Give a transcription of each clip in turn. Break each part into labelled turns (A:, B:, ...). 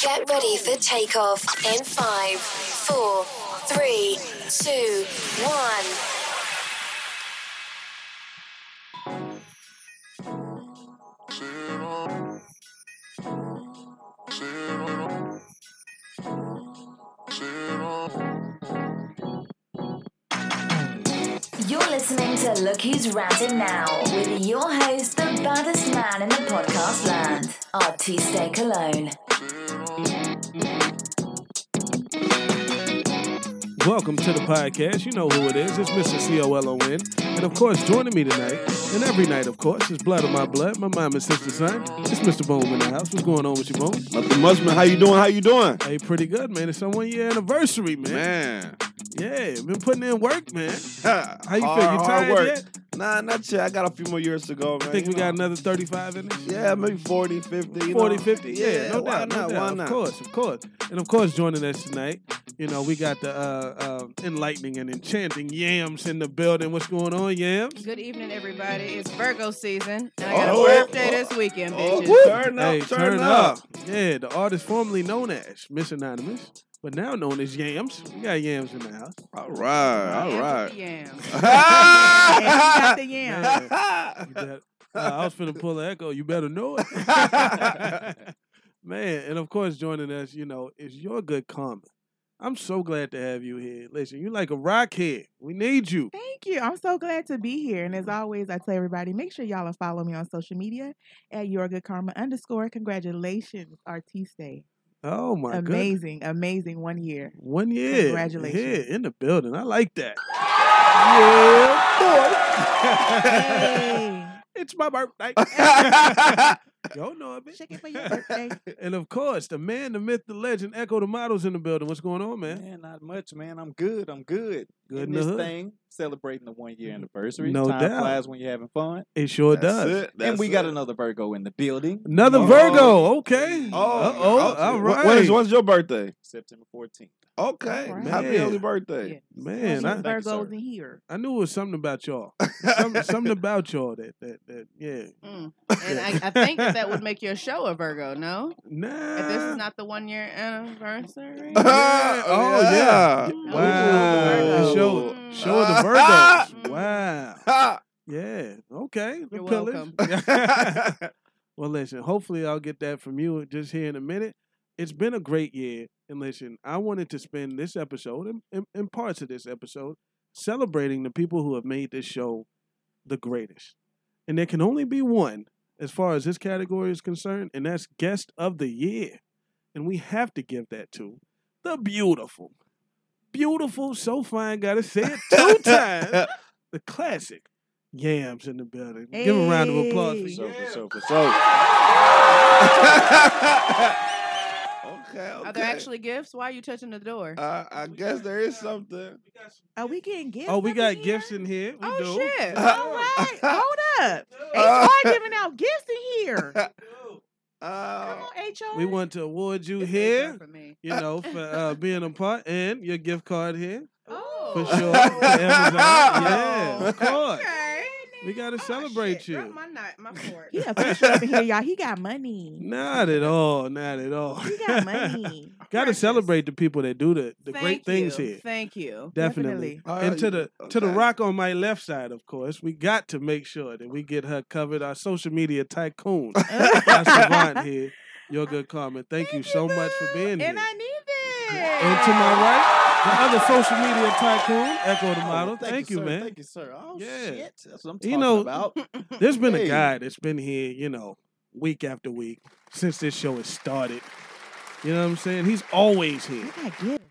A: Get ready for takeoff in five, four, three, two, one.
B: You're listening to Look Who's Ranting Now with your host, the baddest man in the podcast land, Artiste Cologne.
C: Welcome to the podcast. You know who it is. It's Mr. C O L O N. And of course, joining me tonight, and every night, of course, is Blood of My Blood, my mom and sister son. It's Mr. Bone in the house. What's going on with you, Bone?
D: Nothing much, man. How you doing? How you doing?
C: Hey, pretty good, man. It's our one year anniversary, man.
D: Man.
C: Yeah, been putting in work, man.
D: How
C: you feel? You tired yet?
D: Nah, not yet. I got a few more years to go, man.
C: I think
D: You
C: we
D: know.
C: got another 35 in it.
D: Yeah, maybe 40, 50. You
C: 40,
D: know?
C: 50. Yeah, no
D: why
C: doubt.
D: Not?
C: no doubt.
D: Why not?
C: Of course, of course. And of course, joining us tonight, you know, we got the uh, uh, enlightening and enchanting Yams in the building. What's going on, Yams?
E: Good evening, everybody. It's Virgo season, and I got
D: Oh,
E: a birthday
D: oh,
E: this weekend,
D: Oh,
E: bitches.
D: turn up,
C: hey,
D: turn, up.
C: Yeah, the artist formerly known as Miss Anonymous, but now known as Yams. We got Yams in the house.
D: All right,
E: Yams.
D: all
E: Got
D: right.
E: the yams.
C: Yeah. You bet- uh, I was finna pull an echo. You better know it. Man, and of course, joining us, you know, is your good karma. I'm so glad to have you here. Listen, you like a rockhead. We need you.
F: Thank you. I'm so glad to be here. And as always, I tell everybody, make sure y'all are follow me on social media at your good karma underscore. Congratulations, Artiste.
C: Oh my goodness.
F: amazing, amazing one year.
C: One year.
F: Congratulations.
C: Yeah, in the building. I like that. Yeah, boy.
F: Hey,
C: it's my birthday. Y'all know it,
F: check it for your birthday.
C: bitch. And of course, the man, the myth, the legend, Echo the Models in the building. What's going on, man?
G: Man, not much, man. I'm good. I'm good.
C: Good in
G: in
C: the
G: this
C: hood.
G: thing, celebrating the one year anniversary.
C: No
G: Time
C: doubt.
G: flies when you're having fun.
C: It sure does.
G: and we got another Virgo in the building.
C: Another
D: Oh.
C: Virgo. Okay.
D: Oh,
C: Uh-oh.
D: okay.
C: All
D: Wh-
C: right.
D: When is, when's your birthday?
G: September 14th.
D: Okay.
F: All right.
D: Happy
C: Man.
D: early birthday.
F: Yeah.
C: Man, I,
G: Thank you,
F: Virgos
G: sir.
F: in here.
C: I knew it was something about y'all. Some, something about y'all that, that, that, yeah.
E: Mm. And I, I think that, that would make your show a Virgo, no?
C: Nah.
E: If this is not the one year anniversary.
C: Yeah. Oh, yeah.
E: yeah.
C: Wow.
E: Ooh.
C: Show,
E: Mm.
C: show the
D: Ah.
F: Mm-hmm.
C: Virgos. Wow.
D: Ha!
C: Yeah. Okay. The
E: You're
C: pillars.
D: welcome.
C: well, listen. Hopefully, I'll get that from you just here in a minute. It's been a great year, and listen, I wanted to spend this episode and, and, and parts of this episode celebrating the people who have made this show the greatest. And there can only be one, as far as this category is concerned, and that's guest of the year. And we have to give that to the beautiful, beautiful, so fine. Got to say it two times the classic Yams in the building. Give a round of applause for
F: Hey.
C: you.
D: So, so, so, so. okay, okay.
E: Are there actually gifts? Why are you touching the door?
D: Uh, I guess there is something.
F: Are we getting gifts?
C: Oh, we
F: up
C: got
F: in
C: gifts
F: here?
C: in here. We
E: oh,
C: do.
E: shit.
D: Uh,
F: All right, hold up.
D: Uh,
F: HR giving out gifts in here.
H: uh,
F: Come
D: Uh,
F: on, HR.
C: We want to award you
E: It's
C: here,
E: HR for me.
C: you know, for uh, being a part and your gift card here
E: Oh.
C: for sure. to Amazon. Yeah,
D: Oh,
C: of course.
E: Okay.
C: We gotta
E: Oh,
C: celebrate
E: shit.
C: you.
E: Drop my knife, my fork.
F: He official up in here, y'all. He got money.
C: Not at all. Not at all.
F: He got money.
C: Gotta
E: Precious.
C: celebrate the people that do the, the great
E: Thank
C: things
E: you.
C: here.
E: Thank you.
C: Definitely.
D: All
G: Uh,
C: And to
D: right,
C: the to the
D: okay.
C: rock on my left side, of course, we got to make sure that we get her covered. Our social media tycoon, our savant here, your good comment. Thank, you so much for being
E: and
C: here.
E: I need it.
C: and to my right, the other social media tycoon, Echo the
G: Oh,
C: Model. Thank, you,
G: sir.
C: man.
G: Thank you, sir. Oh,
C: Yeah.
G: shit. That's what I'm
C: You
G: talking
C: know-
G: about.
C: There's been a
G: Hey.
C: guy that's been here, you know, week after week since this show has started. You know what I'm saying? He's always here.
F: We got gifts.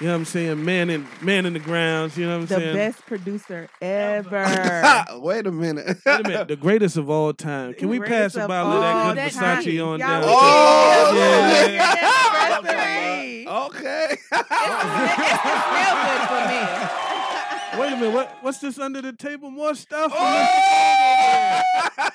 C: You know what I'm saying? Man in man in the grounds. You know what
F: the
C: I'm saying?
F: best producer ever.
D: Uh, Wait a minute.
C: Wait a minute, the greatest of all time. Can we pass
F: Greatest
C: a
F: of
C: bottle of
F: all
C: that good
F: time.
C: Versace
F: Y'all,
C: on down?
F: we
D: Oh,
C: yeah.
D: yeah.
E: Yeah,
F: anniversary.
D: Okay.
E: It's
C: Wait a minute, what, what's this under the table? More stuff? from this-
D: Oh!
F: It's a,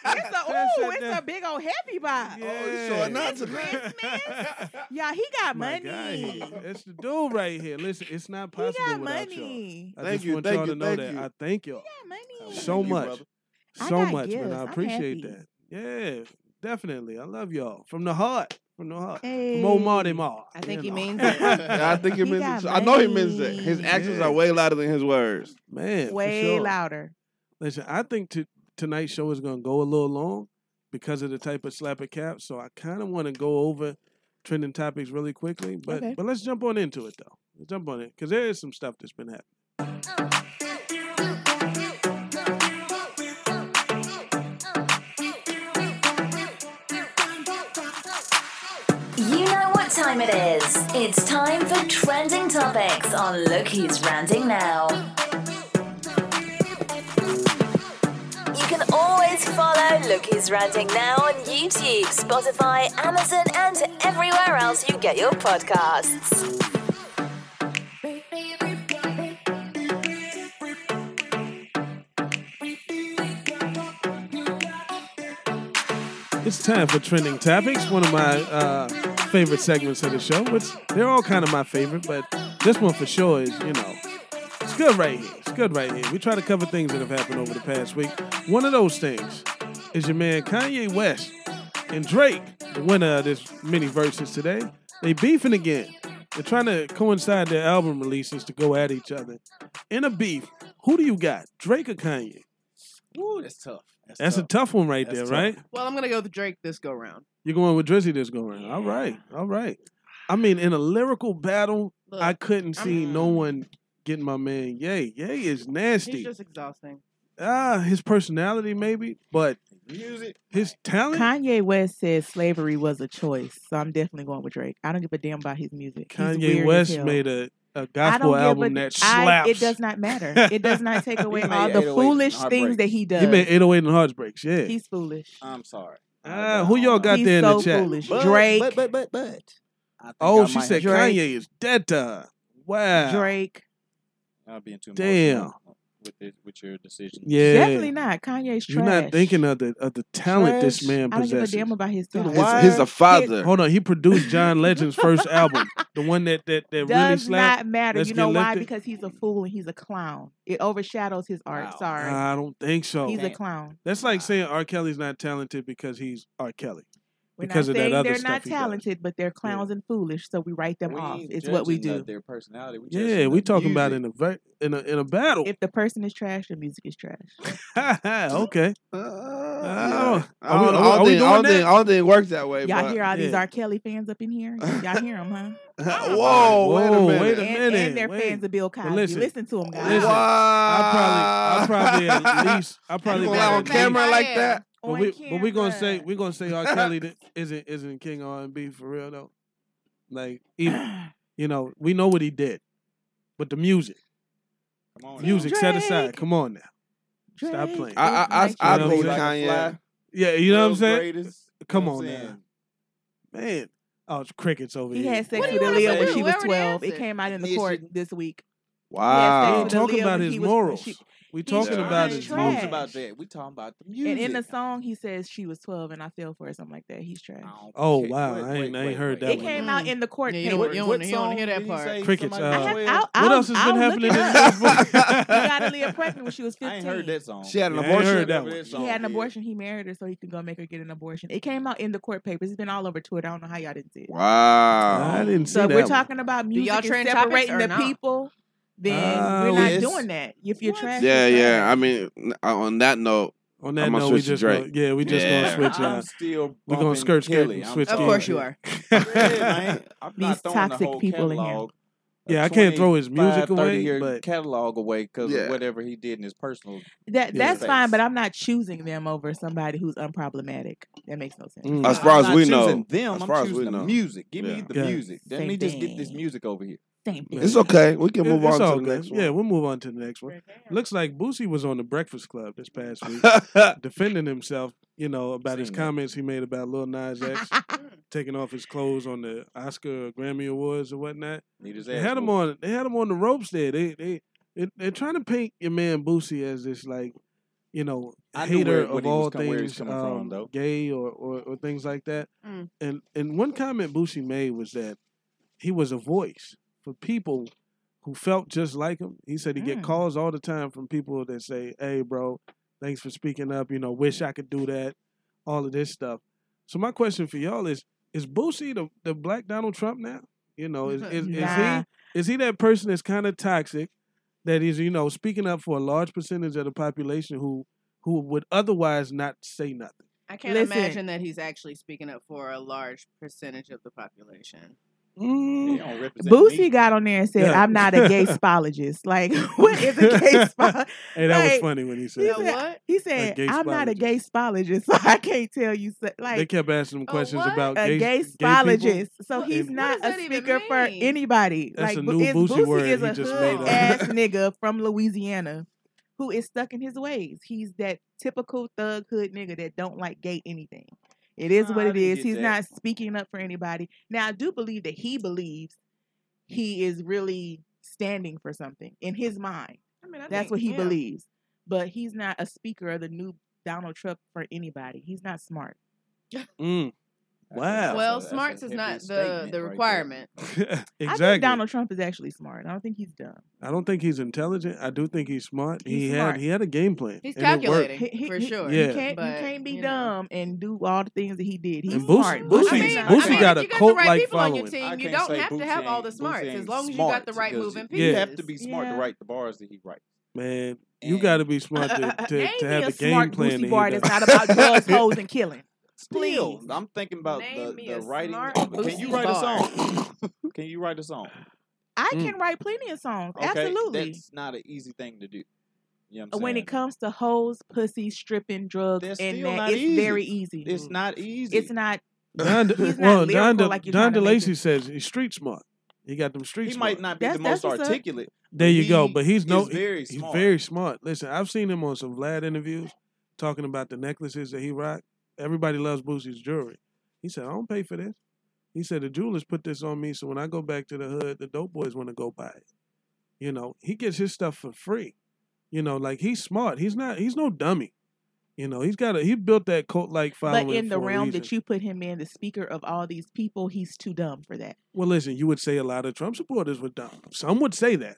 C: That's
F: ooh,
C: it,
F: it's a
C: that-
F: big old heavy box.
C: Oh,
D: you showing out tonight.
F: Yeah, he got
C: My
F: money.
C: guy here. It's the dude right here. Listen, it's not
F: he
C: possible
F: got
C: without y'all.
F: money.
C: I
D: Thank
C: just
D: you,
C: want
D: thank
C: y'all to
D: you,
C: know
D: thank
C: that.
D: you.
C: I thank y'all
F: He got money.
C: so
D: you,
C: much.
D: brother.
F: I
C: So
F: got
C: much, man.
F: gifts.
C: I
F: I'm
C: appreciate
F: happy.
C: that. Yeah, definitely. I love y'all from the heart, from the heart.
F: Hey.
C: Mo Marty Ma.
E: I
C: you
E: think he
C: know.
E: means it.
D: I think he,
F: He
D: means. It.
F: got
D: I know he means it.
F: money.
D: His actions
C: Yeah.
D: are way louder than his words.
C: Man, for
F: Way
C: sure.
F: louder.
C: Listen, I think to, tonight's show is going to go a little long because of the type of slapper cap. So I kind of want to go over trending topics really quickly, but
F: Okay.
C: but let's jump on into it though. Let's jump on it because there is some stuff that's been happening.
B: You know what time it is. It's time for trending topics on Look Who's Ranting Now. You can always follow Look Who's Ranting Now on YouTube, Spotify, Amazon, and everywhere else you get your podcasts.
C: It's time for trending topics. One of my uh, favorite segments of the show, which they're all kind of my favorite, but this one for sure is you know it's good right here. It's good right here. We try to cover things that have happened over the past week. One of those things is your man Kanye West and Drake, the winner of this mini verses today. They beefing again. They're trying to coincide their album releases to go at each other. In a beef, who do you got, Drake or Kanye?
G: Ooh, that's tough.
C: That's a tough one right
G: That's
C: there,
G: tough.
C: right?
E: well, I'm gonna go with Drake this go round.
C: You're going with Drizzy this go round. All right. All right. I mean, in a lyrical battle,
E: Look,
C: I couldn't see
E: I'm-
C: no one getting my man Yay. Yay is nasty.
E: he's just exhausting.
C: ah, his personality maybe, but
G: music.
C: his talent.
F: Kanye West says slavery was a choice, so I'm definitely going with Drake. I don't give a damn about his music. He's weird
C: Kanye
F: as
C: West
F: hell.
C: made a,
F: I
C: a
F: don't
C: gospel
F: give
C: album
F: a-
C: that
F: I-
C: slaps.
F: it does not matter. It does not take away
G: made
F: all the
G: 808s and
F: foolish things
G: Heartbreak.
F: that he does.
C: he made 808 and Heartbreaks. Yeah.
F: He's foolish.
G: I'm sorry.
C: Ah, who y'all got
F: He's
C: there in
F: so
C: the chat?
F: foolish.
G: But-
F: Drake,
G: But but but but. I think
C: Oh,
G: I
C: she
G: might
C: said
G: have-
F: Drake.
C: Kanye is dead to her. Wow.
F: Drake.
G: I'll be in too
C: Damn.
G: emotional with this, with your decision.
C: Yeah.
F: Definitely not. Kanye's trash.
C: You're not thinking of the of the talent this
G: Trash.
C: man
F: I don't give a
C: possesses.
F: damn about his
G: Dude,
F: talent.
G: why-
D: He's, he's a father.
C: Hold on, he produced John Legend's first album, the one that that, that really
F: Does
C: slapped.
F: not matter.
C: Let's
F: you know
C: Get
F: why?
C: Lifted?
F: Because he's a fool and he's a clown. It overshadows his art.
G: Wow.
F: Sorry.
C: I don't think so.
F: he's a
G: Damn.
F: clown. Uh.
C: That's like saying R. Kelly's not talented because he's R. Kelly.
F: We're
C: Because
F: not
C: of that
F: saying
C: other
F: they're
C: stuff
F: not
C: he does.
F: talented, but they're clowns and foolish, so we write them
G: We
F: off.
G: ain't
F: It's what we
G: judging the-
F: do.
G: Their personality. We
C: Yeah,
G: judging
C: we
G: the
C: talking about
G: music.
C: in a ver- in a in a battle.
F: If the person is trash, the music is trash.
C: okay.
D: Uh,
C: Oh.
D: yeah.
C: Are
D: I
C: we- are we-
D: don't- I
C: are
D: don't
C: we
D: think-
C: doing
D: I don't
C: that?
D: think- I don't think it works that way.
F: Y'all
D: but-
F: hear all these
C: yeah.
F: R. Kelly fans up in here? Y'all hear them, huh?
D: Whoa,
C: Whoa,
D: wait a
C: wait
D: minute.
C: a-
F: And,
C: minute,
F: and they're
C: wait.
F: fans of Bill
C: But
F: Cosby.
C: listen,
F: Listen, to them, guys.
C: listen, I probably I probably at least I probably
D: You gonna
E: Better
D: lie
C: got
D: on
E: than
C: at least-
D: camera like
E: I am.
D: that?
C: But
F: On
C: we but we gonna say
F: camera.
C: we gonna say R. Kelly that isn't isn't King R and B for real though. Like even you know we know what he did, but the music
G: Come on now.
C: music set aside.
F: Drake.
C: Come on now. Stop
F: Drake
C: playing.
F: is
D: I I I,
F: like
D: I
C: You know
F: you.
C: what I'm
D: vote
C: saying?
D: Kanye.
C: Yeah, you know what I'm
G: World's
C: saying.
G: greatest, you
C: Come
G: know what
C: on
G: I'm
C: now,
G: saying?
C: man. Oh, it's crickets over
F: He
C: here.
F: had
E: What
F: sex
E: do
F: with
E: you wanna
F: Aaliyah when
E: do?
F: she
E: We
F: was
E: already
F: 12. It
E: answered.
F: came out in the
G: Listen.
F: court this week.
C: we
F: Wow.
C: ain't
F: with
C: talking
F: Aaliyah
C: about
F: when
C: his
F: he was-
C: morals.
F: she-
C: we
F: he's
C: talking
F: Yeah,
C: about
F: I ain't
C: his
F: trash.
C: music.
G: talking about that. We talking about the music.
F: And in the song, he says she was 12, and I fell for it, something like that. He's trash.
G: I don't
C: Oh,
G: care.
C: wow, I ain't- I ain't heard that
F: It
C: one.
F: came out in the court
E: Mm. Yeah, you
F: papers.
E: don't- you don't-
G: What
E: wanna-
G: song
E: wanna hear that
G: did he
E: part.
G: say
C: Crickets,
G: somebody
C: uh,
F: I have,
G: was
F: I'll, I'll,
C: what else has
F: I'll
C: been
F: look
C: happening in
F: it
C: this
F: up.
C: last week?
F: He got Aaliyah pregnant when she was 15.
G: I ain't heard that song.
D: She had an
C: Yeah, I ain't
D: abortion.
C: heard that one.
F: She had an abortion. He married her so he could go make her get an abortion. It came out in the court papers. It's been all over Twitter. I don't know how y'all didn't see it.
D: Wow.
C: I didn't see
F: So if
C: that.
F: we're
C: one.
F: talking about music
E: y'all
F: and
E: trend topics
F: separating
E: or
F: the
E: not?
F: people, then
C: Uh,
F: we're not
G: yes.
F: doing that. If you're
G: What?
F: trash,
D: Yeah,
F: you're
D: yeah.
F: trash.
D: I mean, n- on that note,
C: On that
D: I'ma
C: note, we
D: switch to
C: just gonna,
D: Drake.
C: yeah, we just gonna
D: Yeah.
C: switch.
G: I'm
C: Uh,
G: still
C: we gonna
G: bumping
C: skirt, skirt,
G: Kelly.
C: and
G: I'm
C: switch
E: Of
G: sorry.
C: gears.
E: course you are.
G: Yeah, I ain't- I'm not
F: These
G: throwing the
F: toxic
G: whole
F: people in here.
G: catalog, a
C: Yeah, I can't throw his music
G: 25, 30
C: away,
G: year
C: but
G: catalog away because
D: Yeah.
G: of whatever he did in his personal.
F: That
C: Yeah.
F: that's fine, but
G: Space.
F: I'm not choosing them over somebody who's unproblematic. That makes no sense.
C: Mm.
D: As
G: I'm
D: far as
G: not
D: we know.
G: choosing them.
D: As
G: I'm
D: far as
G: choosing
D: we
G: the
D: know.
G: music. Give me
D: Yeah.
G: the
C: Yeah.
G: music. Let
F: Same
G: me just get this
F: thing.
G: music over here.
F: Same thing.
D: It's okay. We can
C: it-
D: move
C: it's
D: on
C: all
D: to the
C: good.
D: next
C: Yeah,
D: one.
C: we'll move on to the next one. Looks like Boosie was on the Breakfast Club this past week, defending himself. You know about his
G: Seen that.
C: comments he made about Lil Nas X taking off his clothes on the Oscar or Grammy Awards or whatnot.
G: Need his
C: They
G: ass
C: had him
G: whooped.
C: on. They had him on the ropes there. They they they they're trying to paint your man Boosie as this like, you know,
G: I knew
C: hater
G: where-
C: of
G: what he was
C: all
G: com- where he was
C: things
G: coming from,
C: um,
G: though.
C: gay or, or or things like that.
E: Mm.
C: And and one comment Boosie made was that he was a voice for people who felt just like him. He said he get
F: Mm.
C: calls all the time from people that say, "Hey, bro, thanks for speaking up. You know, wish I could do that." All of this stuff. So my question for y'all is: Is Boosie the, the black Donald Trump now? You know, is is,
F: Nah.
C: is he is he that person that's kind of toxic that is you know speaking up for a large percentage of the population who who would otherwise not say nothing?
E: I can't
F: Listen.
E: imagine that he's actually speaking up for a large percentage of the population.
G: They
C: Mm,
G: don't represent me.
F: Boosie got on there and said,
C: Yeah.
F: "I'm not a gay spologist." Like, what is a gay spologist?
C: Hey, that was
F: Like,
C: funny when he
E: You
C: said
E: know
F: He's
C: that.
F: a-
E: what?
F: He said,
C: gay
F: "I'm not a gay spologist, so I can't tell you." so-
C: They
F: Like
C: kept asking him
E: A
C: questions
E: what?
C: about
F: a
C: gay,
F: gay
C: people.
F: spologist, so
C: What-
F: he's
C: what
F: not
E: does
F: a
E: that even
F: speaker for
E: mean?
F: anybody.
C: That's
F: like,
C: a
F: Bu-
C: new
F: is
C: Boosie
F: Boosie
C: word
F: is
C: he
F: a
C: just
E: made
F: hood
E: up.
F: ass nigga from Louisiana who is stuck in his ways. He's that typical thug hood nigga that don't like gay anything. It is
G: Nah,
F: what
G: I
F: it
G: didn't
F: is.
G: get
F: He's
G: that.
F: not speaking up for anybody. Now, I do believe that he believes he is really standing for something in his mind.
E: I mean, I
F: That's
E: think-
F: what he
E: yeah.
F: believes. But he's not a speaker of the new Donald Trump for anybody. He's not smart.
C: Mm,
G: That's a-
C: Wow.
G: that's a-
E: Well,
G: that's a
E: smarts is
G: heavy
E: not the
G: statement
E: the
G: right there.
E: requirement.
C: exactly.
F: I think Donald Trump is actually smart. I don't think he's dumb.
C: I don't think he's intelligent. I do think he's smart.
F: He's
C: he
F: smart.
C: had he had a game plan.
E: He's
C: and it worked.
E: calculating
F: He- he-
E: for
F: he-
E: sure.
C: Yeah.
F: You can't
E: but,
F: you can't be
E: you know.
F: dumb and do all the things that he did. He's
C: And Boosie-
F: smart. but
C: Boosie-
F: he's
E: I mean,
F: not
C: Boosie
E: I
F: smart.
E: mean,
C: got
E: if
C: a
E: you got the right
C: cult-like
E: people on your
C: following.
G: I
E: team, you
G: can't
E: don't
G: say
E: have to
G: Boosie
E: have all
G: ain't-
E: the
G: Boosie
E: smarts
G: ain't
E: as long as you
G: smart
E: got the right
G: because
E: moving
C: Yeah.
E: pieces.
G: You have to be smart
F: Yeah.
G: to write the bars that he writes.
C: Man, you
G: And-
C: got to be smart to, to,
F: Name
C: to
F: me
C: have
F: a
C: the game
F: smart
C: plan.
F: Boosie
C: that
F: bar
C: he
F: that's not
C: does.
F: about drugs, hoes, and killing.
G: Still,
F: Please.
G: I'm thinking about
E: Name
G: the,
E: me
G: the
E: a
G: writing.
E: smart
G: of- Can
E: Boosie
G: you write a
E: bar.
G: song? Can you write a song?
F: I
C: Mm.
F: can write plenty of songs.
G: Okay,
F: Absolutely.
G: That's not an easy thing to do. You know what I'm saying?
F: When it comes to hoes, pussy, stripping, drugs,
G: That's
F: and
G: still
F: that,
G: not
F: it's
G: easy.
F: very easy.
G: it's not easy.
F: It's not.
C: Don,
F: He's not
C: well, Don,
F: lyrical
C: De,
F: like you're
C: Don
F: trying to make
C: DeLacy
F: it.
C: says he's street smart. He got them street
G: He
C: smart.
G: might not be
F: That's-
G: the
F: that's
G: most
F: what's up.
G: articulate.
C: there you go.
G: he
C: But he's
G: is
C: no.
G: very
C: he's
G: smart.
C: very smart. Listen, I've seen him on some Vlad interviews talking about the necklaces that he rocked. Everybody loves Boosie's jewelry. He said, "I don't pay for this." He said, "The jewelers put this on me, so when I go back to the hood, the dope boys want to go buy it." You know, he gets his stuff for free. You know, like he's smart. He's not. He's no dummy. You know, he's got a. He built that cult like following.
F: But in the
C: for a
F: realm
C: reason.
F: that you put him in, the speaker of all these people, he's too dumb for that.
C: Well, listen, you would say a lot of Trump supporters were dumb. Some would say that.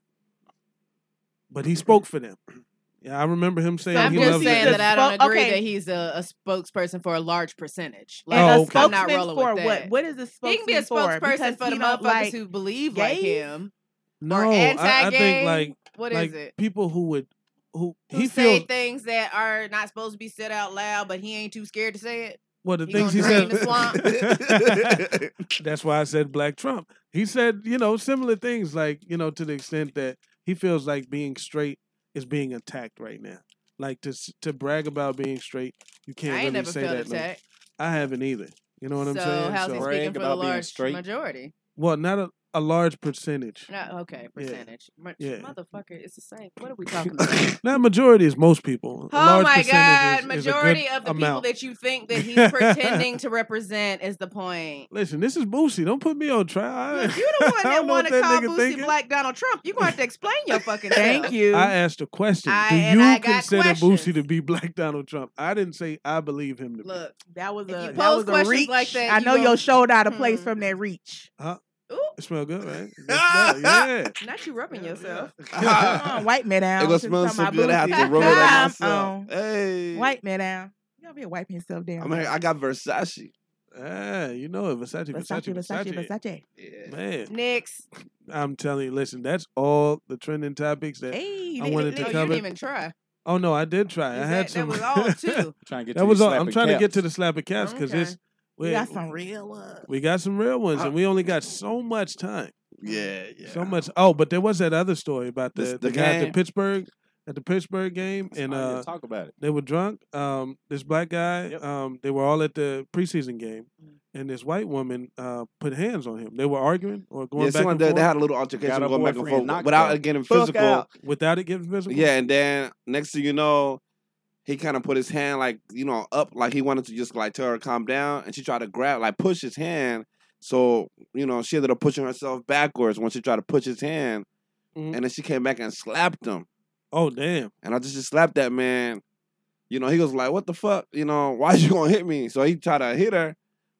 C: But he spoke for them. Yeah, I remember him saying
E: I'm
C: he
E: just
C: loves
E: saying
C: them.
E: that I don't
F: Well,
E: agree
F: okay.
E: that he's a, a spokesperson for a large percentage.
F: and a
C: Oh, okay.
E: I'm not
F: spokesman
E: rolling with
F: for
E: that.
F: what? What is a spokesman
E: He can be a spokesperson
F: Because
E: for the
F: he
E: motherfuckers
F: don't like
E: who believe like
F: gays?
E: him
C: no,
E: or
C: I, I
E: anti-gay.
C: think like
E: What is
C: like
E: it?
C: people who would who,
E: Who
C: he
E: say
C: feels
E: things that are not supposed to be said out loud, but he ain't too scared to say it.
C: well the
E: he
C: things he said.
E: gonna drain
D: the
C: That's why I said Black Trump. He said you know similar things like you know to the extent that he feels like being straight is being attacked right now. Like to s- to brag about being straight, you can't
E: I ain't
C: really
E: never
C: say
E: felt
C: that. no-
E: attacked.
C: I haven't either. You know what I'm
E: so
C: saying?
E: how's he
C: So-
G: Brag
E: speaking for the
G: about being
E: large
G: straight.
E: majority?
C: Well, not a, a large percentage.
E: No, okay, percentage. Mer-
C: Yeah.
E: Motherfucker, it's the same. What are we talking about?
C: Not majority is most people. A
E: oh
C: large
E: my
C: percentage
E: God.
C: is- is a good
E: Majority of the
C: amount.
E: people that you think that he's pretending to represent is the point.
C: Listen, this is Boosie. Don't put me on trial. I-
E: Look, you're the
C: I
E: one
C: don't
E: that
C: know
E: want
C: what
E: to call
C: nigga
E: Boosie
C: thinking.
E: Black Donald Trump. You're going to have to explain your fucking
F: Thank
E: self.
F: you.
C: I asked a question.
E: I-
C: Do
E: and
C: you
E: I got
C: consider Boosie
E: questions.
C: to be black Donald Trump? I didn't say I believe him to
E: Look,
F: That was
E: If you
F: a that
E: pose
F: was a
E: questions
F: reach.
E: like that,
F: I
E: you
F: know
E: gon-
F: your shoulder out of place
E: Hmm.
F: from that reach.
E: ooh,
C: be. It smell good, right? It smell- yeah.
E: not you rubbing yourself.
F: Come on, wipe me down.
D: It gonna
F: since
D: smell
F: talking
D: so
F: about
D: good. I have
F: booty.
E: Boosie.
D: to roll it up
F: Come
D: myself.
F: on.
D: Hey,
F: Wipe me down. You gonna be wiping yourself down.
D: I'm here. I got Versace.
C: Ah, you know it. Versace,
F: Versace,
C: Versace,
F: Versace, Versace.
D: Yeah.
C: Man,
E: Next.
C: I'm telling you, listen, that's all the trending topics that.
F: Hey, you
C: I
F: didn't-
C: wanted to
E: No, you
F: look,
E: didn't
C: cover-
E: even try.
C: Oh, no, I did try. I
E: Is
C: had
E: that,
C: some.
E: that was all too.
G: trying to get
C: That
G: to
C: was
G: your
C: all. I'm
G: slapping
C: trying to get to the
G: caps.
C: slap of caps because
E: Okay.
C: this.
F: You
C: we-
F: got some real ones.
C: We got some real ones, and
D: Uh,
C: we only got so much time.
D: Yeah, yeah.
C: So much. Oh, but there was that other story about the,
D: This-
C: the,
D: the
C: guy at the
D: game?
C: Pittsburgh at the Pittsburgh game, and
G: Oh, yeah,
C: uh,
G: talk about it.
C: they were drunk. Um, this black guy.
G: Yep.
C: Um, they were all at the preseason game,
E: Mm.
C: and this white woman uh, put hands on him. They were arguing or going
D: Yeah,
C: back
D: someone
C: and
D: did,
C: forth
D: they had a little
G: Got
D: altercation
G: her
D: going back and
G: boyfriend
D: forth
G: knocked
D: without
G: the
D: getting
G: fuck
D: physical.
G: out.
C: without it getting physical.
D: Yeah, and then next thing you know, he kind of put his hand like you know up, like he wanted to just like tell her to calm down, and she tried to grab, like push his hand. So you know she ended up pushing herself backwards when she tried to push his hand,
C: Mhm.
D: and then she came back and slapped him.
C: Oh damn.
D: And I just, just slapped that man. You know he was like, "What the fuck? You know why you gonna hit me?" So he tried to hit her,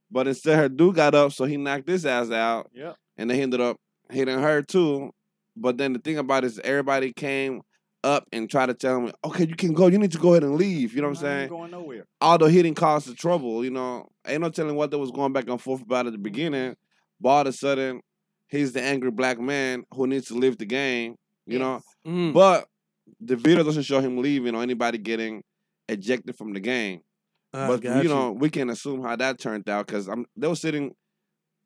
D: but instead her dude got up, so he knocked his ass out,
G: Yep.
D: and they ended up hitting her too. But then the thing about it is everybody came up and try to tell him, okay, you can go. You need to go ahead and leave. You know what I'm
G: I ain't
D: saying?
G: Going nowhere.
D: although he didn't cause the trouble, you know, ain't no telling what they was going back and forth about at the beginning. But all of a sudden, he's the angry black man who needs to live the game, you know.
C: Mm.
D: But the video doesn't show him leaving or anybody getting ejected from the game.
C: I
D: but
C: got
D: you know, we can assume how that turned out because I'm they were sitting,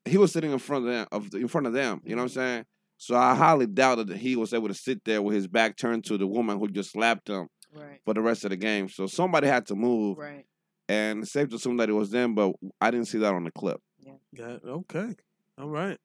D: he was sitting in front of them, of the, in front of them. You know what I'm saying? So I highly doubted that he was able to sit there with his back turned to the woman who just slapped him
E: Right.
D: for the rest of the game. So somebody had to move
E: Right.
D: and it's safe to assume that it was them, but I didn't see that on the clip.
C: Got- okay. All right.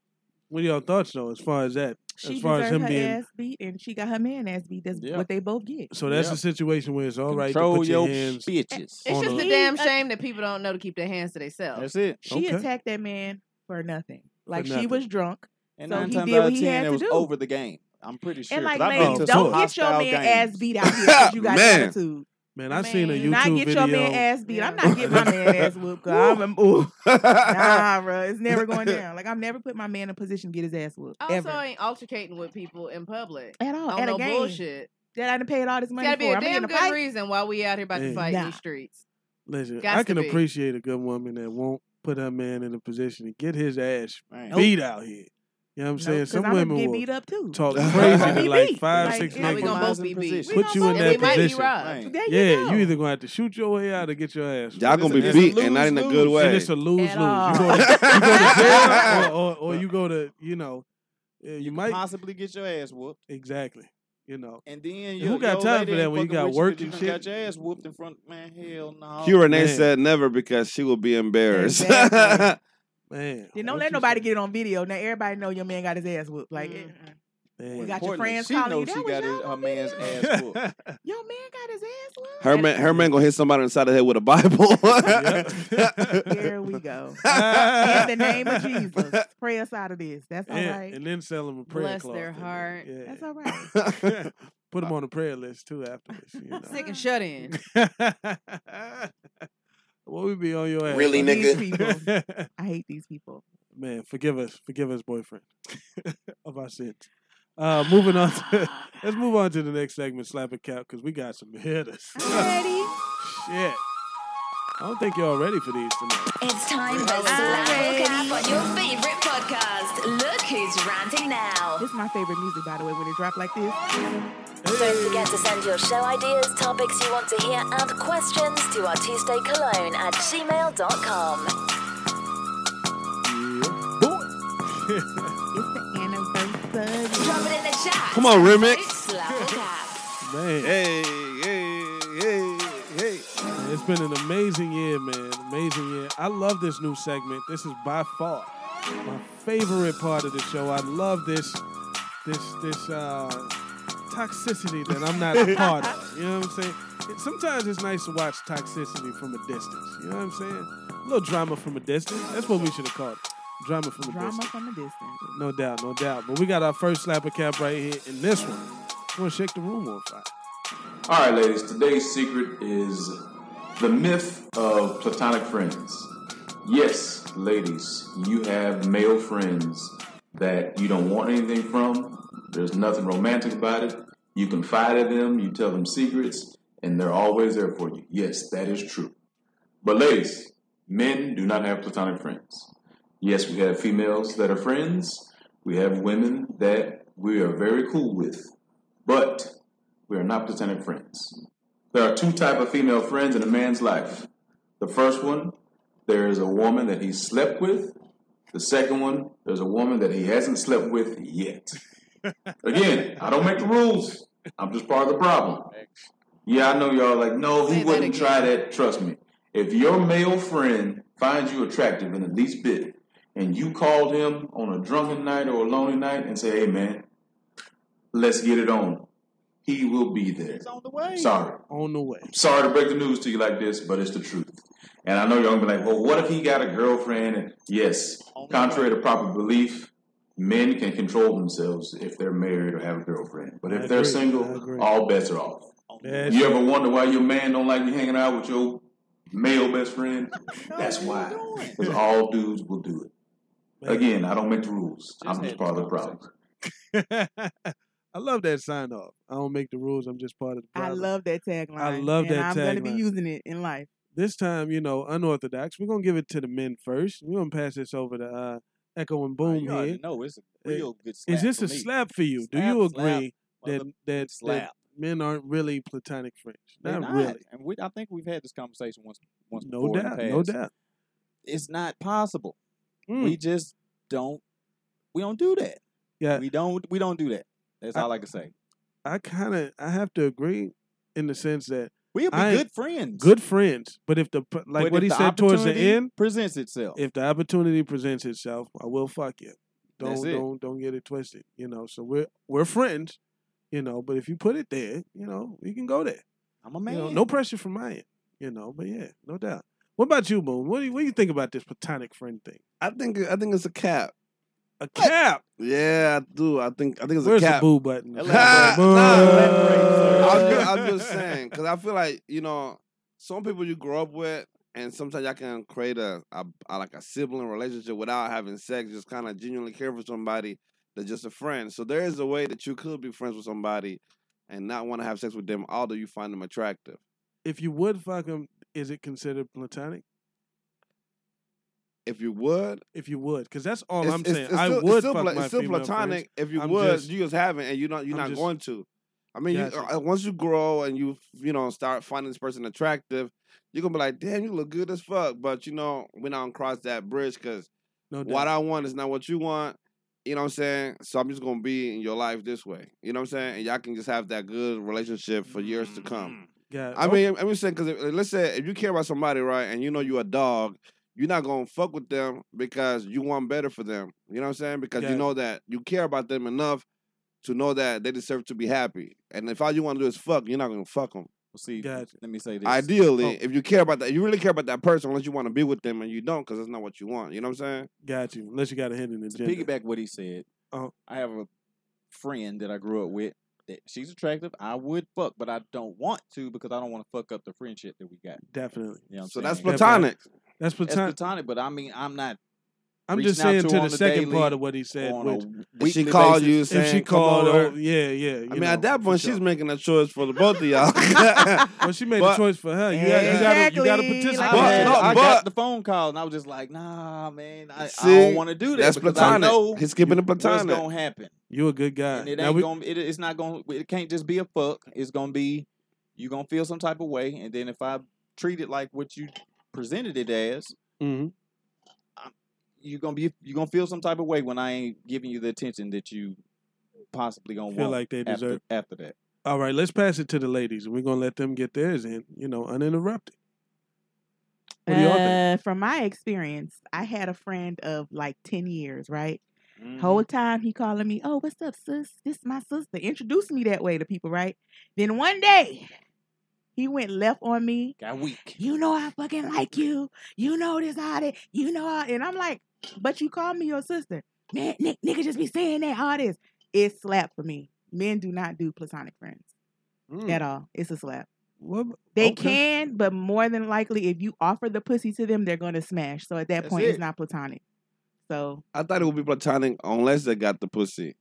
C: What are y'all thoughts though, as far as that?
F: She
C: as far as
F: deserved
C: him
F: her
C: being,
F: ass beat, and she got her man ass beat. That's
G: Yeah.
F: what they both get.
C: so that's
G: Yeah.
C: a situation where it's all right
G: Control
C: to put
G: your
C: your hands.
G: bitches.
E: It's
C: On
E: just
C: the-
E: a damn
F: He-
E: shame that people don't know to keep their hands to themselves.
G: That's it.
F: She
C: Okay.
F: attacked that man for nothing. Like she
C: nothing.
F: was drunk.
G: And
F: So
G: nine
F: he
G: times
F: did
G: out
F: what
G: of
F: he
G: ten,
F: had
G: it
F: to
G: was
F: do.
G: over the game. I'm pretty sure.
F: and
G: 'cause
F: like,
G: I've been
F: ladies,
G: to
C: some
F: don't get your
G: hostile
F: man
G: games.
F: ass beat out here because you got
D: Man.
F: attitude.
C: Man,
E: I
C: I, seen a
E: mean,
C: YouTube
F: Not get your
C: video.
F: man ass beat. I'm
E: Yeah.
F: not getting my man ass whooped. 'cause I'm a- ooh, nah, bro. It's never going down. Like I'm never put my man in a position to get his ass whooped.
E: Also,
F: ever.
E: I ain't altercating with people in public.
F: at all.
E: on
F: At
E: no
F: a game
E: bullshit.
F: that I done paid all this
E: It's
F: money
E: gotta
F: for.
E: be a
F: I'm
E: damn
F: in a
E: good
F: fight.
E: reghting why we out here about
C: Hey.
E: to fight in
F: Nah.
E: these streets.
C: Listen,
E: Gots
C: I
E: to
C: can
E: be.
C: appreciate a good woman that won't put her man in a position to get his ass
G: Man.
C: beat out here. You know what I'm saying? Some
F: I'm
C: women
F: get
C: will
F: beat up too.
C: talk
D: I'ma
C: crazy
F: be
C: to like
F: beat.
C: five,
F: Like,
C: six
F: yeah,
E: we gonna
C: niggas.
E: both be beat.
G: Position.
F: We
C: Put you in
E: And we
C: that
E: might be
C: position.
E: robbed.
G: Man.
F: There you
C: Yeah,
F: go.
C: you either gonna have to shoot your way out or get your ass.
D: Y'all gonna be
G: It's a
D: beat and not in a good
G: lose-lose.
C: And
D: way.
C: it's a lose lose. You
F: At
C: go to, you go to jail, or, or, or you go to you know, yeah, you,
G: could
C: might
G: possibly get your ass whooped.
C: exactly. You know,
G: And then
C: Who
G: your-
C: got
G: your
C: time
G: lady
C: for that
G: ain't
C: when you
G: fucking
C: got
G: with
C: work
G: 'cause
C: and
G: you done
C: shit?
G: Got your ass whooped in front, man. Hell no.
D: Q Renee
C: man.
D: said never because she will be embarrassed.
F: Exactly.
C: man.
F: Then
C: what
F: don't let
C: you
F: nobody
C: say?
F: get it on video. Now everybody know your man got his ass whooped. Like
E: Mm.
F: eh,
C: Man.
F: We got your
G: Importantly,
F: friends
G: she
F: calling you,
G: knows
F: "That
G: she
F: was
G: got
F: y'all
G: his, her
F: on
G: man's
F: video?"
G: ass whooped.
F: your man got his ass whooped.
D: her man, her man gonna hit somebody inside the head with a Bible.
C: Yep.
F: Here we go. In
C: and,
F: the name of Jesus, pray us out of this. That's all right.
C: and then sell them a prayer
E: Bless
C: cloth
E: their
C: in there.
E: heart.
C: Yeah.
F: That's all right.
C: Put them on a prayer list too after this. You know.
E: Sick and shut in.
C: what we be on your ass?
I: Really,
C: like?
F: These
I: nigga?
F: people. I hate these people.
C: Man, forgive us, forgive us, boyfriend, of our sins. Uh, moving on. To, let's move on to the next segment. Slap a cap because we got some hitters. Oh,
F: I'm ready.
C: Shit. I don't think y'all ready for these tonight.
B: It's time for Slap or Cap on your favorite podcast. Look who's ranting now.
F: This is my favorite music, by the way. When it drop like this,
B: Don't forget to send your show ideas, topics you want to hear, and questions to our Tuesday Cologne at gmail.com.
F: it's the anniversary.
B: Drop it in the chat.
D: Come on, remix.
B: Slap or Cap.
C: Man,
D: hey, hey, hey, hey.
C: it's been an amazing year, man. Amazing year. I love this new segment. This is by far my favorite part of the show. I love this this this uh, toxicity that I'm not a part of. You know what I'm saying? It, sometimes it's nice to watch toxicity from a distance. You know what I'm saying? A little drama from a distance. That's what we should have called it. Drama from a
F: Drama
C: distance.
F: from a distance.
C: No doubt, no doubt. But we got our first slapper cap right here in this one. I'm gonna shake the room on fire.
J: All right, ladies, today's secret is the myth of platonic friends. Yes, ladies, you have male friends that you don't want anything from. There's nothing romantic about it. You confide in them, you tell them secrets, and they're always there for you. Yes, that is true. But, ladies, men do not have platonic friends. Yes, we have females that are friends, we have women that we are very cool with, but we are not platonic friends. There are two type of female friends in a man's life. The first one, there is a woman that he slept with. The second one, there's a woman that he hasn't slept with yet. Again, I don't make the rules. I'm just part of the problem. Yeah, I know y'all like, no,
E: Say
J: he
E: that
J: wouldn't
E: again.
J: try that. Trust me. If your male friend finds you attractive in the least bit, and you called him on a drunken night or a lonely night and say, hey man, let's get it on, he will be there.
G: It's on the way.
J: Sorry.
C: On the way.
J: Sorry to break the news to you like this, but it's the truth. And I know y'all gonna be like, well, what if he got a girlfriend? And yes, contrary to proper belief, men can control themselves if they're married or have a girlfriend. But
C: I
J: if they're
C: agree. I agree.
J: single, all bets are off.
C: That's
J: You ever wonder why your man don't like you hanging out with your male best friend? That's why. Because all dudes will do it.
C: Man.
J: Again, I don't make the rules. I'm
G: had
J: just part of the
G: this
J: problem.
C: man, I love that sign off. I don't make the rules. I'm just part of the
F: I
C: problem.
F: love that tagline.
C: love
F: and
C: that
F: I'm gonna
C: tagline.
F: be using it in life.
C: this time, you know, unorthodox. We're gonna give it to the men first. We're gonna pass this over to uh, Echo and Boom here.
G: No, it's a
C: Uh,
G: real good slap.
C: Is this
G: for
C: a
G: me.
C: slap for you? Do
G: Slap,
C: you
G: slap,
C: agree that
G: mother-
C: that, that
G: slap?
C: men aren't really platonic friends?
G: They're
C: Not, really.
G: And we, I think we've had this conversation once, once
C: No
G: before in the
C: doubt. No
G: past.
C: doubt.
G: It's not possible.
C: Mm.
G: We just don't. We don't do that.
C: Yeah.
G: We don't. We don't do that. That's
C: I-
G: all I can say.
C: I kind of I have to agree in the sense that
G: We'll be
C: I-
G: good friends.
C: good friends, but if the pr- like
G: But
C: what
G: if
C: he
G: the
C: said towards the
G: opportunity
C: end,
G: presents itself.
C: if the opportunity presents itself, I will fuck you. Don't
G: That's it.
C: don't don't get it twisted. You know, so we're we're friends. You know, but if you put it there, you know, we can go there.
G: I'm a
C: You
G: man.
C: know, no pressure from my end. You know, but yeah, no doubt. What about you, Boone? What do you, what do you think about this platonic friend thing?
D: I think I think it's a cap.
C: A cap.
D: Yeah, I do. I think I think it's
C: Where's
D: a
C: the
D: cap.
C: boo button?
G: Elaborate.
D: Ha!
C: Boo.
G: Elaborate,
D: Nah,
G: sir.
D: I'm, just, I'm just saying because I feel like you know some people you grow up with, and sometimes y'all can create a, a, a- like a sibling relationship without having sex. Just kind of genuinely care for somebody that's just a friend. So there is a way that you could be friends with somebody and not want to have sex with them, although you find them attractive.
C: If you would fuck him, is it considered platonic?
D: If you would,
C: If you would, because that's all
D: it's,
C: I'm
D: it's-
C: saying.
D: it's
C: I
D: still,
C: would
D: it's still,
C: fuck
D: pla-
C: my
D: it's still
C: female
D: platonic.
C: friends.
D: If you
C: I'm
D: would,
C: just-
D: you just haven't, and you're not you're
C: I'm
D: not
C: just-
D: going to. I mean, you,
C: Gotcha.
D: uh, once you grow and you you know start finding this person attractive, you're gonna be like, damn, you look good as fuck. But you know, we don't cross that bridge because
C: No doubt.
D: what I want is not what you want. You know what I'm saying? So I'm just gonna be in your life this way. You know what I'm saying? And y'all can just have that good relationship for years to come.
C: Got-
D: I
C: oh,
D: mean, I'm just saying because let's say if you care about somebody, right, and you know you're a dog, you're not gonna fuck with them because you want better for them. You know what I'm saying? Because
C: Yeah.
D: you know that you care about them enough to know that they deserve to be happy. And if all you want to do is fuck, you're not gonna fuck them.
G: Well, see,
C: Gotcha.
G: let me say this.
D: Ideally,
C: oh.
D: if you care about that, you really care about that person, unless you want to be with them and you don't, because that's not what you want. You know what I'm saying?
C: got you. Unless you got a hidden
G: to
C: agenda.
G: piggyback what he said,
C: Uh-huh.
G: I have a friend that I grew up with that she's attractive. I would fuck, but I don't want to because I don't want to fuck up the friendship that we got.
C: Definitely.
G: You know what I'm
D: So that's
G: saying?
C: Yeah, but
D: platonic.
C: That's
G: That's
C: platonic.
G: platonic, but I mean, I'm not
C: I'm
G: reaching
C: just
G: out
C: saying
G: to
C: to,
G: her
C: the
G: on the
C: second
G: daily,
C: part of what he said.
G: on
C: Which,
G: a
D: If she
G: weekly
D: called
G: basis.
D: you saying,
C: if she
D: "Come
C: called,
D: over,"
C: oh, yeah, yeah. you
D: I mean,
C: know,
D: at that
C: for
D: point,
C: sure.
D: she's making a choice for the both of y'all.
C: Well, she made a
D: But-
C: choice for her. You, got, you gotta, you
F: Exactly.
C: gotta
G: I,
F: Like
C: participate.
G: had-
D: no,
G: I
D: but-
G: got the phone call and I was just like, nah, man, I, I
D: See?
G: don't want to do that.
D: that's
G: because
D: platonic.
G: I know
D: He's keeping it
G: what's
D: platonic.
G: gonna happen,
C: you a good guy.
G: and it
C: Now
G: ain't
C: we-
G: gonna. It, it's not gonna. It can't just be a fuck. It's gonna be you gonna feel some type of way, and then if I treat it like what you presented it as,
D: Mm-hmm.
C: Mhm.
G: you're gonna be you're gonna feel some type of way when I ain't giving you the attention that you possibly gonna
C: feel
G: want
C: like they
G: after
C: deserve.
G: after that.
C: All right, let's pass it to the ladies. We're gonna let them get theirs in, you know, uninterrupted. What do y'all think?
F: Uh, from my experience, I had a friend of like ten years, right?
C: Mm-hmm.
F: Whole time he calling me, "Oh, what's up, sis? This my sister." Introduced me that way to people, right? Then one day, he went left on me.
G: Got weak.
F: You know I fucking like you. You know this all that. You know, all-" and I'm like, but you call me your sister, man. Nick, nigga, just be saying that all this. It's slap for me. Men do not do platonic friends
H: mm-hmm.
D: Hmm.
C: Mm.
F: at
D: uh,
F: all. It's a slap.
C: What-
F: They
C: Okay.
F: can, but more than likely, if you offer the pussy to them, they're going to smash. So at that
G: That's
F: point, it's
G: it.
F: not platonic. So
D: I thought it would be platonic unless they got the pussy.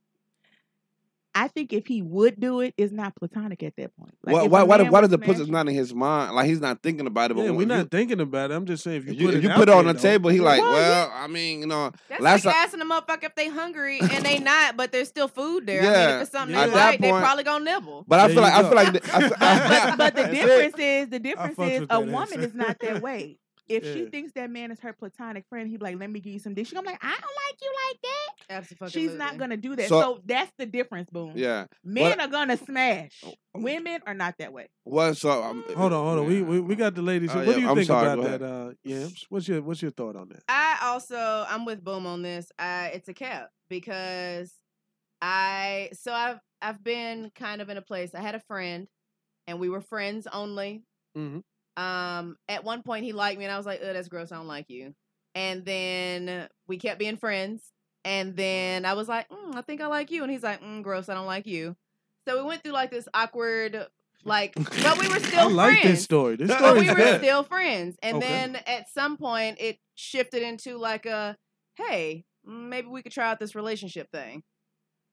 F: I think if he would do it, it's not platonic at that point.
D: why?
F: if
D: Why?
F: a
D: Why,
F: man
D: why
F: would
D: does the
F: smash-
D: pussy's not in his mind? Like he's not thinking about it. But
C: yeah,
D: when
C: we're
D: you-
C: not thinking about it. I'm just saying if you
D: If you,
C: put
D: if
C: it,
D: you
C: out
D: put it on
C: there,
D: the
C: though,
D: table, he like,
F: Well,
D: well, I mean, you know,
E: That's
D: Last
E: like
D: ti-
E: asking a motherfucker if they hungry and they not, but there's still food there. I mean,
D: Yeah.
E: if it's something
C: At
E: they
C: that
E: like, they
D: point-
E: probably gonna nibble.
D: but I
C: There
D: feel
C: you
D: like I
C: go.
D: feel like the, I
F: but,
D: feel,
F: but the
D: That's it.
F: difference is the difference
C: fucks
F: is
C: with
F: a
C: that
F: woman
C: answer.
F: is not that way. If she
C: Yeah.
F: thinks that man is her platonic friend, he'd be like, "Let me give you some dick." She's gonna be like, "I don't like you like that."
E: Absolutely.
F: She's not gonna do that. So,
D: So-
F: that's the difference, boom.
D: yeah.
F: Men
D: What- Oh,
F: are gonna smash. Women are not that way.
D: Well, so um,
C: Hold on, hold on. We we, we got the ladies.
D: Oh,
C: here. what
D: yeah,
C: do you
D: I'm
C: think
D: sorry,
C: about
D: go
C: that? Uh, Yams, what's your what's your thought on that?
E: I also I'm with Boom on this. I it's a cap because I so I've I've been kind of in a place. I had a friend and we were friends only.
G: Mm-hmm.
C: Mhm.
E: Um at one point he liked me and I was like, "Oh, that's gross. I don't like you." And then we kept being friends and then I was like, mm, "I think I like you." And he's like, mm, "Gross. I don't like you." So we went through like this awkward like but we were
C: I
E: still
C: like
E: friends
C: this story. This
D: But
E: but
C: story's
E: we were
C: good.
E: still friends. And
C: Okay.
E: then at some point, it mm, shifted into like a, hey, maybe we could try out this relationship thing.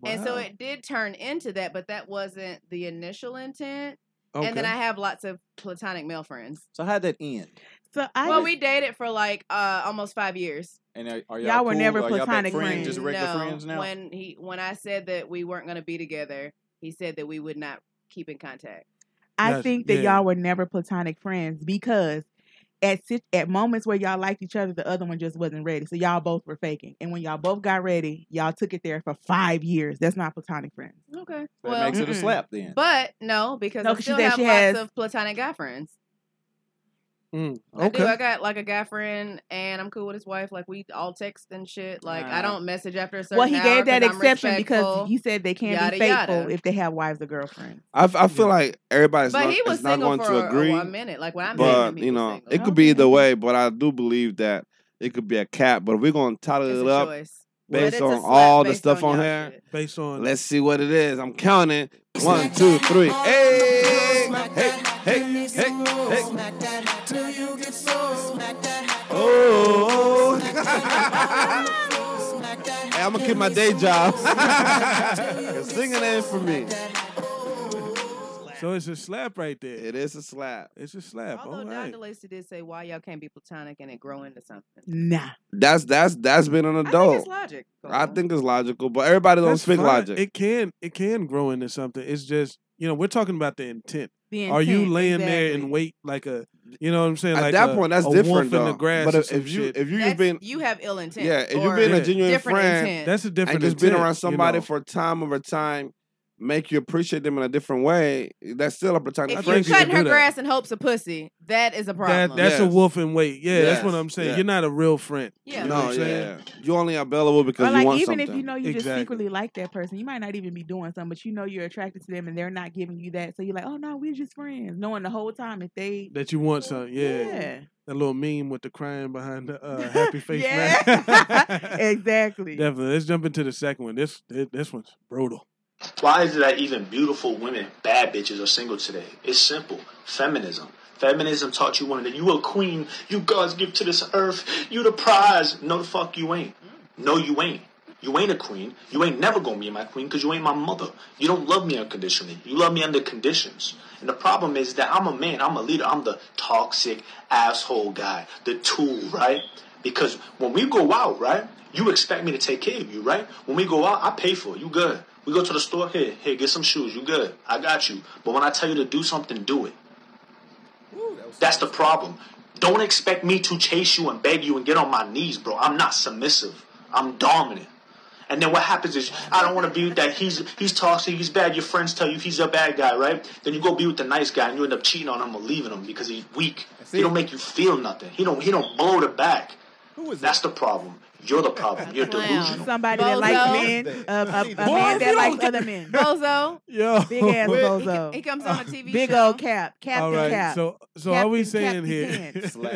E: And so
C: Wow.
E: it did turn into that, but that wasn't the initial intent.
C: Okay.
E: And then I have lots of platonic male friends.
G: So how'd that end?
F: So I
E: well,
F: just-
E: we dated for like uh almost five years.
G: And are, are y'all,
F: Y'all were
G: cool?
F: never
G: Are y'all back
F: platonic
G: friends, Just
F: friends.
G: regular
E: No,
G: friends now.
E: When he when I said that we weren't gonna be together, he said that we would not keep in contact.
F: I
C: Yes,
F: think that
C: yeah.
F: y'all were never platonic friends because at sit- at moments where y'all liked each other, the other one just wasn't ready. So y'all both were faking, and when y'all both got ready, y'all took it there for five years. That's not platonic friends.
E: Okay.
G: that
E: well,
G: makes it a
F: mm-mm.
G: slap then.
E: but no, because
F: No,
E: I
F: 'cause she
E: still
F: said
E: have
F: she
E: lots
F: has-
E: of platonic guy friends.
C: Mm,
E: I do.
C: okay.
E: I got like a guy friend, and I'm cool with his wife. Like we all text and shit. Like
G: Ah.
E: I don't message after a certain.
F: well, he
E: hour
F: gave that
E: 'cause I'm
F: exception because
E: respectful.
F: he said they can't
E: yada,
F: be faithful
E: yada.
F: if they have wives or girlfriends.
D: I, f- I feel like everybody's
E: But
D: not,
E: he was
D: is not
E: single
D: going
E: for
D: to agree.
E: A, a minute. Like when I met him,
D: but
E: he
D: you
E: was
D: know,
E: single.
D: it could be
F: Okay.
D: either way. But I do believe that it could be a cap. But if we're gonna tally
E: it's
D: it
E: a
D: up
E: choice. But
D: based
E: it's a
D: on
E: slap
D: all the
E: based
D: stuff on
E: y'all
D: here,
E: shit.
C: Based on
D: let's see what it is. I'm counting. One, two, three.
C: Oh,
D: Hey, hey, hey, hey, hey. Oh.
C: oh.
D: hey, I'm gonna keep my day job. Singing ain't for me.
C: So it's a slap right there.
D: It is a slap.
C: It's a slap.
E: Although
C: All
E: Don
C: right.
E: DeLacy did say why y'all can't be platonic and it grow into something.
F: Nah,
D: That's that's that's been an
E: I think it's
D: adult.
E: logic.
D: I think it's logical, but everybody don't
C: That's
D: speak
C: fine.
D: logic.
C: It can it can grow into something. It's just you know we're talking about the intent.
F: The
C: Are you
F: intent,
C: laying there
F: exactly.
C: and wait like a you know what I'm saying?
D: At
C: like
D: that
C: a-
D: point, that's
C: a wolf
D: different though.
C: in the grass.
D: but
C: or
D: if,
C: some
D: if you
C: shit.
D: if you
E: That's,
D: just been
E: you have ill intent.
D: yeah, if
E: or
D: you've been a
C: Yeah.
D: genuine
E: different
D: friend
E: intent.
C: that's a
D: and
C: different.
D: just been
C: intent,
D: around
C: you
D: somebody
C: know.
D: for time over time, make you appreciate them in a different way. That's still a protective
E: if
C: think
E: you
C: you can
E: cutting
D: friendship.
E: her
C: do that.
E: grass in hopes of pussy, that is a
C: That
E: problem.
C: that's a
D: Yes.
C: wolf in wait. Yeah, that's what
D: Yes.
C: I'm saying.
D: Yeah.
C: You're not a real friend.
E: yeah.
C: You know what
D: no,
C: I'm
D: yeah,
C: saying?
D: you only available because
F: or
D: you
F: like
D: want
F: even
D: something.
F: if you know you just
C: Exactly.
F: secretly like that person, you might not even be doing something, but you know you're attracted to them, and they're not giving you that. So you're like, oh no, we're just friends, knowing the whole time if they.
C: That you want something. Yeah.
F: Oh, yeah.
C: That little meme with the crying behind the uh, happy face
F: Yeah.
C: mask.
F: exactly.
C: Definitely. Let's jump into the second one. This thi- this one's brutal.
K: Why is it that even beautiful women, bad bitches, are single today? It's simple. Feminism. Feminism taught you women that you a queen, you God's gift to this earth, you the prize. No, the fuck you ain't. No, you ain't. You ain't a queen. You ain't never gonna be my queen because you ain't my mother. You don't love me unconditionally. You love me under conditions. And the problem is that I'm a man. I'm a leader. I'm the toxic asshole guy, the tool, right? Because when we go out, right, you expect me to take care of you, right? When we go out, I pay for it. You good? We go to the store. Here, here, get some shoes. You good? I got you. But when I tell you to do something, do it. That's the problem. Don't expect me to chase you and beg you and get on my knees, bro. I'm not submissive. I'm dominant. And then what happens is I don't want to be with that. He's he's toxic. He's bad. Your friends tell you he's a bad guy, right? Then you go be with the nice guy and you end up cheating on him or leaving him because he's weak.
G: it.
K: He don't make you feel nothing. He don't he don't blow the back.
G: Who is
K: That's
G: that?
K: the problem. You're the problem. You're
E: Clown.
K: delusional.
F: somebody
E: Bozo.
F: that likes men, a, a, a
G: Boy,
F: man
G: if
F: that
G: you
F: likes
G: don't-
F: other men.
E: Bozo,
C: Yo.
F: Big ass
E: he, co- he
F: bozo.
E: comes on a TV
F: Big
E: show.
F: old cap. Captain
C: All right.
F: cap.
C: So so are we saying
F: Captain,
C: here?
F: Captain
G: slap.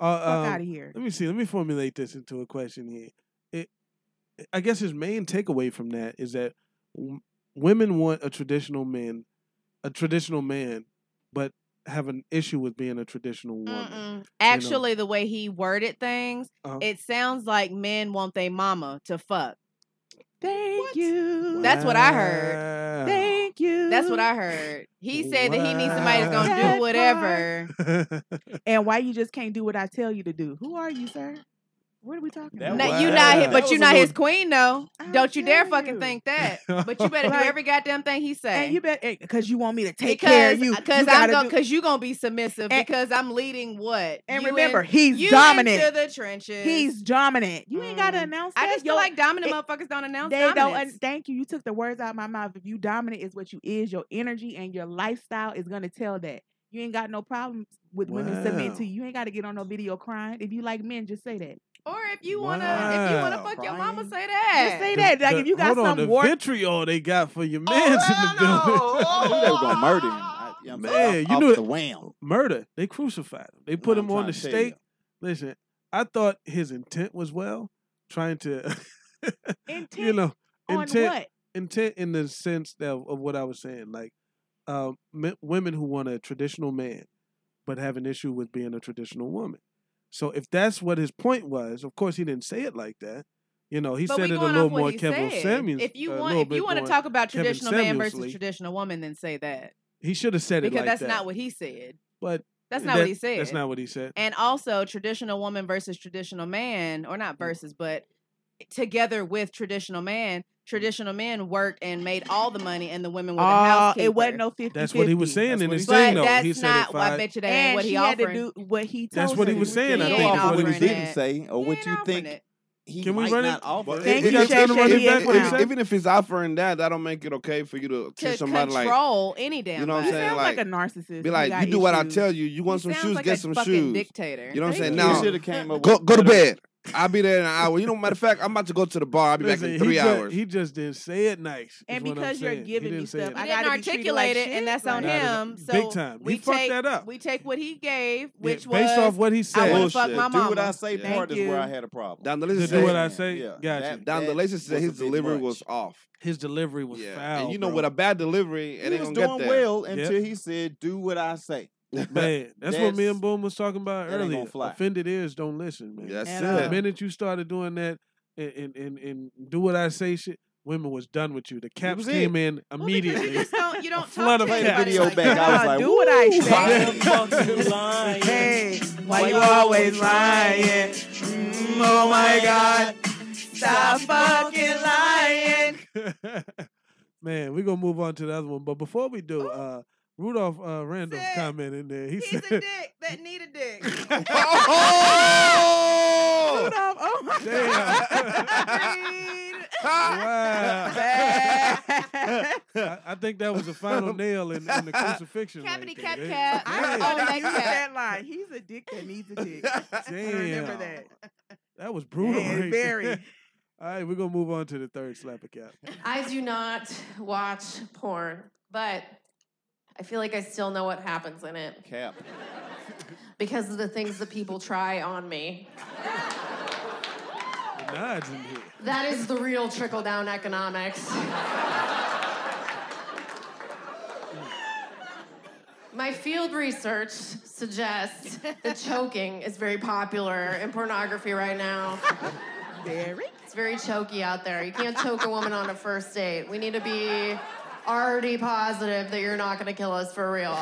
C: uh,
F: Fuck
C: um,
F: out of here.
C: Let me see. Let me formulate this into a question here. It, I guess his main takeaway from that is that w- women want a traditional man, a traditional man, but have an issue with being a traditional woman.
E: Mm-mm. Actually, the way he worded things,
C: Uh-huh.
E: it sounds like men want their mama to fuck.
F: Thank you.
E: That's what I heard.
C: Wow.
F: Thank you.
E: That's what I heard. He said that he needs somebody that's gonna
F: Wow.
E: do whatever.
F: And why you just can't do what I tell you to do? Who are you, sir? What are we talking
G: That
F: about?
E: Now,
G: was-
E: you not, his,
C: Wow.
E: but
G: That was
E: you
G: a
E: not his
G: little-
E: queen though.
F: I'm
E: Don't you dare
F: telling
E: fucking
F: you.
E: think that. But you better do
F: Like-
E: every goddamn thing he say.
F: and you bet because you want me to take
E: because,
F: care of you.
E: Because
F: you
E: I'm
F: gotta
E: gonna,
F: do-
E: because you gonna be submissive.
F: And-
E: because I'm leading what.
F: and
E: You
F: remember,
E: in-
F: he's
E: you
F: dominant.
E: into the trenches.
F: He's dominant. You ain't gotta
E: Mm.
F: announce that.
E: I just
F: Yo,
E: feel like dominant
F: it-
E: motherfuckers don't announce
F: they don't.
E: dominance.
F: un- thank you. You took the words out of my mouth. If you dominant is what you is, your energy and your lifestyle is gonna tell that. You ain't got no problem with women submitting to
C: Wow.
F: you. You ain't got to get on no video crying. If you like men, just say that.
E: or if you wanna, if you wanna
C: Wow.
E: fuck your mama,
G: Brian.
E: say that.
F: Just say that. Like if you got Oh,
C: hold on,
F: some
C: the
F: war,
C: vitriol they got for your mans in the
G: I
C: building.
G: knew they were gonna murder him. I, you know what I'm saying?
C: Man,
G: Off-
C: you
G: off
C: knew it.
G: the wham.
C: Murder. They crucified him. They put
G: What I'm
C: him on
G: trying
C: the
G: to tell you.
C: stake. Listen, I thought his intent was well, trying to,
F: intent
C: you know,
F: on
C: intent
F: what?
C: intent in the sense that of what I was saying, like uh, men, women who want a traditional man but have an issue with being a traditional woman. So if that's what his point was, of course he didn't say it like that, You know, he
E: but
C: said it
E: we
C: a
E: going
C: little
E: off what
C: more
E: he
C: Kevin
E: said.
C: Samuels.
E: If you
C: a
E: want,
C: little
E: if
C: bit
E: you want to
C: more
E: talk about
C: Kevin
E: traditional man versus
C: Samuels-ly.
E: traditional woman, then say that
C: he should have said it
E: because
C: like
E: that's
C: that.
E: not what he said.
C: but
E: That's not
C: that-
E: what he said.
C: That's not what he said.
E: and also traditional woman versus traditional man, or
C: Mm.
E: not versus, but together with traditional
C: Mm.
E: man, traditional men worked and made all the money, and the women were the
F: Oh,
E: housekeeper.
F: it wasn't no 50
C: Ah, That's what he was saying
G: That's
C: in
G: what
C: his
G: he
E: but
C: thing, though.
E: that's
C: he said
E: not.
C: it
E: Well, Oh, I
C: five.
E: bet you that ain't
F: And
E: what
F: she
E: he
F: had to
E: offering.
F: do what he told
C: That's what
F: her
C: he
F: to
C: was
F: do.
C: saying,
E: He
C: I
E: ain't
C: think,
G: Go off
E: offering
G: what he
E: that.
G: didn't say or
E: He
G: what
E: ain't
G: you
E: offering
G: think
E: it.
G: he
C: Can we
G: might
C: run it?
G: not offer.
D: But
F: Thank
D: if
F: you,
D: that's
F: Shay
D: not what-
F: Shay,
D: if-
F: the
D: if-
F: eggplant.
D: if- Even if he's offering that, that don't make it okay for you to
E: to
D: kiss somebody like
E: control any damn.
D: you know what I'm
E: body.
F: He
D: saying?
F: sounds like,
D: Like,
F: a narcissist.
D: be
F: who
D: like,
F: got
D: you do what I
F: issues.
D: tell you. You want
E: He
D: some
E: sounds
D: shoes?
E: like a
D: Get some
E: fucking
D: shoes.
E: Dictator.
D: You know what I'm saying?
F: Thank
G: You
D: Now
G: should have came up
D: go
G: with
D: go to
G: better-
D: bed. I'll be there in an hour. You know, matter of fact, I'm about to go to the bar. I'll be back
C: Listen,
D: in
C: he
D: three
C: ju-
D: hours.
C: he just didn't say it nice. is
F: And
C: what I'm
F: because you're
C: saying. He
F: giving me
C: didn't say
F: stuff,
C: it
F: I
E: He
C: nice.
E: didn't
F: gotta be treated like
E: articulate it,
F: shit,
E: and that's on
C: like- Not at all.
E: him. So
C: Big time. He
E: we
C: fucked
E: take
C: that up.
E: we take what he gave,
C: Yeah,
E: which was
C: based off what he
E: I
C: said.
E: want to fuck
D: Bullshit.
E: my
D: Do
G: do what I
E: mama.
G: say
D: Yeah.
G: part
F: Thank
G: is where
F: you.
G: I had a problem.
D: Down the
C: To
D: list
C: do what
D: said.
C: I
G: Man,
C: say?
G: yeah,
C: Gotcha.
G: that-
D: Down the
G: that
D: list said
G: was a
D: his
G: bit
D: delivery
G: much.
D: was off.
C: His delivery was
D: yeah,
C: foul.
D: and you know
C: bro.
D: with a bad delivery, it
G: He
D: ain't
G: was
D: gonna get
G: doing
D: there.
G: well until he said, "Do what I say."
C: Man, that's, what me and Boom was talking about
G: that ain't gonna
C: earlier.
G: fly.
C: Offended ears don't listen, man.
D: That's
F: At
C: The
F: all.
D: it.
C: minute you started doing that and and, and, and do what I say shit, women was done with you. The caps
G: was it.
C: came in
E: Well, because
C: immediately.
E: you just don't you
C: A
E: don't
C: flood
E: talk
C: of
E: to
G: Play
C: cats.
G: the
E: anybody
G: video
E: like
G: back. I was
F: "Ah,
G: like,
F: do what I say.
G: lying?
F: Hey, why you always lying? Mm, oh my God, stop fucking lying.
C: man, we're gonna move on to the other one. But before we do, uh Rudolph uh Randall's
E: Said-
C: comment in there. He
E: Oh. He's a
C: said
E: dick that need a dick.
D: Oh!
F: Rudolph, oh my
C: Damn.
F: God.
C: Wow.
F: Bad.
C: I, I think that was the final nail in, in the crucifixion. right
E: Cappity
C: there.
E: cap
C: They-
E: cap.
F: I
E: Own
C: Man,
F: don't
E: that
F: use
E: cap.
F: that line. He's a dick that needs a dick. I remember
C: Damn.
F: that.
C: That was brutal.
F: Man,
C: right
F: very.
C: there. All right, we're gonna move on to the third slapper cap.
L: I do not watch porn, but I feel like I still know what happens in it
G: Cap.
L: because of the things that people try on me.
C: The nods in here.
L: That is the real trickle down economics. My field research suggests that choking is very popular in pornography right now.
F: Very.
L: It's very choky out there. You can't choke a woman on a first date. We need to be already positive that you're not going to kill us for real.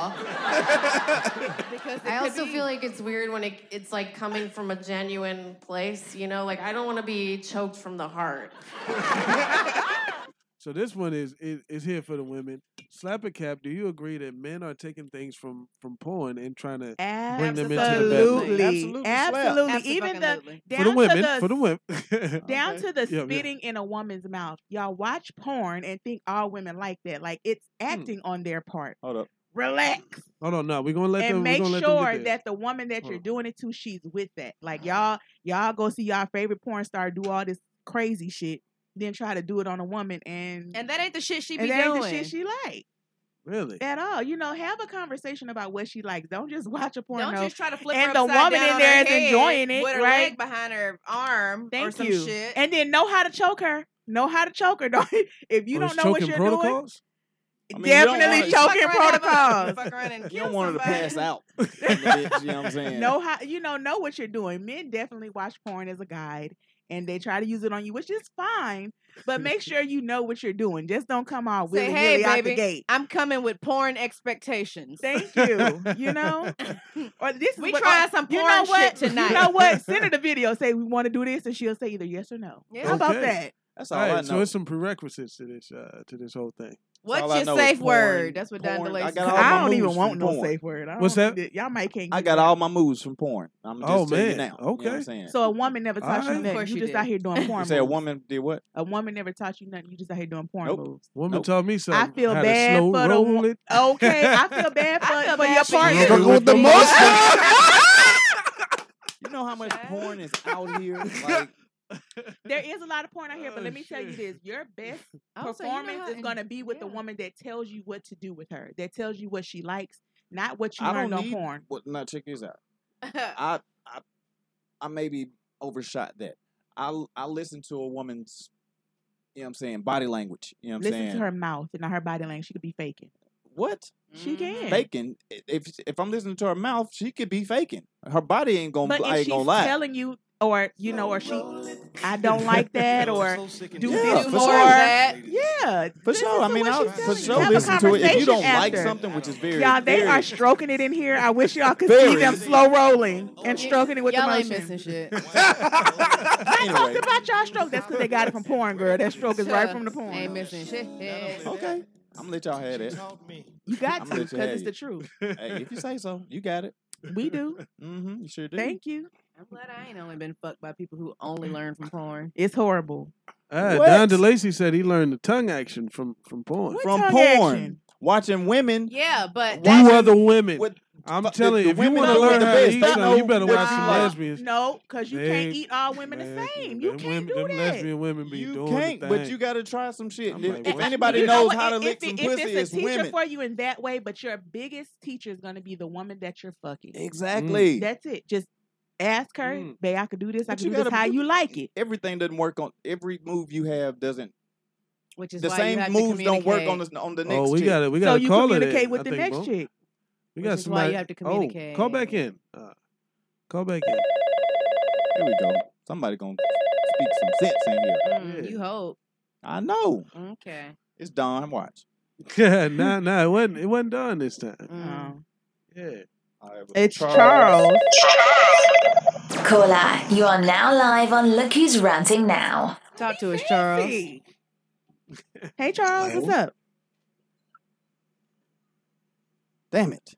E: Because it
L: I
E: could
L: also
E: be-
L: feel like it's weird when it, it's like coming from a genuine place, you know? Like, I don't want to be choked from the heart.
C: So this one is, is is here for the women. Slapper cap. Do you agree that men are taking things from from porn and trying to Bring them into the bedroom.
F: Absolutely.
G: Absolutely
F: Absolutely.
G: slap.
F: Even the
E: Abso-fucking-lutely.
F: down
C: for the women
F: to the
C: for the women?
F: down
G: Okay.
F: to the
C: Yeah, yeah.
F: spitting in a woman's mouth. Y'all watch porn and think all women like that. Like it's
C: Hmm.
F: acting on their part.
G: Hold up.
F: Relax
C: Hold on, no, we're gonna let
F: and
C: them.
F: make
C: we're gonna let
F: sure
C: them get there.
F: that the woman that you're
C: Huh.
F: doing it to, she's with that.
C: Ah.
F: Like y'all, y'all go see y'all favorite porn star do all this crazy shit, then try to do it on a woman and
E: and that ain't the shit she be
F: and that
E: doing.
F: ain't the shit she like
C: really.
F: at all. You know, have a conversation about what she likes. Don't just watch a porno.
E: Don't just try to flip
F: And
E: her
F: the
E: upside
F: woman
E: down
F: in
E: on
F: there
E: her
F: is
E: head
F: enjoying it,
E: with her
F: right?
E: leg behind her arm or
F: Thank
E: some
F: you.
E: shit.
F: And then know how to choke her. Know how to choke her. Don't if you
C: Oh,
F: don't
C: it's
F: know what
C: choking
F: you're doing.
C: protocols?
G: I mean, you don't
F: definitely
G: wanna-
F: choking
E: Fuck around and have a-
F: protocols.
E: Fuck around and
G: You
E: kill
G: don't want her to
E: somebody.
G: pass out. in the bitch, you know what I'm saying?
F: know how you know know what you're doing. Men definitely watch porn as a guide and they try to use it on you, which is fine. But make sure you know what you're doing. Just don't come all
E: Say,
F: willy
E: "Hey,
F: nilly out the
E: baby."
F: gate.
E: I'm coming with porn expectations.
F: Thank you. You know, or this is
E: We
F: what-
E: trying
F: or-
E: some
F: you
E: porn
F: know
E: shit
F: what?
E: tonight.
F: You know what? Send her the video. Say we want to do this, and she'll say either yes or no.
E: Yeah.
F: How about
C: Okay.
F: that?
G: That's all
C: All
G: I
C: right,
G: know.
C: so it's some prerequisites to this uh, to this whole thing.
G: all
E: What's
G: I
E: your
G: know is
E: safe
G: porn-
E: word? That's what Don
G: porn.
E: DeLay
G: I
E: said.
G: got all
F: I
G: my
F: don't even
G: moves
F: want
G: from
F: no
G: porn.
F: safe word. I
C: What's
F: don't
C: that?
F: need it. Y'all might can't.
G: I
F: get
G: got
F: it out.
G: all my moves from porn. I'm just
C: Oh,
G: telling you
C: man.
G: now. You know what
C: Okay.
G: I'm saying?
F: So a woman never taught
C: Alright.
F: you
C: Of
F: nothing.
E: course
F: You
E: you
F: just
E: did.
F: out here doing porn
G: you
F: moves.
G: say a woman did what?
F: A woman never taught you nothing. You just out here doing porn
G: Nope.
F: moves.
C: Woman
G: Nope.
C: told me
F: I
C: something.
F: feel
C: How
F: bad
C: to slow
F: for the
C: roll
F: wo-
C: it.
F: Okay, I feel bad for,
E: I feel
F: for
E: bad
F: your
E: for you.
F: partner.
E: Struggle
D: with the
G: You know how much
E: Shut
G: porn is out here? Like,
F: There is a lot of porn out here, but
C: Oh,
F: let me tell you
C: shit.
F: this: your best
E: Oh, so you know
F: performance
E: how-
F: is going to be with the
E: yeah.
F: woman that tells you what to do with her, that tells you what she likes, not what you
G: I
F: learned
G: don't
F: on
G: need.
F: porn.
G: What, no, check this out.
E: up.
G: I, I, I maybe overshot that. I, l- I listen to a woman's, you know what I'm saying, body language. You know what I'm
F: Listen
G: saying?
F: to her mouth and not her body language. She could be faking.
G: What?
F: She can.
G: Faking. If if I'm listening to her mouth, she could be faking. Her body ain't gonna.
F: But
G: I
F: if
G: ain't
F: she's
G: gonna lie.
F: telling you or you know, or she, I don't like that, or do
G: Yeah,
F: this
G: for
F: more.
G: sure.
F: Yeah,
G: For
F: this
G: sure.
F: is
G: I
F: the
G: mean,
F: way
G: I'll,
F: she's
G: for
F: telling you.
G: sure,
F: Have a
G: listen to it. If you don't
F: conversation
G: like
F: after.
G: something, which is very,
F: Y'all, they
G: very-
F: are stroking it in here. I wish y'all could see
G: Very.
F: them slow rolling and
E: You-
F: stroking it with
E: y'all ain't
F: emotion.
E: missing shit.
F: I talked
G: Anyway.
F: about y'all stroke. That's because they got it from porn, girl. That stroke is right from the porn.
E: Ain't missing shit.
G: Okay, I'm gonna let y'all have that.
F: You got
G: I'm
F: to
G: gonna
F: because
G: tell
F: it's
G: you.
F: the truth.
G: Hey, if you say so, you got it.
F: We do.
G: Mm-hmm. You sure do.
F: Thank you.
E: I'm glad I ain't only been fucked by people who only learn from porn.
F: It's horrible.
C: Ah,
G: What?
C: Don DeLacy said he learned the tongue action from from porn.
F: What
G: From
F: tongue
G: porn,
F: action?
G: watching women
E: Yeah, but
C: We
E: that,
C: were the women.
G: with
C: I'm
G: the-
C: telling
G: the
C: you, if you
G: women
C: want to
G: know
C: learn
G: the
C: how to
G: best.
C: eat
G: I know
C: something, you better
G: that
C: watch
G: you
C: some
G: like-
C: lesbians.
F: No, because you can't
C: They-
F: eat all women the
C: Man,
F: same. You
C: them
F: can't
C: women,
F: do
C: them
F: that.
C: lesbian women be
G: you
C: doing the
G: can't, but
C: thing.
G: you gotta try some shit.
C: I'm
G: If-
C: like,
G: if
C: what?
G: anybody
F: You know
G: knows
F: what?
G: how to
F: If-
G: lick
F: if,
G: some
F: it-
G: pussy,
F: if it's
G: it's
F: a teacher
G: women.
F: for you in that way, but your biggest teacher is going to be the woman that you're fucking.
G: Exactly.
F: That's it. Just ask her,
C: Mm.
F: babe, I could do this. I
G: But
F: could
G: you
F: do this
G: gotta-
F: how
G: you-
F: you like it.
G: Everything doesn't work on every move you have. Doesn't
E: which is
G: the
E: why you
G: same
E: have
G: moves
E: to
G: don't work on
E: communicate.
G: the on the next
C: oh, we
G: chick.
C: got to We
F: So
C: got to
F: you
C: call it.
F: communicate
C: in,
F: with
C: I
F: the
C: think,
F: next
C: Mo.
F: chick.
C: We
E: Which
C: got
E: is why you
C: somebody.
E: have to
C: Oh, call back
E: communicate.
C: in. Uh, call back in.
G: Here we go. Somebody gonna speak some sense in here.
E: Mm,
C: Yeah.
E: You hope.
G: I know.
E: Okay.
G: It's Don. Watch.
C: nah, nah, it wasn't. It wasn't done this time.
E: Mm.
F: Oh.
C: Yeah.
F: It's Charles.
B: Caller, you are now live on Look Who's Ranting Now.
E: Talk to us, Charles.
F: Fancy. Hey, Charles, what's up?
G: Damn it.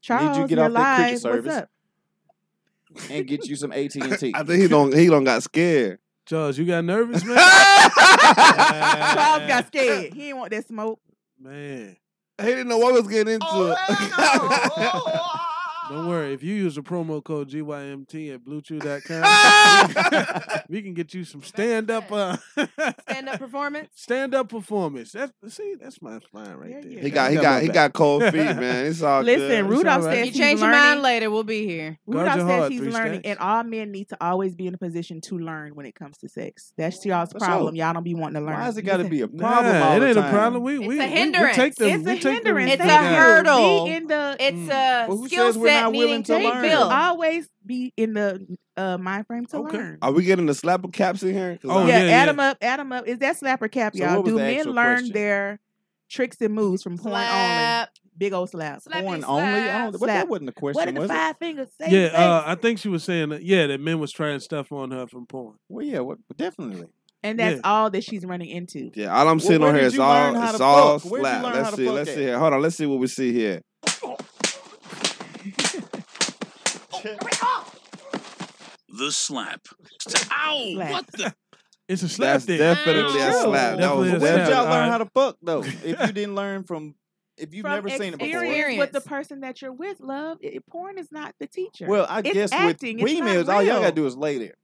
F: Charles,
G: get
F: you're
G: off that cricket
F: live.
G: service.
F: What's up?
G: And get you some AT and T.
D: I think he don't he don't got scared.
C: Charles, you got nervous, man.
F: Charles got scared. He didn't want that smoke.
C: man,
D: he didn't know what was getting into.
F: Oh,
C: don't worry. If you use the promo code GYMT at bluechew.com, we can get you some stand up. Uh,
E: Stand up performance.
C: Stand up performance. That's see, that's my line right
F: There
C: there.
F: you
D: he
F: go.
D: got he
C: my
D: got he
C: back.
D: got cold feet, man. It's all
F: Listen,
D: good.
F: Rudolph
C: alright.
F: says
E: You
F: he's
E: change your
F: learning.
E: mind later, we'll be here.
C: Guard
F: Rudolph
C: your
F: says
C: heart,
F: he's
C: three
F: learning,
C: stacks.
F: and all men need to always be in a position to learn when it comes to sex. That's y'all's
G: For
F: problem.
G: sure.
F: Y'all don't be wanting to learn.
G: Why has it
F: You
G: got to
F: said-
G: be a problem?
C: Nah,
G: all
C: it
G: the
C: ain't a
G: time?
C: problem. We
E: It's
C: we,
E: a
C: we- We,
E: hindrance.
C: take them.
F: It's
C: we
F: a
C: take them
F: hindrance.
E: It's
C: big
E: a
C: guys.
F: Thank you.
E: hurdle.
F: Be in the
E: It's
C: Mm.
E: a
G: Hmm. But who
E: skill
G: says we're
E: set
G: not
E: needing
G: willing
E: to
G: to
E: be
F: thank
G: learn?
F: you.
E: built.
F: Always be in the uh, mind frame to
C: Okay.
F: learn.
D: Are we getting the slapper caps in here? 'Cause
C: Oh,
D: I-
F: yeah,
C: yeah, yeah.
F: add 'em up. Add 'em up. Is that slap or cap,
G: So
F: y'all?
G: what was
F: Do
G: the
F: men
G: actual
F: learn
G: question?
F: their tricks and moves from porn only?
E: Slap.
F: Big old slap.
E: Slappy
G: Porn
E: slap.
G: only. I don't, but
F: Slap.
G: that wasn't the
F: What
G: question,
F: did the
G: was it?
F: five fingers say?
C: Yeah,
F: say?
C: uh, I think she was saying that. Yeah, that men was trying stuff on her from porn.
G: Well, yeah, what, definitely.
F: and that's
C: yeah.
F: all that she's running into.
D: Yeah, all I'm
G: Wh-
D: seeing
G: where
D: on here
G: did
D: is
G: you
D: all
G: learn how
D: it's
G: to
D: all
G: fuck? Where did you
D: slap.
G: learn how
D: Let's
G: to
D: see,
G: fuck
D: let's
G: at?
D: see here. Hold on, let's see what we see here.
M: The slap. Ow!
F: Slap.
M: What the?
C: It's a slap
D: That's
C: dick.
D: definitely a
E: It's true.
D: slap. That was
G: But
C: Definitely Yes,
G: where did
C: a
G: y'all
C: slap.
D: definitely.
C: I-
G: learn how to fuck though? If you didn't learn from, if you've
F: from
G: never seen it before.
F: experience with the
E: Experience.
F: person that you're with, love. It, porn is not the teacher.
G: Well, I
F: it's
G: guess
F: acting.
G: with
F: it's not
G: females, all y'all
F: real.
G: gotta do is lay there.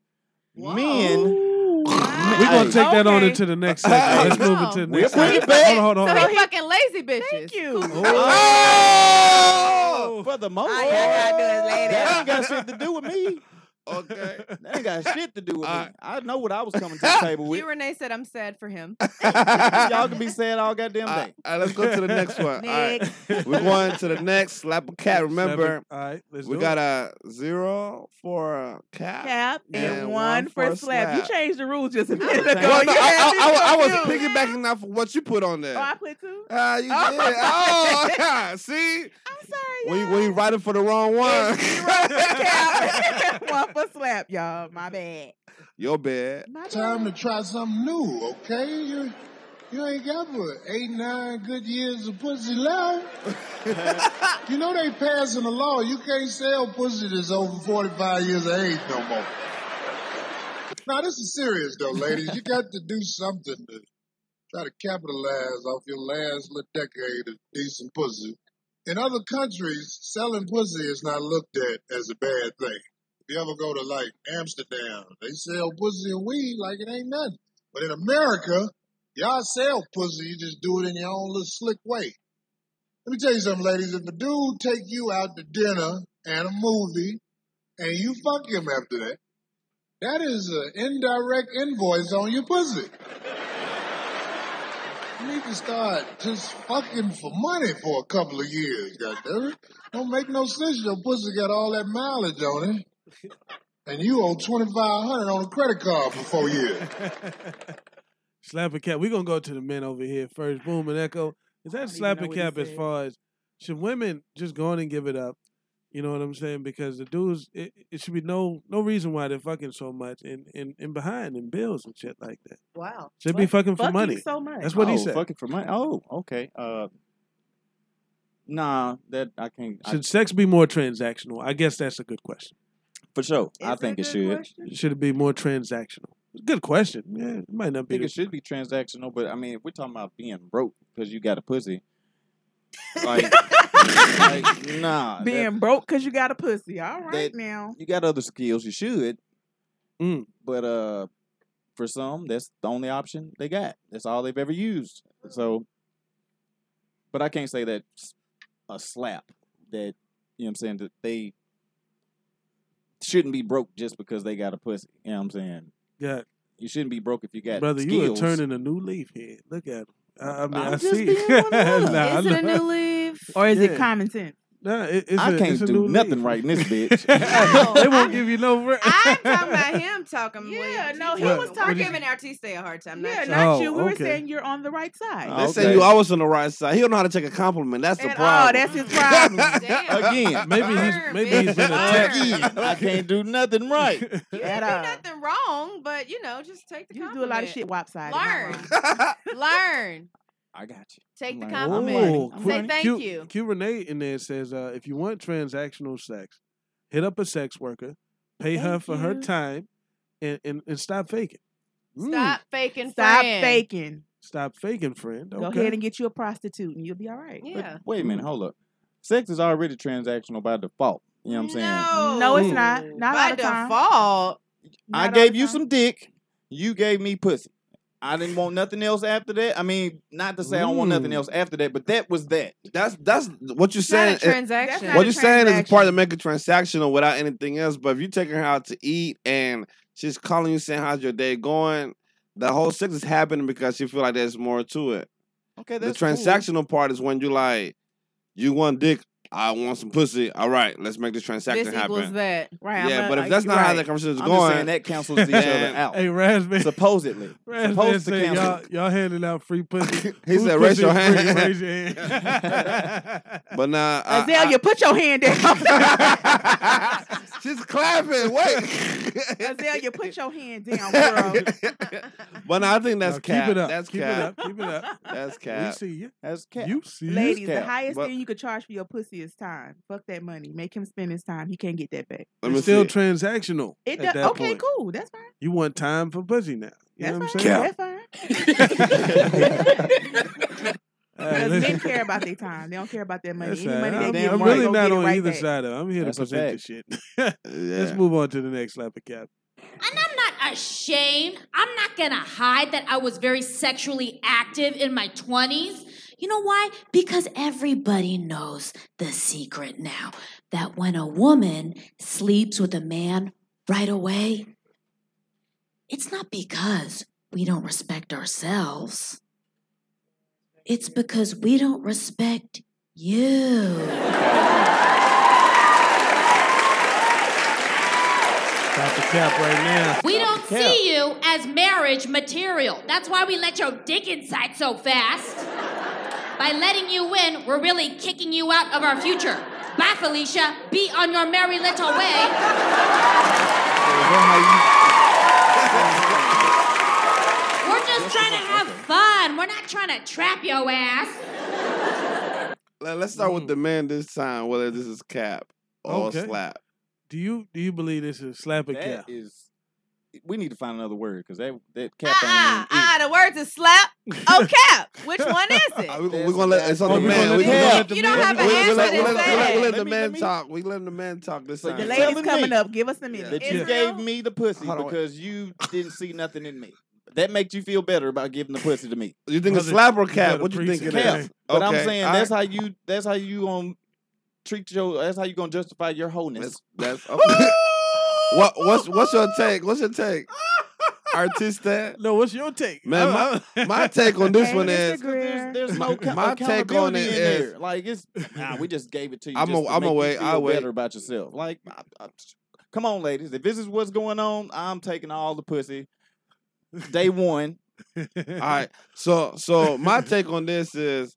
E: Whoa.
G: Men,
F: Wow.
C: We're gonna
G: Hey.
C: take that on
F: Okay.
C: into the next segment. Let's move
E: Wow.
C: into the
G: We're
C: next
G: pretty
C: segment.
G: bad.
C: Hold on, hold on,
E: So
C: hold
E: he
C: on.
E: fucking lazy bitches.
F: Thank you.
D: Oh!
G: for the most
F: All
G: part,
F: y'all gotta do is lay
G: that
F: there.
G: ain't got shit to do with me.
D: Okay.
G: That ain't got shit to do with
D: All
G: me. I know what I was coming to the table with.
E: You, Renee, said I'm sad for him.
G: y'all can be sad all goddamn
D: All
G: day.
D: right, all right, let's go to the next one. All right.
F: Next.
D: We're going to the next slap a cat. Remember,
G: uh,
C: All right, let's
D: we
C: do
D: got
C: it.
D: a zero for a cat.
F: Cap and
D: And
F: one,
D: one
F: for
D: for
F: slap.
D: slap.
F: You changed the rules just a minute ago.
D: Well, no,
F: You had me
D: I, I, I, I was
F: confused.
D: piggybacking off of what you put on
F: Oh, I
D: there.
F: put two.
D: Ah, you
F: Oh.
D: did. Oh, yeah. See?
F: I'm sorry,
D: When you,
F: y'all.
D: when you write it for the wrong one.
F: Cap. one for slap, y'all. My bad.
D: Your bad.
F: My bad.
N: Time to try something new, okay? You, you ain't got but eight, nine good years of pussy left. you know they passing a law. You can't sell pussy that's over 45 years of age no more. Now, this is serious, though, ladies. You got to do something to try to capitalize off your last little decade of decent pussy. In other countries, selling pussy is not looked at as a bad thing. If you ever go to like Amsterdam, they sell pussy and weed like it ain't nothing. But in America, y'all sell pussy, you just do it in your own little slick way. Let me tell you something, ladies. If a dude take you out to dinner and a movie, and you fuck him after that, that is an indirect invoice on your pussy. You need to start just fucking for money for a couple of years, goddammit. Don't make no sense. Your pussy got all that mileage on it. and you owe twenty five hundred on a credit card for four years.
C: Slap a cap. We're gonna go to the men over here first. Boom and echo. Is that slap a
N: know what he
C: cap as
N: said.
C: far as should women just go on and give it up? You know what I'm saying? Because the dudes, it, it should be no no reason why they're fucking so much and and, and behind and bills and shit like that.
E: Wow.
C: Should be fucking for money.
E: so much.
C: That's what he
G: oh,
C: said.
G: Fucking for money. Oh, okay. Uh, nah, that I can't. I-
C: Should sex be more transactional? I guess that's a good question.
G: For sure, I think it should.
C: Should it be more transactional? Good question. Yeah, it might not
G: I think
C: be.
G: it should be transactional, but I mean, if we're talking about being broke because you got a pussy, like, like, nah, that-
F: Being broke because you got a pussy. All right
G: that-
F: now.
G: you got other skills. You should,
C: Mm.
G: but uh, for some, that's the only option they got. That's all they've ever used. So, but I can't say that s- a slap that you know what I'm saying that they shouldn't be broke just because they got a pussy. You know what I'm saying?
C: Yeah.
G: You shouldn't be broke if you got
C: Brother, you are
G: skills.
C: turning a new leaf here. Look at him. I, I mean,
G: I'm
C: I
G: just
C: see.
G: being one of
C: Nah, I
F: Is it a
C: know.
F: new leaf? Or is it
C: Yeah.
F: common sense?
C: Nah, it, it's
G: I
C: a-
G: can't
C: it's a
G: do
C: new
G: nothing
C: leaf.
G: right in this bitch.
C: they won't give you no. Re-
E: talking about him talking. Yeah,
F: no, he
E: we're,
F: was
E: We're
F: talking-
E: giving RTC a hard time. not
F: Yeah,
E: you.
F: not
D: Oh,
F: you. We were
D: okay.
F: saying you're on the right side.
D: They say you always on the right side. He don't know how to take a compliment. That's the problem.
F: Oh, that's his problem.
G: Again,
C: maybe he's maybe he's been attacked.
G: I can't do nothing right.
F: At
C: uh,
F: all.
E: Nothing wrong, but you know, just take the. You
F: do a lot of shit wopsided.
E: Learn, learn.
G: I got you.
E: Take the
C: Like,
E: compliment.
C: oh,
E: Say
C: Q-
E: thank
C: Q,
E: you.
C: Q Renee in there says, uh, if you want transactional sex, hit up a sex worker, pay her
F: Thank
C: for her
F: you.
C: time, and, and, and stop faking. Mm.
E: Stop faking.
F: Stop
E: friend.
F: faking.
C: Stop faking, friend.
F: Go
C: okay?
F: ahead and get you a prostitute and you'll be all right.
E: Yeah.
G: Wait a
D: Mm.
G: minute, hold up. Sex is already transactional by default. You know what I'm saying? Mm.
E: No.
F: No, it's not. Not
E: By
F: all the time.
E: default.
G: I gave you some dick. You gave me pussy. I didn't want nothing else after that. I mean, not to say I don't want nothing
D: Mm.
G: else after that, but that was that.
D: That's that's what you're saying.
E: not a
D: it-
E: transaction.
D: What you're saying is a part of making transactional without anything else. But if you're taking her out to eat and she's calling you saying how's your day going, the whole sex is happening because you feel like there's more to it.
G: Okay,
D: The
G: that's cool.
D: transactional part is when you like, you want dick, I want some pussy. All right, let's make this transaction
E: This
D: happen.
E: equals that.
F: Right.
D: yeah, but if that's not how the conversation is
G: I'm
D: going,
G: just saying that cancels each other
D: then-
G: out.
C: Hey, Razman.
G: Supposedly.
C: Razman
G: Supposed to
C: said, y'all,
G: cancel.
C: y'all handing out free pussy.
D: He
C: Whose
D: said, "Raise
C: pussy
D: your
C: is free?
D: hand."
C: Raise your hand.
D: But nah,
C: Uh,
D: I- I-
F: Azalea, put your hand down.
D: she's clapping. Wait,
F: Azalea, put your hand down, girl.
D: but nah, I think that's
C: Now, keep
D: cap.
C: it up.
D: That's
C: Keep it
D: cap.
C: up. Keep it up.
D: That's
C: We
D: cap.
C: see you.
G: That's cap.
C: You see you.
F: Ladies, the
D: cap,
F: highest
D: but-
F: thing you could charge for your pussy is time. Fuck that money. Make him spend his time. He can't get that back.
D: Let me
C: It's still
D: see.
C: transactional.
F: It does,
C: at that
F: okay,
C: point.
F: cool. That's fine.
C: You want time for pussy now. You know what I'm
F: That's
C: saying?
F: fine. That's fine.
C: Hey,
F: Because men
C: listen.
F: care about their time. They don't care about their money.
C: That's
F: Any
C: all right.
F: money they
C: I'm,
F: get,
C: I'm
F: right,
C: really
F: go
C: not
F: get it
C: on
F: right
C: either
F: back.
C: side of it. I'm here
G: That's a
C: to present the shit. Let's
D: Yeah.
C: move on to the next slapper cap.
O: And I'm not ashamed. I'm not gonna hide that I was very sexually active in my 20s. You know why? Because everybody knows the secret now that when a woman sleeps with a man right away, it's not because we don't respect ourselves, it's because we don't respect you.
C: Slap the cap right now.
O: We don't see you as marriage material. That's why we let your dick inside so fast. By letting you in, we're really kicking you out of our future. Bye, Felicia. Be on your merry little way. We're just trying to have fun. We're not trying to trap your ass.
D: Let, us start with the man this time. Whether this is cap
G: oh,
D: or
C: Okay.
D: slap.
C: Do you do you believe this is slapper
G: That
C: cap?
G: is. We need to find another word because that that cap
E: Ah,
G: ain't even
E: ah, the words is slap. Oh, cap. Which one is it?
D: We're Uh, gonna let it's on
C: Oh,
D: the
C: you gonna
D: man.
C: let
D: We
C: the
D: gonna
C: man-
D: let
E: You don't have an
D: we- we
E: answer
D: let- we
E: to
D: let- we let- we let
E: that.
D: the
G: me-
D: man
G: let me-
D: talk. We let the man talk this
G: So
D: time.
F: The
G: you
D: Let-
G: let-
F: ladies
G: telling
F: coming
G: me
F: up. Give us a minute.
G: that you
E: Israel?
G: gave me the pussy
D: Hold on, wait.
G: because you didn't see nothing in me. That makes you feel better about giving the pussy to me.
D: You think it's
C: Brother,
D: slap or
C: you
D: cap?
C: better
D: What you
C: preach
D: think
C: it,
D: it
G: Cap.
D: is?
G: But I'm
D: Okay,
G: saying
D: all
G: that's
D: right.
G: how you that's how you gonna treat your that's how you gonna justify your wholeness.
D: That's okay. what what's what's your take? What's your take? Artista?
C: No, what's your take?
D: Man,
C: I- I-
D: My take on this
F: Hey,
D: one
F: Mr.
D: is
F: Greer.
G: There's no co-
D: My take on
G: accountability
D: it
G: in
D: is-
G: there. Like it's nah, we just gave it to you.
D: I'm
G: just
D: a-
G: to
D: I'm
G: make
D: a
G: you
D: wait-
G: feel
D: I'll wait.
G: better about yourself. Like I, I, Come on, ladies. If this is what's going on, I'm taking all the pussy. Day one.
D: All right. So so my take on this is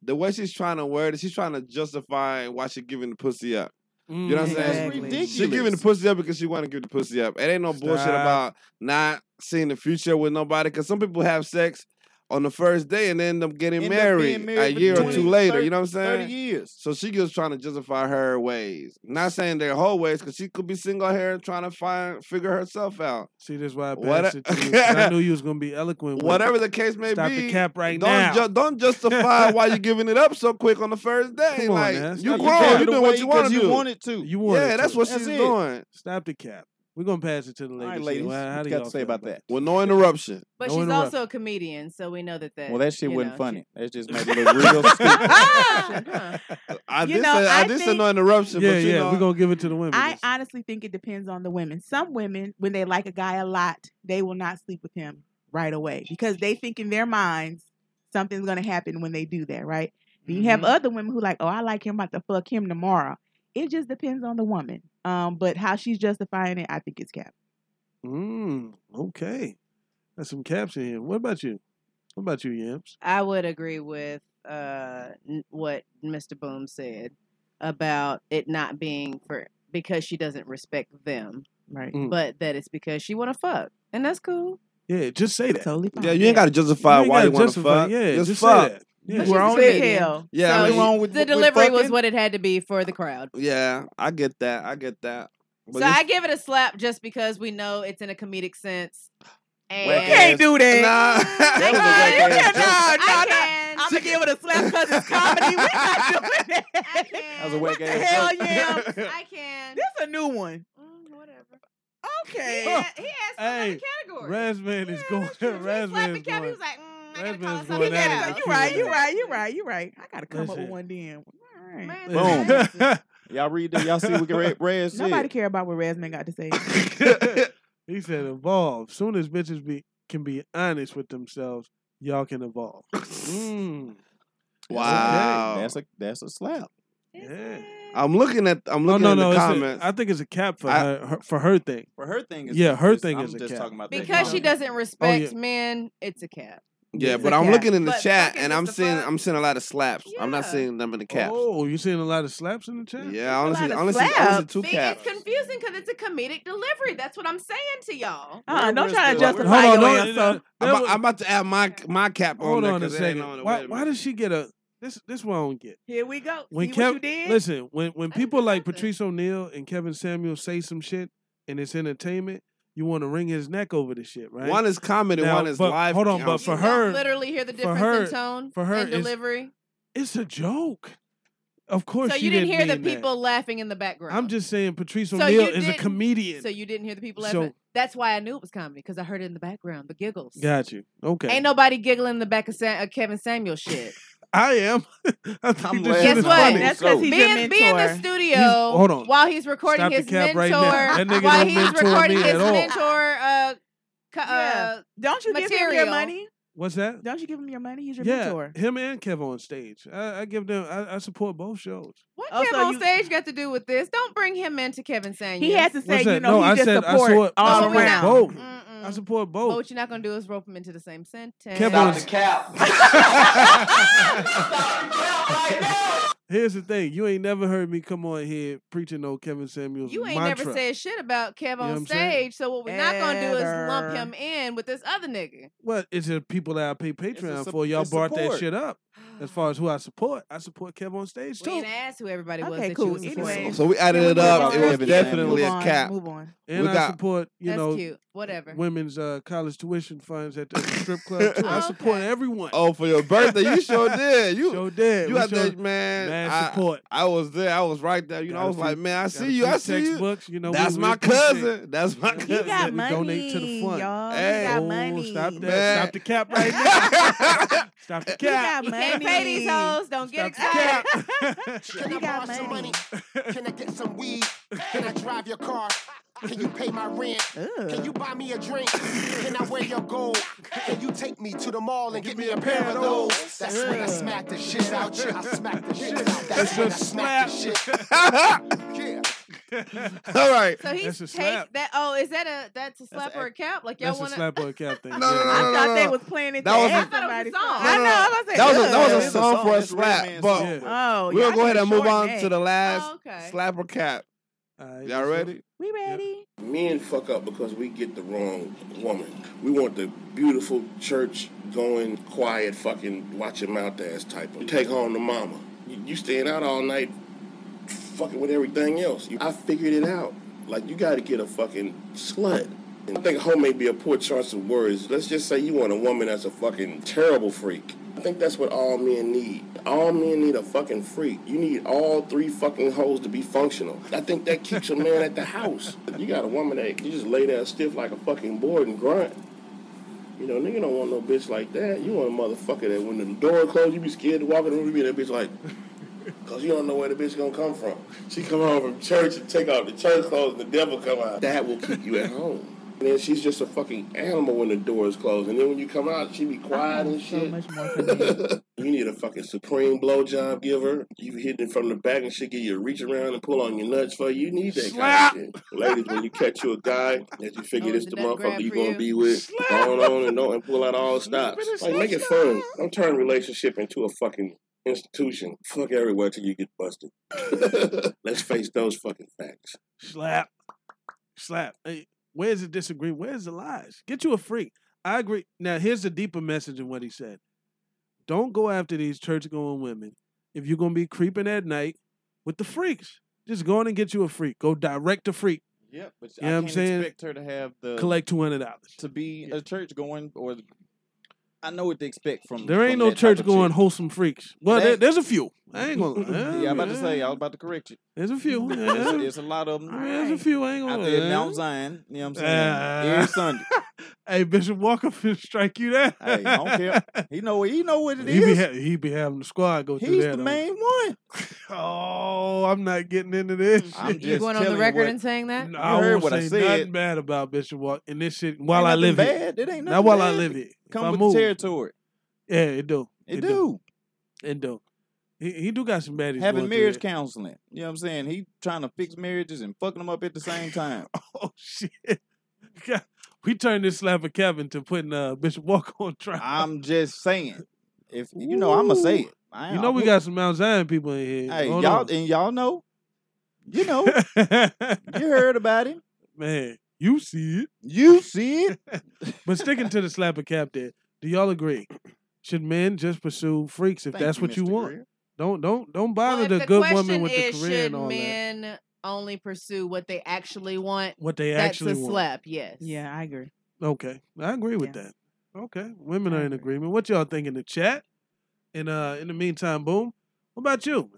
D: the way she's trying to word it, she's trying to justify why she's giving the pussy up. You know
C: Mm,
D: what I'm saying?
G: That's
D: She giving the
G: ridiculous.
D: pussy up because she want to give the pussy up. It ain't no bullshit
G: Stop.
D: about not seeing the future with nobody. Because some people have sex on the first day and end up getting
G: End up
D: married,
G: being
D: a
G: married for
D: year or
G: 20,
D: two later.
G: 30,
D: You know what I'm
G: 30
D: saying?
G: years.
D: So she just trying to justify her ways. Not saying their whole ways, because she could be single here and trying to find figure herself out.
C: See, this why I
D: What-
C: passed it to you. 'cause I knew you was gonna be eloquent. with it.
D: Whatever the case may
C: Stop
D: be,
C: the cap right
D: don't
C: now.
D: ju- don't justify why you're giving it up so quick on the first day.
C: Come on,
D: like
C: man.
D: you
C: Stop the cap.
D: grown, you doing what you want to do.
C: You wanted
D: yeah,
C: to.
D: that's what she's doing.
C: Stop the cap. We're gonna pass it to the ladies.
G: right,
C: here.
G: ladies,
C: Well, how
G: what
C: do
G: you got
C: y'all
G: to say
C: feel
G: about that?
D: With no interruption.
E: But
G: No
E: she's
G: interrupt.
E: also a comedian, so we know that that.
G: Well, that shit
E: you
G: wasn't
E: know,
G: funny. That just made it look real stupid.
D: I
F: You
D: did
F: know,
D: say I,
F: I
D: did say
F: think-
D: no interruption,
C: Yeah,
D: but you
C: yeah,
D: know
C: we're gonna give it to the women.
F: I honestly think it depends on the women. Some women, when they like a guy a lot, they will not sleep with him right away because they think in their minds something's going to happen when they do that, right? Then you have
P: Mhm.
F: other women who like, oh, I like him, I'm about to fuck him tomorrow. It just depends on the woman. Um, but how she's justifying it, I think it's cap.
C: Mm, okay. That's some caps in here. What about you? What about you, Yams?
E: I would agree with uh, n- what Mr. Boom said about it not being for because she doesn't respect them,
F: right?
C: Mm.
E: But that it's because she want to fuck, and that's cool.
C: Yeah, just say that.
F: Totally
D: Yeah, you ain't gotta justify
C: ain't
D: why
C: gotta
D: you wanna
C: justify-
D: fuck.
C: Yeah,
D: Just
C: just
D: fuck.
C: say that.
D: You
C: Yeah.
D: We're
E: She's
D: on
E: a
D: it.
E: comedian,
D: hell. Yeah,
E: so
D: I mean,
E: she-
D: wrong with-
E: the
D: with
E: delivery was
D: fucking?
E: what it had to be for the crowd.
D: Yeah, I get that. I get that. But
E: so
D: this-
E: I give it a slap just because we know it's in a comedic sense. And
D: Whack You can't ass. do that. Nah. That was a whack
E: I
D: ass
E: can.
D: joke.
E: I can.
F: I'm gonna give it a slap because it's comedy. We're not doing that.
G: That was a whack
F: the
G: ass
F: hell,
G: joke.
F: yeah.
E: I can.
F: This a new one.
E: He,
F: Okay.
E: had- he asked for another
C: Hey,
E: category.
C: Razman is going. Razman is
E: He
C: going.
E: was like, "Mm,
C: Razman is
F: You
C: going. at
F: gotta,
C: it.
F: you right, you right, you right, you right. I gotta come up with
C: Listen.
F: one then. All right.
G: Boom. y'all read that. Y'all see what Red Red said.
F: Nobody care about what Razman got to say.
C: He said, "Evolve. Soon as bitches be can be honest with themselves, y'all can evolve." Mm.
D: Wow.
G: That's a that's a slap.
C: Yeah.
D: I'm looking at I'm
C: No,
D: looking
C: no,
D: in
C: no. it's
D: the
C: a-
D: comments.
C: I think it's a cap for
D: I-
C: her, her for her thing.
G: For her thing is
C: yeah, her
G: just-
C: thing
G: I'm
C: is a
G: just
C: cap.
G: talking about the
E: because she
D: Oh,
E: doesn't respect
C: yeah.
E: men, it's a cap.
D: yeah,
C: Yeah.
D: but I'm
C: Yeah.
D: looking in the
E: But
D: chat
E: fucking
D: and
E: is
D: I'm
E: the
D: seeing
E: fuck.
D: I'm seeing a lot of slaps. I'm not seeing them in the caps.
C: Oh, you seeing a lot of slaps in the chat?
D: Yeah, I only see
C: lot
D: I
C: of
D: only see I only see
C: slaps.
D: two
E: See,
D: caps.
E: it's confusing because it's a comedic delivery. That's what I'm saying to y'all.
F: Uh-uh, don't try to
D: Hold
F: justify
D: on,
F: your
D: no,
F: answer.
D: no, I'm, about, I'm about to add my my cap on
C: Hold
D: there
C: on a
D: 'cause it ain't
C: second.
D: on there.
C: Why,
D: Wait a
C: why does she get a this? This one I don't get.
F: Here we go.
C: When
F: See
C: Kev-
F: what you did?
C: listen, when when people like Patrice O'Neal and Kevin Samuel say some shit and it's entertainment, you want to wring his neck over the shit, right?
D: One is comedy, one is
C: but,
D: live
C: Hold on, but
D: counsel.
C: for
D: You
C: her,
E: Y'all literally hear the
C: for
E: difference
C: her-
E: in tone
C: for her
E: and
C: it's-
E: delivery.
C: it's a joke. Of course,
E: So
C: she
E: you didn't, hear the
C: mean that.
E: people laughing in the background.
C: I'm just saying, Patrice
E: So
C: O'Neal
E: you
C: is a
E: didn't-
C: comedian.
E: So you didn't hear the people
C: So-
E: laughing. That's why I knew it was comedy because I heard it in the background, the giggles.
C: Got you. Okay.
E: Ain't nobody giggling in the back of Sa- uh, Kevin Samuel shit.
C: I am. I think
G: I'm
C: this shit
E: Guess
C: is
E: what?
C: funny.
E: be, in, be in the studio
C: hold on.
E: while he's recording
C: Stop the
E: his
C: cap
E: mentor.
C: right now. That nigga
E: while
C: don't
E: he's
C: mentor
E: recording
C: me
E: his
C: at all.
E: mentor. Uh, co- uh,
F: Don't you give him your
E: material.
F: money?
C: What's that?
F: Don't you give him your money? He's your
C: yeah,
F: mentor.
C: him and Kev on stage. I, I give them. I, I support both shows.
E: What
F: Oh,
E: Kev
F: so
E: on
F: you-
E: stage got to do with this? Don't bring him into Kevin Samuel.
F: He has to say,
C: What's that?
F: you know,
C: no,
F: he
C: I
F: just
C: said
F: support
C: I support, I
F: all
C: support
F: around.
C: both. I support
E: mm, But
C: both.
E: what you're not gonna do is rope him into the same sentence.
C: Kev on Here's the thing. You ain't never heard me come on here preaching no Kevin Samuels
E: You ain't
C: mantra.
E: never said shit about Kev
C: know what
E: on
C: I'm saying?
E: stage. So what we're not gonna do is lump
C: Ever.
E: him in with this other nigga.
C: Well, it's the people that I pay Patreon
E: sup-
C: for. Y'all
E: it's
C: brought that
E: support.
C: shit up. As far as who I support, I support Kev on stage
E: We
C: too.
E: ain't asked who everybody was.
F: Okay,
E: that
F: cool.
E: You was supporting.
F: Anyway.
D: So we added
F: Can
D: it
F: we move
D: up.
F: on
D: It
F: real
D: was
F: quick?
D: definitely
F: Move
D: a
F: on,
D: cap.
F: Move on.
C: And
D: We
C: I
D: got-
C: support, you
E: That's
C: know,
E: cute. Whatever.
C: women's uh, college tuition funds at the strip club too. I support everyone.
D: Oh, for your birthday, you sure did. You
C: sure did.
D: You
C: We
D: out
C: sure-
D: there, man?
C: mad
D: I,
C: support.
D: I was there. I was right there. You know,
C: Got
D: I
C: a
D: was
C: few-
D: like, man, I
C: got a
D: see you.
C: few
D: I see you.
C: textbooks, you know, we-
D: that's
C: we
D: my
C: appreciate it.
D: cousin. That's my
C: He
D: cousin.
C: got We donate to the money, fund. y'all. He
D: Hey,
C: got Oh, money. stop that.
D: Man.
C: Stop the cap right now. Stop the
D: He
C: cap.
E: You can't pay these hoes. Don't get excited.
Q: Can I borrow some money? Can I get some weed? Can I drive your car? Can you pay my rent? Can you buy me a drink? Can I wear your gold? Can you take me to the mall and get me a pair of those? That's when I smack the shit out you. I smack the shit out. That's when I smack the shit. Yeah.
D: All right.
E: So he
C: That's a
E: takes
C: slap.
E: that. Oh, is that a that's a slap or a cap? Like y'all
C: That's a
E: want to?
C: slap or a cap thing.
D: No, no, no,
C: yeah.
D: no, no,
F: thought they
D: no.
F: was playing it
D: That
F: to
D: was a-
F: add
D: I thought
F: somebody.
E: song.
F: I know. I was like,
D: that was a, that
F: ugh.
D: was a song for a slap. But
C: Yeah.
F: Oh,
D: we'll
F: y'all
D: go ahead
F: need
D: and
F: to
D: move
F: shorten
D: on
F: that.
D: to the last
E: okay.
D: slap or cap. Y'all ready?
F: We ready?
P: Men fuck up because we get the wrong woman. We want the beautiful church going, quiet, fucking watch your mouth ass type. Of. You take home the mama. You, you staying out all night, fucking with everything else. You- I figured it out. Like you got to get a fucking slut. And I think home may be a poor choice of words. Let's just say you want a woman that's a fucking terrible freak. I think that's what all men need. All men need a fucking freak. You need all three fucking hoes to be functional. I think that keeps a man at the house. You got a woman that you just lay there stiff like a fucking board and grunt. You know, nigga don't want no bitch like that. You want a motherfucker that when the door closed, you be scared to walk in the room. You be that bitch like, Cause you don't know where the bitch gonna come from. She come home from church and take off the church clothes and the devil come out. That will keep you at home. And then she's just a fucking animal when the door is closed. And then when you come out, she be quiet and shit. you need a fucking supreme blowjob giver. You hit it from the back and she give you a reach around and pull on your nuts for you. You need that kind of shit. Ladies, when you catch you a guy that you figure this the motherfucker you gonna be with, go on, on and on and pull out all stops. Like make it fun. Don't turn relationship into a fucking institution. Fuck everywhere till you get busted. Let's face those fucking facts.
C: Slap. Slap. Hey, where's the disagreement? Where's the lies? Get you a freak. I agree. Now, here's the deeper message in what he said. Don't go after these church going women if you're going to be creeping at night with the freaks. Just go on and get you a freak. Go direct a freak.
G: Yep, but
C: You know
G: I
C: what I'm
G: can't
C: saying?
G: expect her to have the
C: Collect $200.
G: to be a church going or I know what they expect from.
C: There ain't
G: from
C: no
G: that type
C: church
G: of
C: going
G: chick.
C: wholesome freaks. Well,
G: That-
C: there, there's a few. I ain't going to
G: yeah, I'm about to say I was about to correct you.
C: There's a few.
G: There's,
C: yeah.
G: there's a lot of them
C: There's a few. I ain't
G: out
C: going
G: there in Mount Zion. You know what I'm saying? Every Sunday.
C: hey, Bishop Walker finna strike you down.
G: Hey, I don't care. He know he know what it
C: he be
G: is.
C: ha- he be having the squad go through
G: He's
C: there.
G: the
C: though.
G: main one.
C: Oh, I'm not getting into this.
G: I'm
C: shit.
G: just
E: Going on the record and saying that.
C: No,
G: You
C: I
G: heard
C: won't
G: what I
C: say
G: said.
C: nothing bad about Bishop Walker and this shit while I
G: nothing
C: live
G: bad.
C: here.
G: It ain't
C: not
G: nothing
C: while I
G: bad.
C: live here. If
G: Come
C: I
G: with
C: move,
G: the territory.
C: Yeah, it do.
G: It
C: It do. He, he do got some
G: Having
C: baddies. going through
G: marriage
C: there.
G: counseling. You know what I'm saying? He trying to fix marriages and fucking them up at the same time.
C: Oh shit! God, we turned this slap of Kevin to putting uh, Bishop Walker on trial.
G: I'm just saying. If you know, I'ma say it. I-
C: you know we
G: I-
C: got some Mount Zion people in here.
G: Hey,
C: Hold
G: y'all
C: on.
G: and y'all know. You know. you heard about him.
C: man, you see it.
G: You see it.
C: but sticking to the slap of cap there, do y'all agree? Should men just pursue freaks if
G: Thank
C: that's
G: you,
C: what you
G: Mr.
C: want?
G: Greer.
C: Don't don't don't bother
E: Well, if
C: the,
E: the
C: good
E: question
C: woman with
E: is,
C: the career
E: should
C: and all that.
E: men only pursue what they actually want?
C: What they
E: That's
C: actually
E: a
C: want.
E: slap. Yes.
F: Yeah, I agree.
C: Okay, I agree with that. Okay, women are in agreement. What y'all think in the chat? And uh, in the meantime, boom. What about you?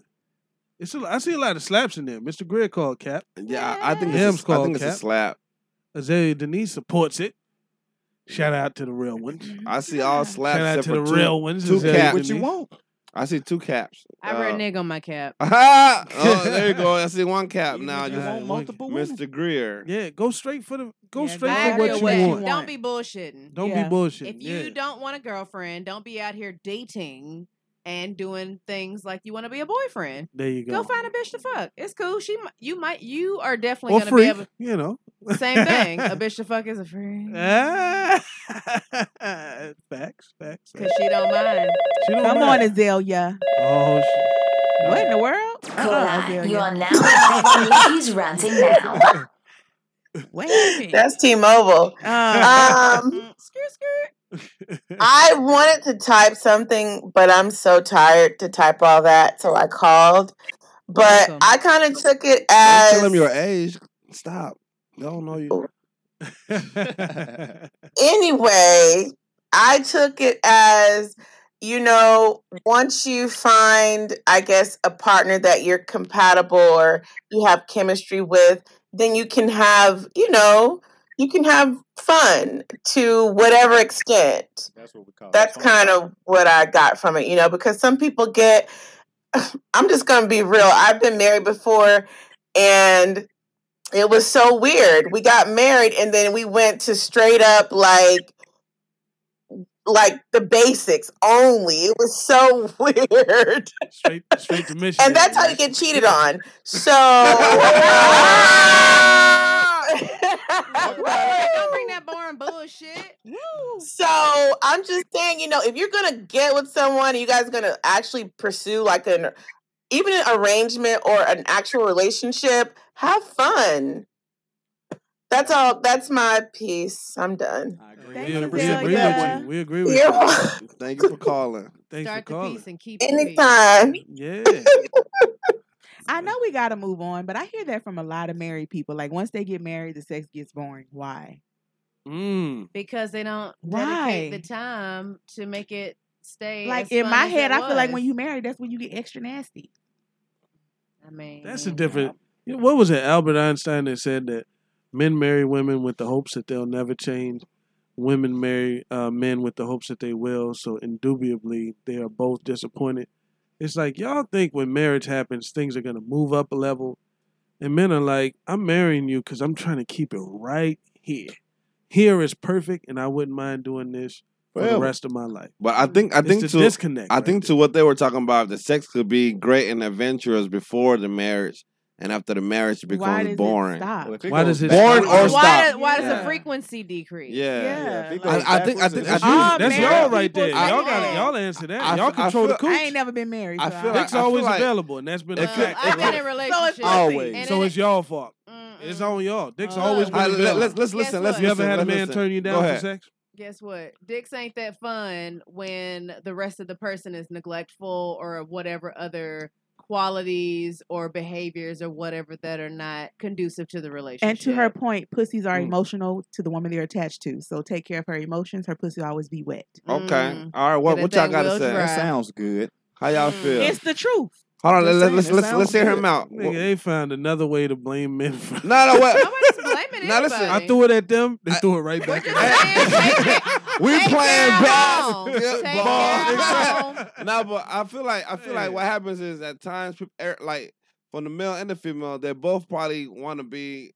C: It's a, I see a lot of slaps in there. Mr. Greer called cap.
D: Yeah, I I think
C: Ham's
D: it's a, I
C: called
D: think it's a
C: cap.
D: slap.
C: Isaiah Denise supports it. Shout out to the real ones.
D: I see all slaps
C: Shout out
D: except
C: to
D: for
C: the
D: two,
C: real ones.
D: Two
C: Is that
D: caps.
C: what you want?
D: I see two caps.
E: I
D: Uh,
E: read nigga on my cap.
D: oh, there you go. I see one cap now.
C: you
D: You
C: want multiple
D: Mr. Greer.
C: Yeah, go straight for the go
D: Yeah,
C: straight
D: go
C: for
D: after
C: what you
D: what you
C: want.
E: Don't be bullshitting.
C: Don't be Yeah. bullshitting,
E: If you
C: yeah.
E: don't want a girlfriend, don't be out here dating and doing things like you want to be a boyfriend.
C: There you go.
E: Go find a bitch to fuck. It's cool. She, mi- you might, you are definitely
C: Or
E: gonna
C: freak,
E: be
C: you know.
E: able. Same thing. a bitch to fuck is a freak.
C: Ah, facts, facts.
E: Cause she don't mind.
C: She don't
F: Come on,
C: mind.
F: Azalea.
C: Oh, shit.
F: What in the world?
B: Cora,
F: Uh-uh,
B: you
F: Azalea.
B: are now live on Lucky's Ranting Now.
H: That's T-Mobile.
F: Uh.
H: Um, I wanted to type something, but I'm so tired to type all that, so I called. But
D: Welcome.
H: I kind of took it
D: Don't tell him
H: as
D: your age. Stop. They don't know you.
H: anyway. I took it as you know, once you find, I guess, a partner that you're compatible or you have chemistry with, then you can have, you know, you can have fun to whatever extent.
G: That's what we call.
H: That's kind of what I got from it, you know, because some people get, I'm just going to be real. I've been married before and it was so weird. We got married and then we went to straight up like, like the basics only. It was so weird.
C: Straight, straight to mission.
H: And that's how you get cheated on. So. Don't
E: bring that boring bullshit.
H: So I'm just saying, you know, if you're gonna get with someone, you guys gonna actually pursue like an even an arrangement or an actual relationship. Have fun. That's all. That's my piece. I'm done. I agree.
D: Thank
C: we
D: you,
C: agree with
D: Delia.
C: you. We agree with
H: You're
C: you.
D: Thank you for calling.
C: Thanks
E: Start
C: for
E: the
C: calling.
E: peace and keep the peace.
H: Anytime.
C: Yeah.
F: I know we got to move on, but I hear that from a lot of married people. Like once they get married, the sex gets boring. Why?
C: Mm.
E: because they don't
F: Why?
E: dedicate the time to make it stay.
F: Like
E: as
F: in
E: fun
F: my
E: as
F: head,
E: it
F: I feel like when
E: was.
F: you marry, that's when you get extra nasty.
E: I mean,
C: That's
F: Mm,
C: a different. you know, What was it? Albert Einstein that said that men marry women with the hopes that they'll never change. Women marry uh, men with the hopes that they will. So indubitably, they are both disappointed. It's like y'all think when marriage happens, things are gonna move up a level, and men are like, "I'm marrying you because I'm trying to keep it right here. Here is perfect, and I wouldn't mind doing this for the
D: Forever.
C: rest of my life."
D: But I think I
C: It's
D: think
C: the
D: to
C: disconnect
D: I
C: right
D: think to what they were talking about, the sex could be great and adventurous before the marriage, and after the marriage it
F: Why
D: becomes
F: does it
D: boring.
F: stop? Well,
C: if it Why goes does it
D: born
C: stop?
D: or
E: why,
D: stop?
E: do- why does the
C: Yeah.
E: frequency decrease?
D: Yeah.
F: Yeah,
D: I- I, think I think I
C: That's,
D: think
C: you,
E: All
C: that's
E: married
C: y'all right
E: people
C: there.
E: say
C: Y'all got
E: that.
C: y'all answer that.
D: I-
C: y'all
D: I
C: control the
D: feel-
C: cooch.
F: I ain't never been married.
D: I
F: so
D: feel
C: Dick's
D: like- I
C: always
D: feel like-
C: available, and that's been a
D: Well,
C: fact.
E: I've been in
C: forever.
E: relationships.
D: Always.
E: And
C: So
E: it-
C: it's y'all fault. It's on y'all. Dick's
E: Look.
C: always been
E: All right, let-
C: available.
D: let's- let's
E: Guess listen,
D: let's what?
C: You ever
D: listen,
C: had a
D: let's
C: man
D: listen.
C: turn you
D: Go
C: down for
D: ahead.
C: sex?
E: Guess what? Dicks ain't that fun when the rest of the person is neglectful or whatever other qualities or behaviors or whatever that are not conducive to the relationship.
F: And to her point, pussies are
E: Mm.
F: emotional to the woman they're attached to. So take care of her emotions. Her pussy will always be wet.
D: Okay. All right. What,
F: That
D: what y'all
F: thing
D: got to
F: will
D: say?
F: dry. That sounds
D: good. How y'all feel?
F: It's the truth.
D: Hold on.
F: Just
D: Let,
F: saying,
D: let's
F: it
D: let's
F: sounds
D: let's hear him
F: good.
D: out.
C: Nigga, they found another way to blame men for.
D: No, no, what?
C: now listen, I threw it at them. They threw it right back. at
D: We playing
C: Take
D: basketball. no, but I feel like I feel like what happens is at times, peop- er, like from the male and the female, they both probably want to be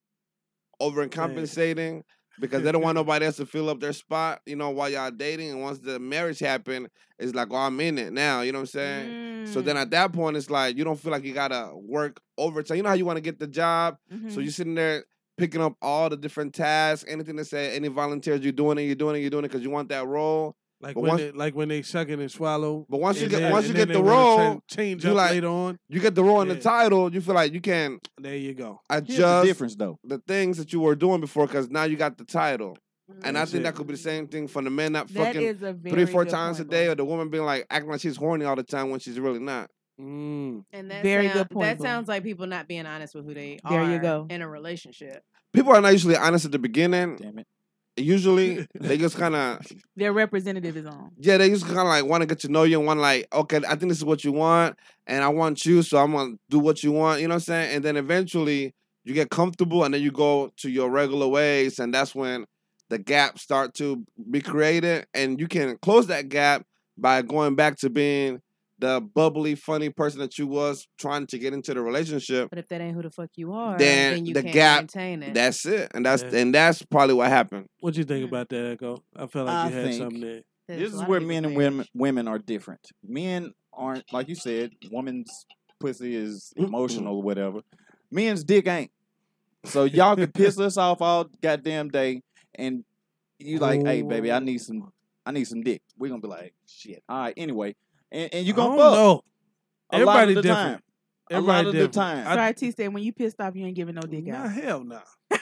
D: overcompensating because they don't want nobody else to fill up their spot. You know, while y'all dating, and once the marriage happen, it's like, oh, I'm in it now. You know what I'm saying? So then at that point, it's like you don't feel like you gotta work overtime. You know how you want to get the job, so
F: Mhm.
D: you're sitting there picking up all the different tasks, anything that say any volunteers, you're doing it, you're doing it, you're doing it because you want that role.
C: Like
D: But
C: when,
D: once-
C: they, like when they suck it and swallow.
D: But once you
C: and
D: get
C: then-
D: once you
C: and
D: get
C: then
D: the
C: they wanna try
D: role,
C: and change
D: you
C: up
D: like
C: later on.
D: you get the role and
C: Yeah.
D: the title. You feel like you can
C: There you go.
D: adjust
G: difference, though.
D: the things that you were doing before because now you got the title. And
G: Mm.
D: I
C: That's
D: think
C: it.
D: that could be the same thing for the man not
F: That
D: fucking
F: is a
D: three,
F: very
D: four
F: good
D: times
F: point,
D: a day, or the woman being like acting like she's horny all the time when she's really not.
C: Mm.
E: And that
F: Very
E: sound-
F: good point,
E: That
F: Boom.
E: sounds like people not being honest with who they
F: There
E: are
F: you go.
E: in a relationship.
D: People are not usually honest at the beginning.
G: Damn it.
D: Usually they just kind of
F: Their representative is on.
D: yeah, they just kind of like want to get to know you and want to like, okay, I think this is what you want, and I want you, so I'm gonna do what you want. You know what I'm saying? And then eventually you get comfortable, and then you go to your regular ways, and that's when the gaps start to be created, and you can close that gap by going back to being the bubbly, funny person that you was trying to get into the relationship.
E: But if that ain't who the fuck you are,
D: then
E: then, you
D: the
E: can't
D: gap,
E: maintain it.
D: that's it, and that's
C: Yeah.
D: and that's probably what happened.
C: What you think about that, Echo? I felt like
G: I
C: you had
G: think
C: something there.
G: This is where men and women women are different. Men aren't like you said. Woman's pussy is emotional or whatever. Men's dick ain't. So y'all can piss us off all goddamn day, and you like, hey baby, I need
C: Oh.
G: some, I need some dick. We're gonna be like, shit. All right, anyway, and, and you gonna
C: I
G: fuck.
C: don't
G: A
C: know.
G: lot
C: Everybody
G: of the
C: different.
G: time.
C: Everybody
G: a lot of
C: different.
G: the time.
F: Sorry, T said when you pissed off, you ain't giving no dick out.
C: hell no.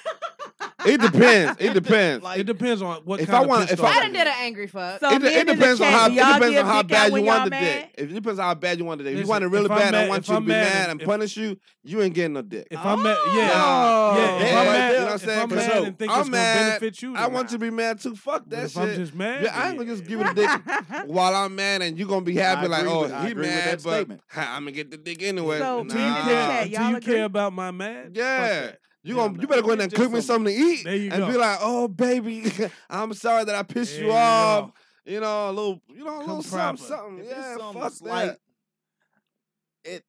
D: It depends. It depends.
C: it depends on what
D: If
C: kind
D: I
C: of
D: wanna-
C: pissed
D: if
C: off
E: I
D: I-
E: done did an angry fuck.
D: it, it depends on how it depends on how bad you want the
E: day.
D: dick. If it depends on how bad you want the dick. If you
C: Listen,
D: want it really
C: if I'm
D: bad,
C: mad-
D: I want
C: if
D: you to
C: I'm
D: be
C: mad
D: mad
C: and-
D: and
C: if-
D: punish you. You ain't getting no dick.
C: If I'm mad, yeah,
D: Nah.
C: yeah. If
D: Yeah,
C: I'm mad,
D: you know what I'm
C: if
D: saying?
C: I'm mad
D: So,
C: and think
D: I'm
C: it's
D: mad,
C: gonna benefit you,
D: I
C: then
D: want you to be mad too. Fuck that
C: if
D: shit.
C: I'm just mad,
D: yeah, I ain't gonna just give it a dick. While I'm mad, and you gonna be
G: I
D: happy like,
G: agree
D: oh,
G: with- I
D: he
G: agree with
D: mad,
G: that
D: but
G: statement.
D: I'm gonna get the dick anyway.
F: So,
D: nah.
F: men in the chat,
C: do you care about my mad?
D: Yeah. You gonna, you better go in there and cook me something to eat
C: There you
D: and
C: go.
D: be like, oh baby, I'm sorry that I pissed
C: There
D: you
C: you
D: off. You know, a little, you know, a
C: Come
D: little something,
C: proper.
D: something.
G: If it's
D: yeah,
G: something
D: fuck
G: slight,
D: that.
G: it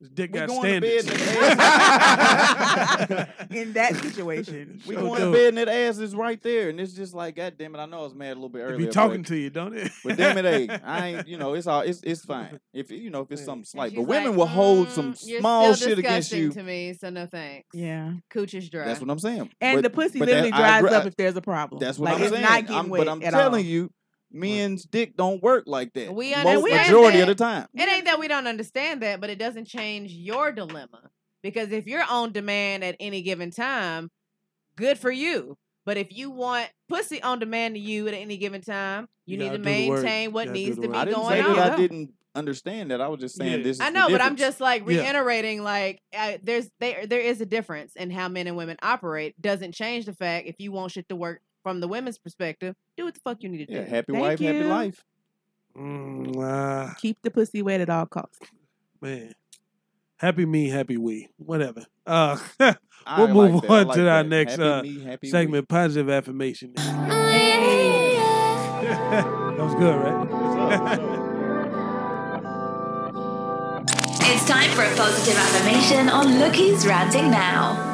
C: His dick
G: We
C: got
G: going to bed
C: standards.
G: and the ass-
F: in that situation.
G: We
C: So
G: going to
C: dope.
G: bed and that ass is right there, and it's just like, God damn it! I know I was mad a little bit
C: They
G: earlier.
C: be
G: but-
C: talking to you, don't it?
G: But damn it, hey, I ain't. You know, it's all it's it's fine. If you know if it's something slight, but
E: she's
G: women
E: like,
G: will hold some
E: You're
G: small
E: still
G: shit against
E: disgusting
G: you.
E: to me, so no thanks.
F: Yeah,
E: cooch is dry.
G: That's what I'm saying.
F: And
G: But-
F: the pussy
G: but
F: literally
G: I
F: dries
G: agree-
F: up if there's a problem.
G: That's what
F: Like,
G: I'm
F: it's
G: saying.
F: not getting
G: I'm-
F: wet
G: But I'm
F: at
G: telling
F: all.
G: you, men's dick don't work like that.
E: We
G: Mo-
E: understand
G: majority
E: that.
G: of the time.
E: It ain't that we don't understand that, but it doesn't change your dilemma. Because if you're on demand at any given time, good for you. But if you want pussy on demand to you at any given time, you, need
G: gotta do
E: to
G: the work.
E: maintain what needs to be
G: I didn't
E: going
G: say that I
E: on.
G: didn't understand that. I was just saying this. Is
E: I
G: the
E: know, but I'm
G: difference.
E: just like reiterating, like I, there's there there is a difference in how men and women operate. Doesn't change the fact if you want shit to work from the women's perspective, do what the fuck you need to
G: Yeah,
E: do.
G: happy
E: Thank
G: wife, happy
E: you.
G: life.
C: Mm,
F: Keep the pussy wet at all costs.
C: Man. Happy me, happy we. Whatever. Uh,
F: I
C: we'll
F: like
C: move
F: that. I
C: on
F: like
C: to our
F: that.
C: next
F: Happy
C: uh,
F: me, happy we.
C: segment, Positive Affirmation. that was good, right?
B: It's time for a positive affirmation on Look Who's Ranting Now.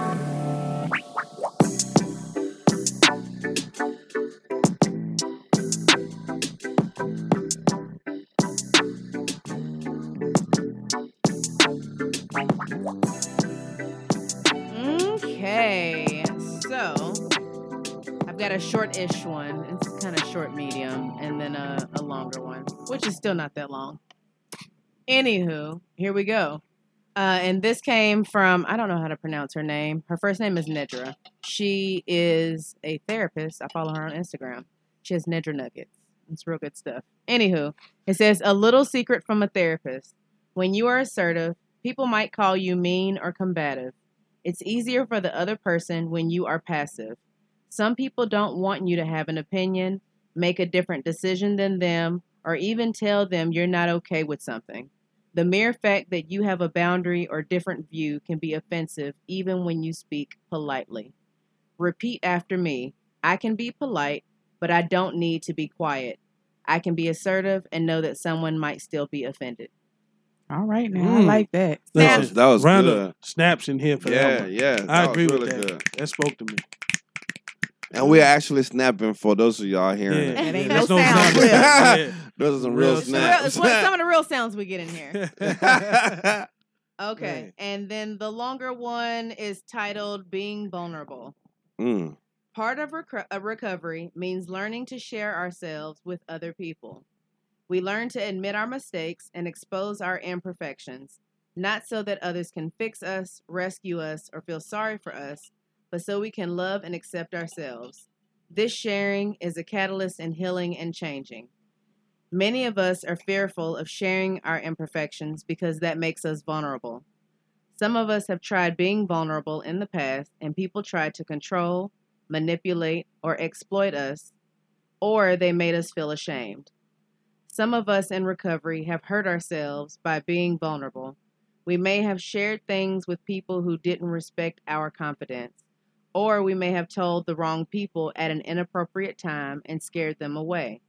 E: Okay, so I've got a short-ish one. It's kind of short, medium, and then a, a longer one, which is still not that long. Anywho, here we go. Uh, and this came from I don't know how to pronounce her name. Her first name is Nedra. She is a therapist. I follow her on Instagram. She has Nedra Nuggets. It's real good stuff. Anywho, it says a little secret from a therapist. When you are assertive, people might call you mean or combative. It's easier for the other person when you are passive. Some people don't want you to have an opinion, make a different decision than them, or even tell them you're not okay with something. The mere fact that you have a boundary or different view can be offensive even when you speak politely. Repeat after me I can be polite, but I don't need to be quiet. I can be assertive and know that someone might still be offended.
F: All right, now I
C: Mm.
F: like that.
C: That was,
D: Snaps. That was
C: round
D: good.
C: of snaps in here for
D: Yeah,
C: that one.
D: yeah,
C: I
D: that was
C: agree with
D: really
C: that.
D: good.
C: That spoke to me.
D: And we're actually snapping for those of y'all hearing
C: Yeah,
D: it.
C: It
E: ain't
C: no no sound sound. clip. Yeah.
D: Those are some
C: Real
D: real
C: sound.
E: Real-
D: snaps.
E: it's one- some of the real sounds we get in here. Okay.
D: Right.
E: And then the longer one is titled Being Vulnerable.
D: Mm.
E: Part of reco- a recovery means learning to share ourselves with other people. We learn to admit our mistakes and expose our imperfections, not so that others can fix us, rescue us, or feel sorry for us, but so we can love and accept ourselves. This sharing is a catalyst in healing and changing. Many of us are fearful of sharing our imperfections because that makes us vulnerable. Some of us have tried being vulnerable in the past, and people tried to control, manipulate, or exploit us, or they made us feel ashamed. Some of us in recovery have hurt ourselves by being vulnerable. We may have shared things with people who didn't respect our confidence, or we may have told the wrong people at an inappropriate time and scared them away.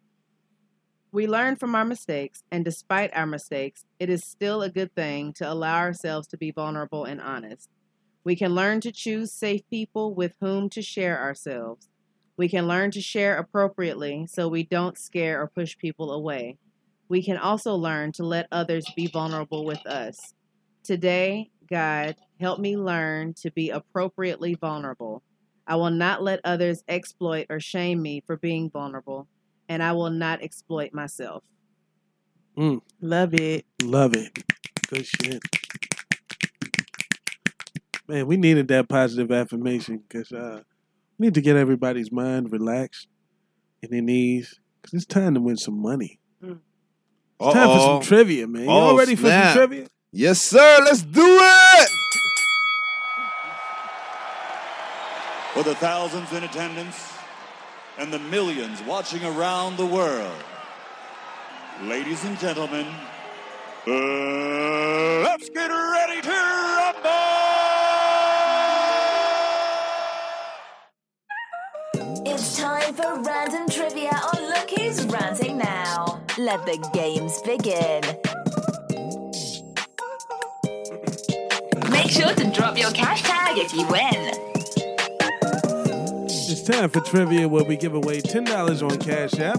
E: We learn from our mistakes, and despite our mistakes, it is still a good thing to allow ourselves to be vulnerable and honest. We can learn to choose safe people with whom to share ourselves. We can learn to share appropriately so we don't scare or push people away. We can also learn to let others be vulnerable with us. Today, God, help me learn to be appropriately vulnerable. I will not let others exploit or shame me for being vulnerable, and I will not exploit myself.
C: Mm.
F: Love it.
C: Love it. Good shit. Man, we needed that positive affirmation because uh, we need to get everybody's mind relaxed and their knees because it's time to win some money. It's time for
D: Uh-oh.
C: some trivia, man.
D: Oh,
C: Y'all ready for some
D: snap.
C: trivia?
D: Yes, sir. Let's do it.
R: For the thousands in attendance and the millions watching around the world, ladies and gentlemen, uh, let's get ready to rumble!
B: It's time for random trivia on Look Who's Ranting Now. Let the games begin. Make sure to drop your cash tag if you win.
C: It's time for trivia where we give away ten dollars on Cash App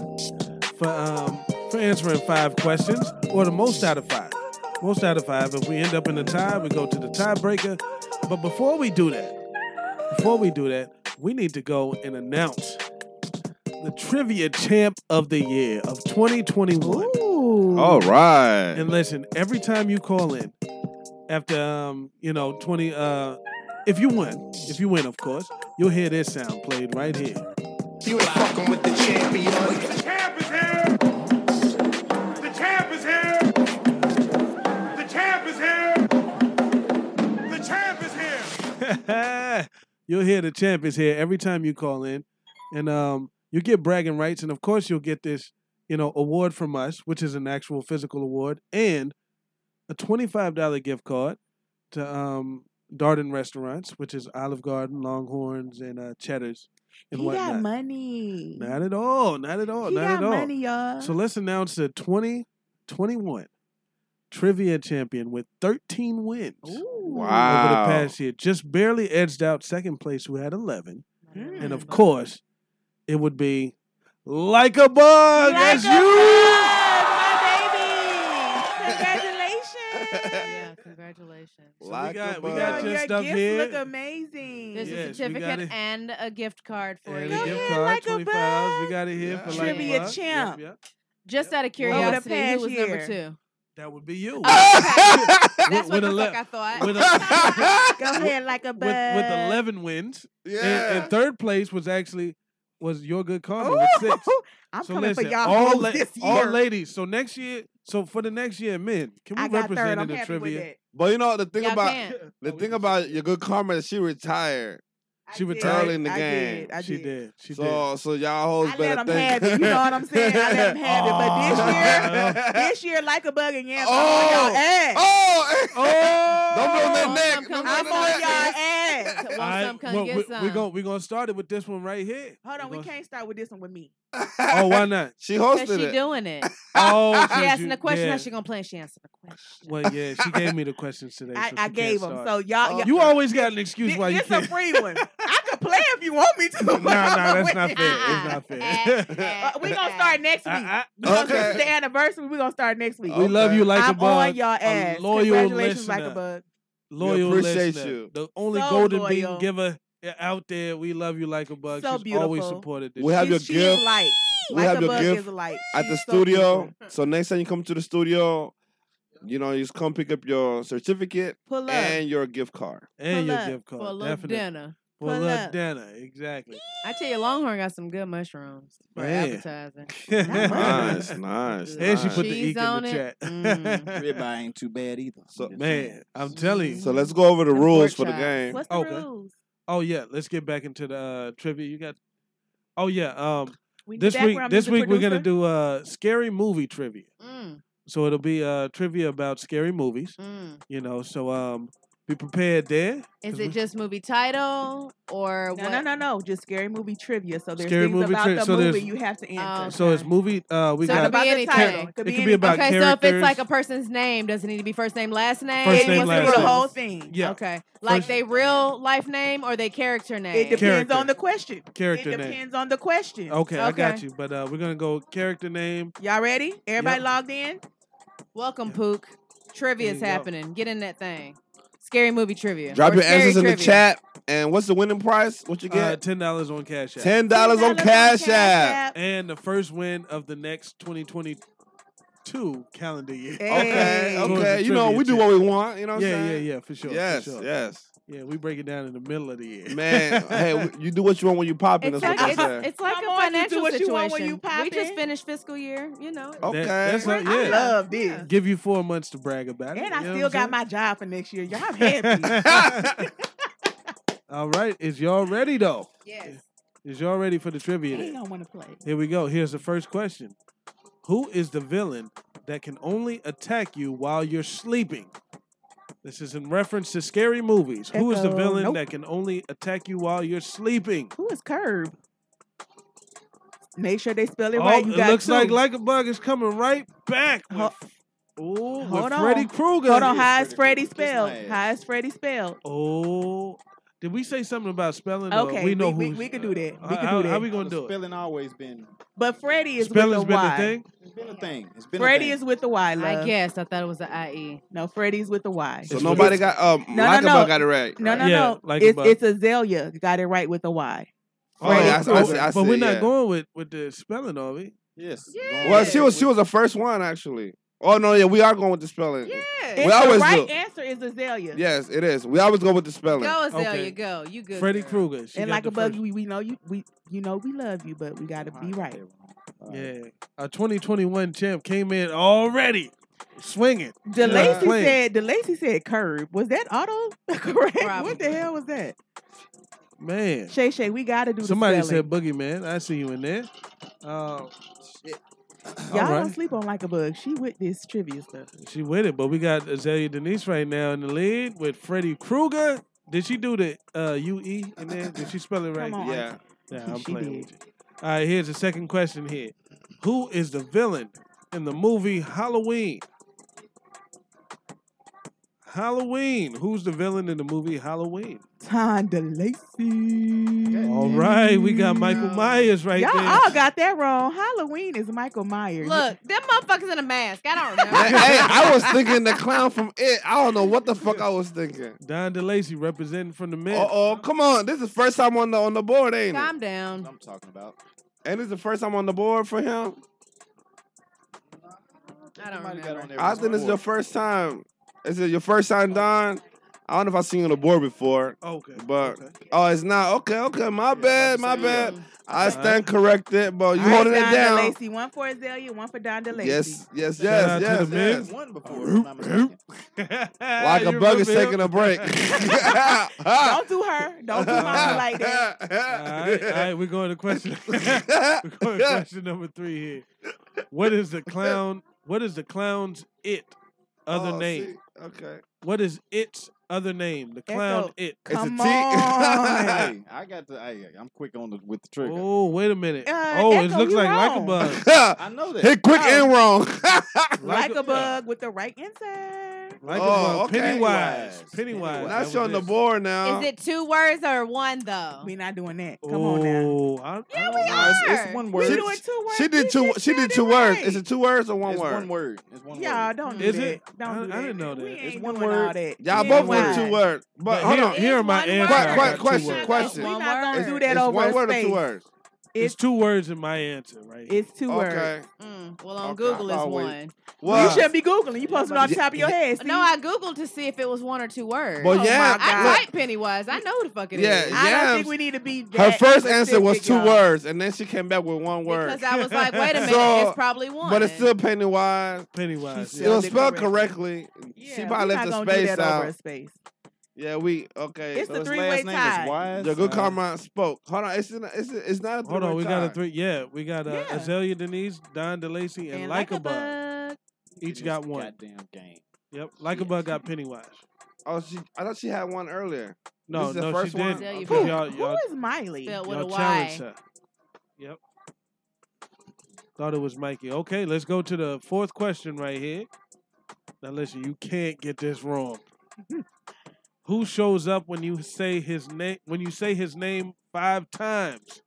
C: for um, for answering five questions or the most out of five. Most out of five. If we end up in a tie, we go to the tiebreaker. But before we do that, before we do that, we need to go and announce the trivia champ of the year of 2021.
D: All right.
C: And listen, every time you call in, after um, you know, 20 uh if you win, if you win, of course, you'll hear this sound played right here.
Q: You fucking with the champion. The
S: champ is here. The champ is here. The champ is here. The champ is here.
C: you'll hear the champ is here every time you call in. And um you get bragging rights and of course you'll get this, you know, award from us, which is an actual physical award, and a twenty-five dollar gift card to um, Darden restaurants, which is Olive Garden, Longhorns, and uh, Cheddar's, and
F: He
C: whatnot.
F: got money.
C: Not at all. Not at all.
F: He
C: not
F: got
C: at all.
F: money, y'all.
C: So let's announce the 2021 trivia champion with 13 wins over the
D: Wow.
C: past year. Just barely edged out second place, who had 11. And of course, it would be like a bug. that's you.
F: Congratulations.
E: yeah, congratulations.
C: we got, we
F: Yo,
C: got your
F: your
C: stuff
F: gifts
C: here.
F: look amazing.
E: There's a
C: Yes, we got
E: certificate
C: it.
E: and a gift card for
C: And
E: you.
C: a gift card, twenty five dollars. We got it here for like
E: Trivia
C: a buck.
E: champ.
C: Yep, yep.
E: Just out
C: Over the
E: of curiosity,
C: past
E: who was
C: year.
E: number two?
C: That would be you.
F: Oh,
C: with
E: That's what the
C: ele-
E: fuck I thought.
C: with ele-
F: Go ahead, like a
C: with, with
F: bug.
C: eleven wins. And- And,
F: Yeah.
C: third place was actually was your good karma with six.
F: I'm
C: so
F: coming for
C: listen,
F: y'all
C: all
F: hoes this
C: all
F: year.
C: ladies. So next year, so for the next year, men, can we
F: I got third. I'm
C: represent in the
F: happy with
C: trivia?
F: that.
D: But you know the thing
F: Y'all
D: about
F: can't.
D: the thing about your good karma is she retired.
C: She
F: retired.
D: early in the
F: I
D: game.
F: did, I
D: she
F: did.
C: did. She
D: so, So y'all hoes
F: I let
D: better
F: them
D: think.
F: have it. You know what I'm saying? I let them have it. But this year, this year, like a bug and yams, I'm on y'all ass.
D: Oh,
C: oh,
D: don't blow that
F: neck. I'm on y'all ass.
C: All right, well, we, We're gonna we're gonna start it with this one right here.
F: Hold on,
C: we
F: we can't start with this one with me.
C: Oh, why not?
D: She
E: Because she doing it.
C: Oh, since
E: she asking
C: you-
E: the question.
C: yeah.
E: How she gonna play? She answered the question.
C: Well, yeah, she gave me the questions today.
F: I- I
C: so she can't
F: gave 'em,
C: start.
F: so y'all- y'all-
C: Oh, you always got an excuse why you
F: It's a
C: can't.
F: free one. I could play if you want me to.
C: No, no, that's not fair. It's not fair.
F: We're gonna start next week.
C: I-
F: We gonna-
C: okay.
F: The anniversary. We're gonna start next week.
C: We love you like
F: I'm
C: a bug.
F: on y'all
C: a
F: ass.
C: loyal
F: Congratulations,
C: listener.
F: like a bug.
C: Loyal
D: appreciate
C: listener,
D: you.
C: the only
F: So
C: golden
F: loyal.
C: bean giver eh, out there. We love you like a bug.
F: So
C: She's always
F: beautiful.
C: supported this.
D: We have your
F: She's- she's
D: gift.
F: light.
D: We
F: Like
D: have
F: a
D: your
F: bug
D: gift
F: is a light.
D: at the
F: She's so
D: studio. So next time you come to the studio, you know, you just come pick up your certificate
F: Pull up.
D: and your gift card.
C: and
E: Pull
C: your
E: up
C: gift card.
E: for a little
C: definitely.
E: dinner.
C: For a
E: Pull
C: little
E: up.
C: dinner, exactly.
E: I tell you, Longhorn got some good mushrooms for
C: Man.
E: appetizer.
D: nice, nice.
C: And she
D: nice.
C: put the eek in
E: on
C: the
E: it. Mm.
C: chat.
D: Mm-hmm.
G: Ribeye ain't too bad either.
D: So,
C: Man, I'm telling you.
D: So let's go over the rules for the game.
F: What's the
C: Okay.
F: rules?
C: Oh yeah, let's get back into the uh, trivia. You got. Oh yeah. Um.
F: We need
C: this week,
F: background
C: this
F: music
C: week we're gonna
F: producer.
C: do uh scary movie trivia.
D: Mm.
C: So it'll be uh trivia about scary movies.
E: Mm.
C: You know, so um, be prepared there.
E: Is
C: 'cause
E: it
C: we-
E: just movie title or
F: Mm-hmm. No,
E: what?
F: no, no, no. Just scary movie trivia. So there's
C: Scary
F: things
C: movie
F: about
C: trivia.
F: the
C: So there's-
F: movie you have to answer.
E: Oh.
C: So it's movie. Uh, we
E: So it
C: got
E: could be
C: about
E: anything.
C: It could be about
E: okay,
C: characters.
E: so if it's like a person's name, doesn't need to be first name, last name.
C: First name,
E: What's
C: last
E: the
C: name.
E: rules?
C: whole thing. Yeah.
E: Okay. Like they real life name or they character name.
F: It depends
C: Character.
F: on the question.
C: Character
F: it
C: name.
F: depends on the question.
C: okay, I got you. But uh, we're gonna go character name.
F: Y'all ready? Everybody logged in?
E: Welcome, Pook.
C: There
E: Trivia's
C: you go.
E: happening. Get in that thing. Scary movie trivia.
D: Drop
E: or
D: your
E: scary
D: answers in the
E: trivia.
D: chat. And what's the winning prize? What you
C: Uh,
D: get?
C: ten dollars on Cash App.
D: Ten dollars on Cash App.
C: And the first win of the next 2022 calendar year.
D: Okay,
C: Towards the
D: okay. You know,
C: trivia
D: we do
C: check.
D: what we want. You know what I'm
C: yeah,
D: saying?
C: yeah, yeah, for sure. for
D: Yes,
C: sure.
D: yes.
C: Yeah, we break it down in the middle of the year.
D: Man, hey, w- you do what you want when you popping.
E: It's
D: That's what
E: like,
D: they
E: it's,
D: say.
E: it's like
F: Come
E: a
F: on, you do
E: financial
F: what you
E: situation.
F: want when you
E: we just
F: poppin'.
E: finished fiscal year, you know.
D: Okay.
C: that's
E: We're-
C: not-
E: I
C: yeah.
E: love
F: this.
C: Give you four months to brag about it.
F: And I
C: you know
F: still
C: what I'm
F: got my job for next year. Y'all happy.
C: saying? All right, is y'all ready though?
F: yes.
C: Is y'all ready for the trivia?
F: They
C: then?
F: don't want to play.
C: Here we go. Here's the first question. Who is the villain that can only attack you while you're sleeping? This is in reference to scary movies. Who is the
F: Echo.
C: villain
F: Nope.
C: that can only attack you while you're sleeping?
F: Who is Curb? Make sure they spell it
C: Oh,
F: right. You
C: it
F: got
C: looks
F: two.
C: like like a bug is coming right back. with- Ooh,
F: Hold
C: with
F: on.
C: Freddy Krueger.
F: Hold on. How is Freddy spelled? How is Freddy spelled?
C: Oh, did we say something about spelling? or
F: Okay,
C: we know
F: we- we-
C: who's-
F: we can do that.
C: How-
F: We can do
C: how-
F: that.
C: How we gonna do it?
G: Spelling always been
F: But Freddy is
C: Spelling's
F: with a
C: been a
F: Y.
C: thing?
G: it's been a thing. It's been
F: Freddy
G: a
F: is
G: thing.
F: with a Y. Love.
E: I guess I thought it was the IE.
F: No, Freddy's with a Y.
D: So nobody got um
F: No,
D: Lakabaugh
F: no, no.
D: got it right.
F: No, no,
D: right?
F: no. it's, it's Azalea. Got it right with a Y.
D: Oh, yeah, I see- I see- I
C: but
D: see,
C: we're not
D: yeah.
C: going with with the spelling of it.
G: Yes.
D: Well, she was she was the first one actually. Oh no, yeah, we are going with the spelling.
F: It's
D: we
F: the
D: always
F: right
D: do.
F: answer is Azalea.
D: Yes, it is. We always go with the spelling.
F: Go, Azalea,
D: Okay.
F: go. You good,
C: Freddy
F: girl.
C: Krueger. she
F: and
C: got
F: like
C: the
F: a bug,
C: first-
F: we, we know you we you know we love you, but we gotta be right.
C: Yeah, our 2021 champ came in already swinging. not
F: DeLacy
C: playing.
F: said DeLacy said curb. Was that auto correct? What the hell was that?
C: "Man,
F: Shay Shay, we gotta do
C: somebody
F: the spelling.
C: said boogeyman. I see you in there. Oh shit!
F: Y'all
C: All
F: don't
C: right,
F: sleep on like a bug. She with this trivia stuff.
C: she with it, but we got Azalea Denise right now in the lead with Freddy Krueger. Did she do the uh, U E in there? Did she spell it right?
F: Come on,
C: yeah,
F: Auntie.
C: yeah. I'm
F: She
C: playing
F: did.
C: with you. All right, here's the second question. Here, who is the villain in the movie Halloween? Halloween. Who's the villain in the movie Halloween?
F: Time DeLacy.
C: All right, we got Michael Myers right
F: Mm. Y'all
C: there.
F: all got that wrong. Halloween is Michael Myers.
E: Look, them motherfuckers in a mask. I don't remember.
D: hey, I was thinking the clown from it. I don't know what the fuck I was thinking.
C: Don DeLacy representing from the men.
D: Uh oh, come on. This is the first time on the on the board, ain't it?
E: Calm down.
G: I'm talking about.
D: And this is the first time on the board for him.
E: I don't remember.
D: I think this is your first time. Is it your first time, Don? I don't know if I've seen you on the board before.
C: Okay.
D: But oh, it's not. Okay, okay. My bad, my bad. I stand corrected, but you
F: All right,
D: holding it
F: Don
D: down.
F: DeLacy, one for Azalea, one for Don DeLacy.
D: Yes, yes, yes,
C: Shout out to
D: yes.
C: the
D: yes.
C: men.
G: One
D: Like a
C: You
D: bug is
C: remember him?
D: taking a break.
F: Don't do her. Don't do
G: Ah.
F: mama like that.
C: all right, all right, we're going to question. we're going to question number three here. What is the clown? What is the clown's it other
D: Oh,
C: name?
D: see, Okay.
C: What is its other name? The clown
G: Echo,
C: it.
G: come
C: It's a
G: on.
C: T.
G: Hey, I got the. Hey, I'm quick on the, with the trigger.
C: Oh, wait a minute.
F: Uh,
C: oh, it
F: Echo,
C: looks
F: you
C: like
F: wrong.
C: Lycabug.
G: I know that.
D: Hit quick
F: Oh.
D: and wrong.
F: Like a bug with the right answer.
C: Lycabug.
D: Oh, okay.
C: Pennywise. Pennywise.
D: Now she
C: That was
D: on the
C: it.
D: board now.
E: Is it two words or one though?
F: We not doing that.
C: Come on now. I, yeah,
E: we
D: No, it's- it's
E: are.
D: one
E: We
D: word.
E: doing two
D: She
E: words.
D: did
E: We
D: two.
E: just
D: She did
E: spelled
D: two
E: it
D: words.
E: right.
D: Is it two words or one
G: It's
D: word?
G: one word. It's one
F: Y'all
G: word.
F: don't do
C: Is
F: that.
C: it?
F: Don't
C: I,
F: do
C: I
F: that.
C: didn't know that.
F: We ain't
G: It's one
F: doing
G: word.
F: all that.
D: Y'all
F: We
D: both
F: ain't
D: were
F: lying.
D: two words. But
C: here,
D: hold on.
C: here are my answers.
D: Qu-
C: I
D: qu-
C: got two
D: question.
C: words.
D: Question.
F: We
E: One
F: not gonna
E: word.
F: do that
D: It's
F: over
D: one
F: a
D: word or
F: space.
D: two words.
C: It's two words in my answer, right?
F: It's two
D: Okay.
F: words.
E: Mm, well, on
D: Okay,
E: Google
D: I've
E: it's
D: always-
E: one.
D: Well,
F: you shouldn't be googling. You posting it off the top of your head. See?
E: No, I googled to see if it was one or two words.
D: But Oh yeah, my
E: I
D: God.
E: typed Pennywise. I know who the fuck it is.
D: Yeah,
E: I
D: yeah.
E: don't
F: think we need to be.
D: her
F: that
D: first answer was
F: specific,
D: 2
F: y'all.
D: words, and then she came back with one word.
E: because I was like, wait a minute,
D: So,
E: it's probably one.
D: But it's still Pennywise.
C: Pennywise.
D: It was spelled correctly. she
F: Yeah, we
D: probably left
F: not
D: the
F: gonna do
D: space
F: that
D: out.
F: over a space.
D: Yeah, we okay.
F: It's So a his last three-way name is tie. Wise?
D: The good
C: Uh,
D: karma spoke. Hold on, it's not, it's, it's not a three
C: Hold on, we got a three. Yeah, we got uh,
D: Yeah.
C: Azalea Denise, Don DeLacy, and,
D: And
C: Lycabug.
D: Lycabug.
C: Each got one.
G: Goddamn game.
C: Yep, Lycabug got Pennywise.
D: Oh, she. I thought she had one earlier.
C: No,
D: this is
C: no,
D: the
C: she
D: first one.
C: didn't.
F: Who,
C: Because y'all,
F: who
C: y'all,
F: is Miley?
C: y'all challenged her. Yep. Thought it was Mikey. Okay, let's go to the fourth question right here. Now listen, you can't get this wrong. Who shows up when you say his name when you say his name five times?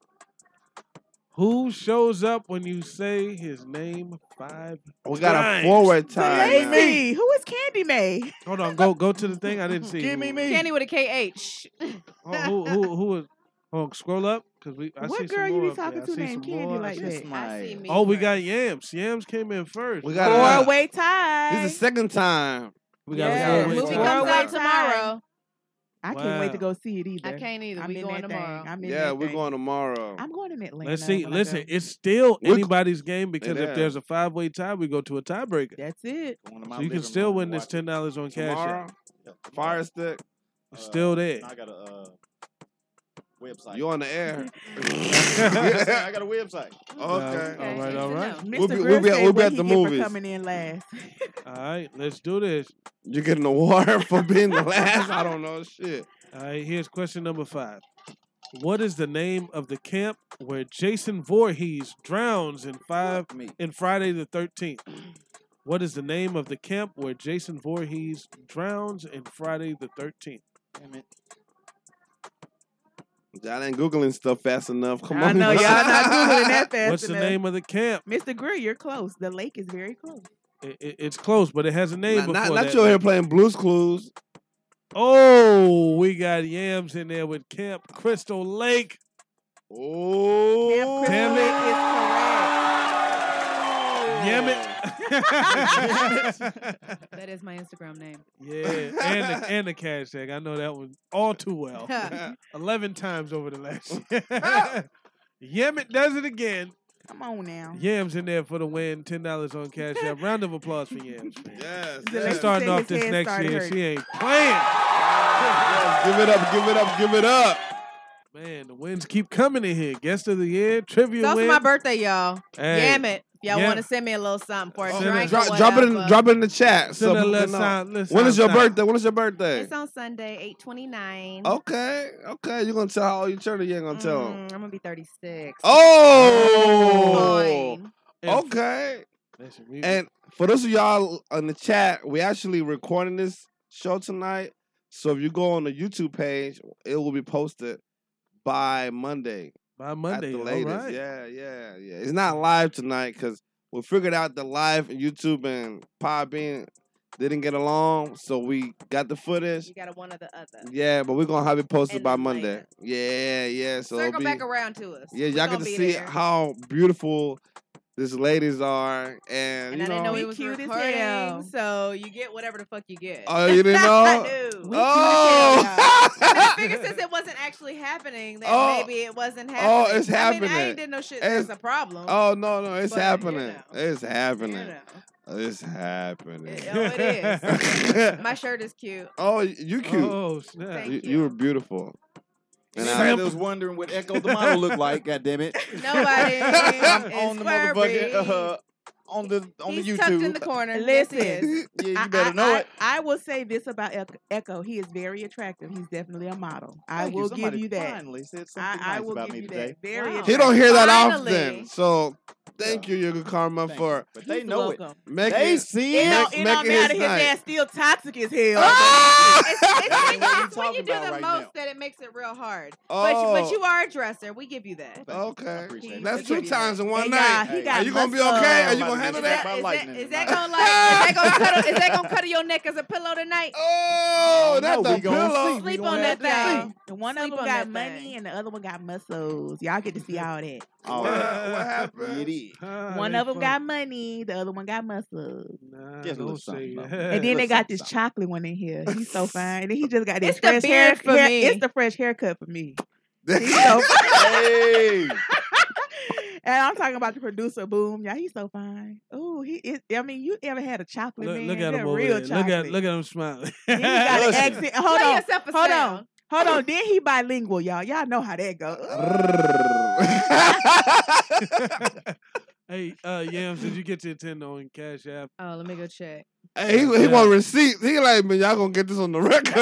C: Who shows up when you say his name five
D: We got
C: times?
D: a forward tie.
F: Hey,
D: now.
F: me. Who is Candy May?
C: Hold on, go go to the thing. I didn't see.
F: Give me
C: who-
F: me.
E: Candy with a KH.
C: Who who who, who is? Hold on, scroll up because we. I
F: What
C: see some
F: girl you be
C: more up there.
F: talking
C: I
F: to
C: see
F: named
C: some
F: Candy
C: more. I
F: like
C: see
F: that?
C: some-
E: I see me.
C: Oh, we got yams. Yams came in first.
D: We got
F: Four
D: a
F: way tie.
D: This is the second time.
C: We got
F: Yes.
C: a four-way
E: Movie
C: tie.
E: comes out
F: Four-way tie.
E: tomorrow.
F: I can't wait to
C: Wow.
F: go see it either.
E: I can't either.
F: I'm
E: we
F: in
E: going
F: that
E: tomorrow.
F: Thing. I'm in
D: Yeah,
F: that
D: we're
F: thing.
D: going tomorrow.
F: I'm going to Atlanta.
C: Let's see.
F: when I
C: Listen,
F: go.
C: it's still
D: We're-
C: anybody's game because
D: Yeah.
C: if there's a five-way tie, we go to a tiebreaker.
F: That's it.
G: my
C: So you can
G: living
C: still
G: room
C: win this
G: watching
C: ten dollars on cash.
D: Tomorrow,
C: App.
D: fire stick.
C: It's still there.
G: I got a uh, website.
D: You on the air?
G: Yes, I got a website.
D: Okay.
C: All right. All right.
F: Mr.
D: We'll be-
F: Grill
D: we'll be at-
F: said
D: we'll be
F: what
D: at
F: he
D: the
F: get for
D: movies.
F: coming in last.
C: All right. Let's do this.
D: You're getting an award for being the last. I don't know shit.
C: All right, here's question number five. What is the name of the camp where Jason Voorhees drowns in five in Friday the Thirteenth? What is the name of the camp where Jason Voorhees drowns in Friday the 13th? Damn it.
D: Y'all ain't googling stuff fast enough. Come
F: I
D: on,
F: know y'all not googling that fast
C: What's the
F: enough.
C: name of the camp?
F: Mr. Greer, you're close. The lake is very close.
C: It, it- it's close, but it has a name
D: Not,
C: before
D: not, not
C: that.
D: you out here playing Blues Clues.
C: Oh, we got yams in there with Camp Crystal Lake.
D: Oh,
C: damn it, yam it.
E: that is my Instagram name.
C: yeah, and the, and the cash tag. I know that one all too well. Eleven times over the last year. yam it does it again.
F: Come on
E: Uh-huh.
F: now.
C: Yams in there for the win. Ten dollars on Cash App. Round of applause for Yams.
D: Yes.
C: She's starting off this next year. She ain't playing.
D: Give it up, give it up, give it up.
C: Man, the wins keep coming in here. Guest of the year, trivia
E: It's also
C: win.
E: my birthday, y'all.
C: Hey.
E: Yam it. Y'all
C: Yam-
E: want to send me a little something for a
D: Send
E: drink?
D: it- dro-
E: or
D: drop it in,
E: whatever.
D: drop it in the chat.
C: Send a
D: people
C: little
D: can know.
C: sound- little
D: when is your
C: sound sound.
D: birthday? When is your birthday?
E: It's on Sunday, 829.
D: Okay, okay. You're gonna tell how old you turn? or You ain't gonna tell.
E: Mm, I'm going to be 36.
D: Oh, okay.
C: Listen, we-
D: And for those of y'all on the chat, we actually recording this show tonight. So if you go on the YouTube page, it will be posted by Monday.
C: By Monday,
D: at the
C: all
D: latest.
C: right.
D: Yeah, yeah, yeah. It's not live tonight because we figured out the live and YouTube and Podbean didn't get along, so we got the footage.
E: You got a one or the other.
D: Yeah, but we're gonna have it posted
E: And
D: by
E: then
D: Monday. Yeah, yeah. So it'll
E: Circle
D: be,
E: back around to us.
D: Yeah, y'all
E: We
D: get
E: gonna
D: to
E: be
D: see
E: there.
D: how beautiful these ladies are, and,
E: And
D: you know,
E: I didn't know we was
F: cute as hell.
E: recording, so you get whatever the fuck you get.
D: Oh, you didn't know?
E: I knew.
D: We Oh! cute as hell, y'all.
E: I figured since it wasn't actually happening, that
D: Oh.
E: maybe it wasn't
D: Oh,
E: happening.
D: it's
E: I mean, I ain't
D: happening.
E: did no shit
D: It's-
E: that's a problem.
D: Oh no, no, it's
E: But, you
D: happening. It's
E: You
D: happening.
E: know.
D: It's happening.
E: It- oh, it is. My shirt is cute.
D: oh, you cute.
C: Oh snap!
E: Thank
D: you, you were beautiful.
G: And
D: And
G: I
D: I,
G: was wondering what Echo the model looked like. God damn it!
E: Nobody
G: I'm
E: is
G: on the
E: Furby.
G: motherfucking uh, on the on
E: He's
G: the YouTube.
E: tucked in the corner. Yes, he
F: Listen,
E: is.
G: Yeah,
F: I-
G: you better
F: I-
G: know
F: I-
G: it.
F: I will say this about Ec- Echo. He is very attractive. He's definitely a model. I
G: Thank you.
F: will give
G: Somebody
F: you that.
G: Finally said
F: I,
G: something
F: I
G: nice
F: will
G: about
F: give
G: me
F: you
G: today.
F: that. Very
D: he
F: attractive.
D: don't hear that often.
F: Finally.
D: So thank you, Yoga Karma, for
G: But they know it.
D: making
G: They see
F: It
G: it.
F: don't, it don't
D: making his
F: matter. His
D: night.
F: ass still toxic as hell.
G: Ah!
D: Ah!
E: It's, it's when you, it's when you do
F: about
E: the
F: right
E: most
F: now?
E: that it makes it real hard. But, you,
D: Oh.
E: but you are a dresser. We give you that.
D: Okay.
E: it.
D: That's
E: We
D: two
E: give you that.
D: times in one
F: Hey,
D: night.
F: God, he got
D: Are you gonna be
F: muscle.
D: okay? Are you
F: About
D: gonna
F: to
D: handle
F: get
D: that?
F: attacked by lightning
E: Is that gonna like? is that gonna cuddle? Is that gonna cuddle your neck as a pillow tonight?
D: Oh,
F: that's
D: a pillow.
E: Sleep on that thing.
F: And one
E: Sleep
F: of them
E: on
F: got
E: that
F: money,
E: thing.
F: and the other one got muscles. Y'all get to see all that.
G: Mm-hmm. All right.
D: what happened?
G: It is.
F: One of them got money, the other one got muscles.
G: Just a little something. about me.
F: And then they
G: Little
F: got
G: something,
F: this
G: something.
F: chocolate one in here. He's so fine. And then he just got this
E: It's the
F: fresh hair,
E: beard for
F: hair-
E: me.
F: It's the fresh haircut for me. He's so
G: Hey.
F: And I'm talking about the producer. Boom, yeah, he's so fine. Oh, he is. I mean, you ever had a chocolate
C: Look,
F: man?
C: look at
F: That
C: him over
F: real
C: there. Look at,
F: chocolate.
C: look at him smiling.
F: Then he got an accent. Hold
E: Play
F: on,
E: yourself a
F: hold
E: sound.
F: on, hold on. Then he bilingual, y'all. Y'all know how that goes.
C: hey, uh, Yams, did you get your ten on Cash App?
E: Oh, let me go check.
D: Hey, he, he want receipts. He like, man, y'all gonna get this on the record.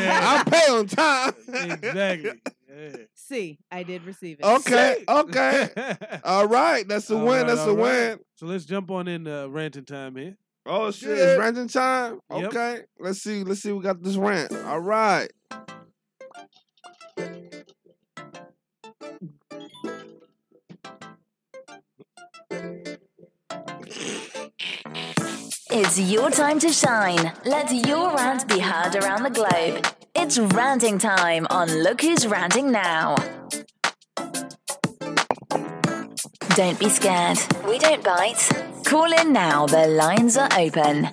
C: Yeah.
D: I pay on time.
C: Exactly.
E: See, I did receive it.
D: Okay, okay. All right, that's a
C: All
D: win.
C: right,
D: that's a
C: all right.
D: win.
C: So let's jump on in uh, ranting time here.
D: Oh shit, it's ranting time.
C: Yep.
D: Okay, let's see. Let's see. We got this rant. All right.
B: It's your time to shine. Let your rant be heard around the globe. It's ranting time on Look Who's Ranting Now. Don't be scared. We don't bite. Call in now. The lines are open.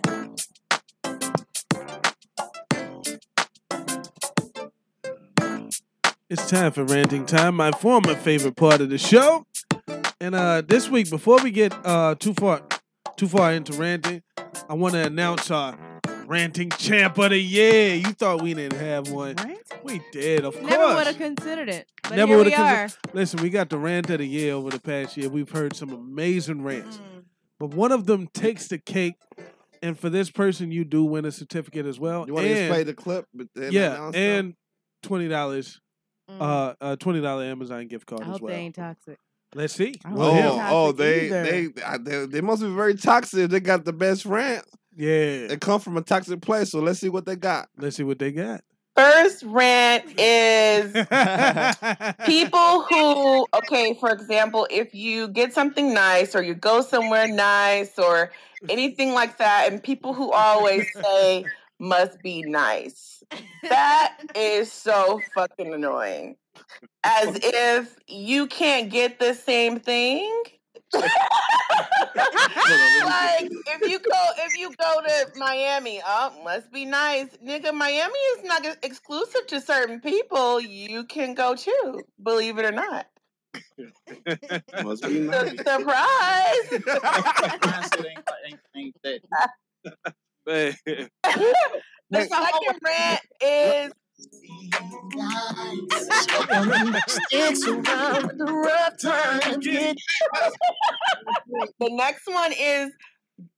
C: It's time for ranting time, my former favorite part of the show. And uh, this week, before we get uh, too far too far into ranting, I want to announce our ranting champ of the year. You thought we didn't have one? We did, of
E: Never
C: course.
E: would have considered it. But
C: Never
E: here
C: would
E: we are.
C: have. Listen, we got the rant of the year over the past year. We've heard some amazing rants,
E: Mm-hmm.
C: but one of them takes the cake. And for this person, you do win a certificate as well.
D: You want to
C: And-
D: display the clip? But then
C: yeah,
D: announce it?
C: and twenty dollars, uh, uh, twenty dollar Amazon gift card
E: Mm. I
C: as
E: hope
C: well.
E: they ain't toxic.
C: Let's see.
D: Oh, oh, they, they I- they they must be very toxic. They got the best rant.
C: Yeah,
D: they come from a toxic place. So let's see what they got.
C: Let's see what they got.
H: First rant is people who, okay, for example, if you get something nice or you go somewhere nice or anything like that, and people who always say, must be nice. That is so fucking annoying. As if you can't get the same thing. like if you go if you go to Miami, oh, must be nice, nigga. Miami is not ex- exclusive to certain people. You can go too, believe it or not.
D: Must
G: be
H: Sur-
G: nice.
H: Surprise! the second rant is. Sticks around with the rough times. the next one is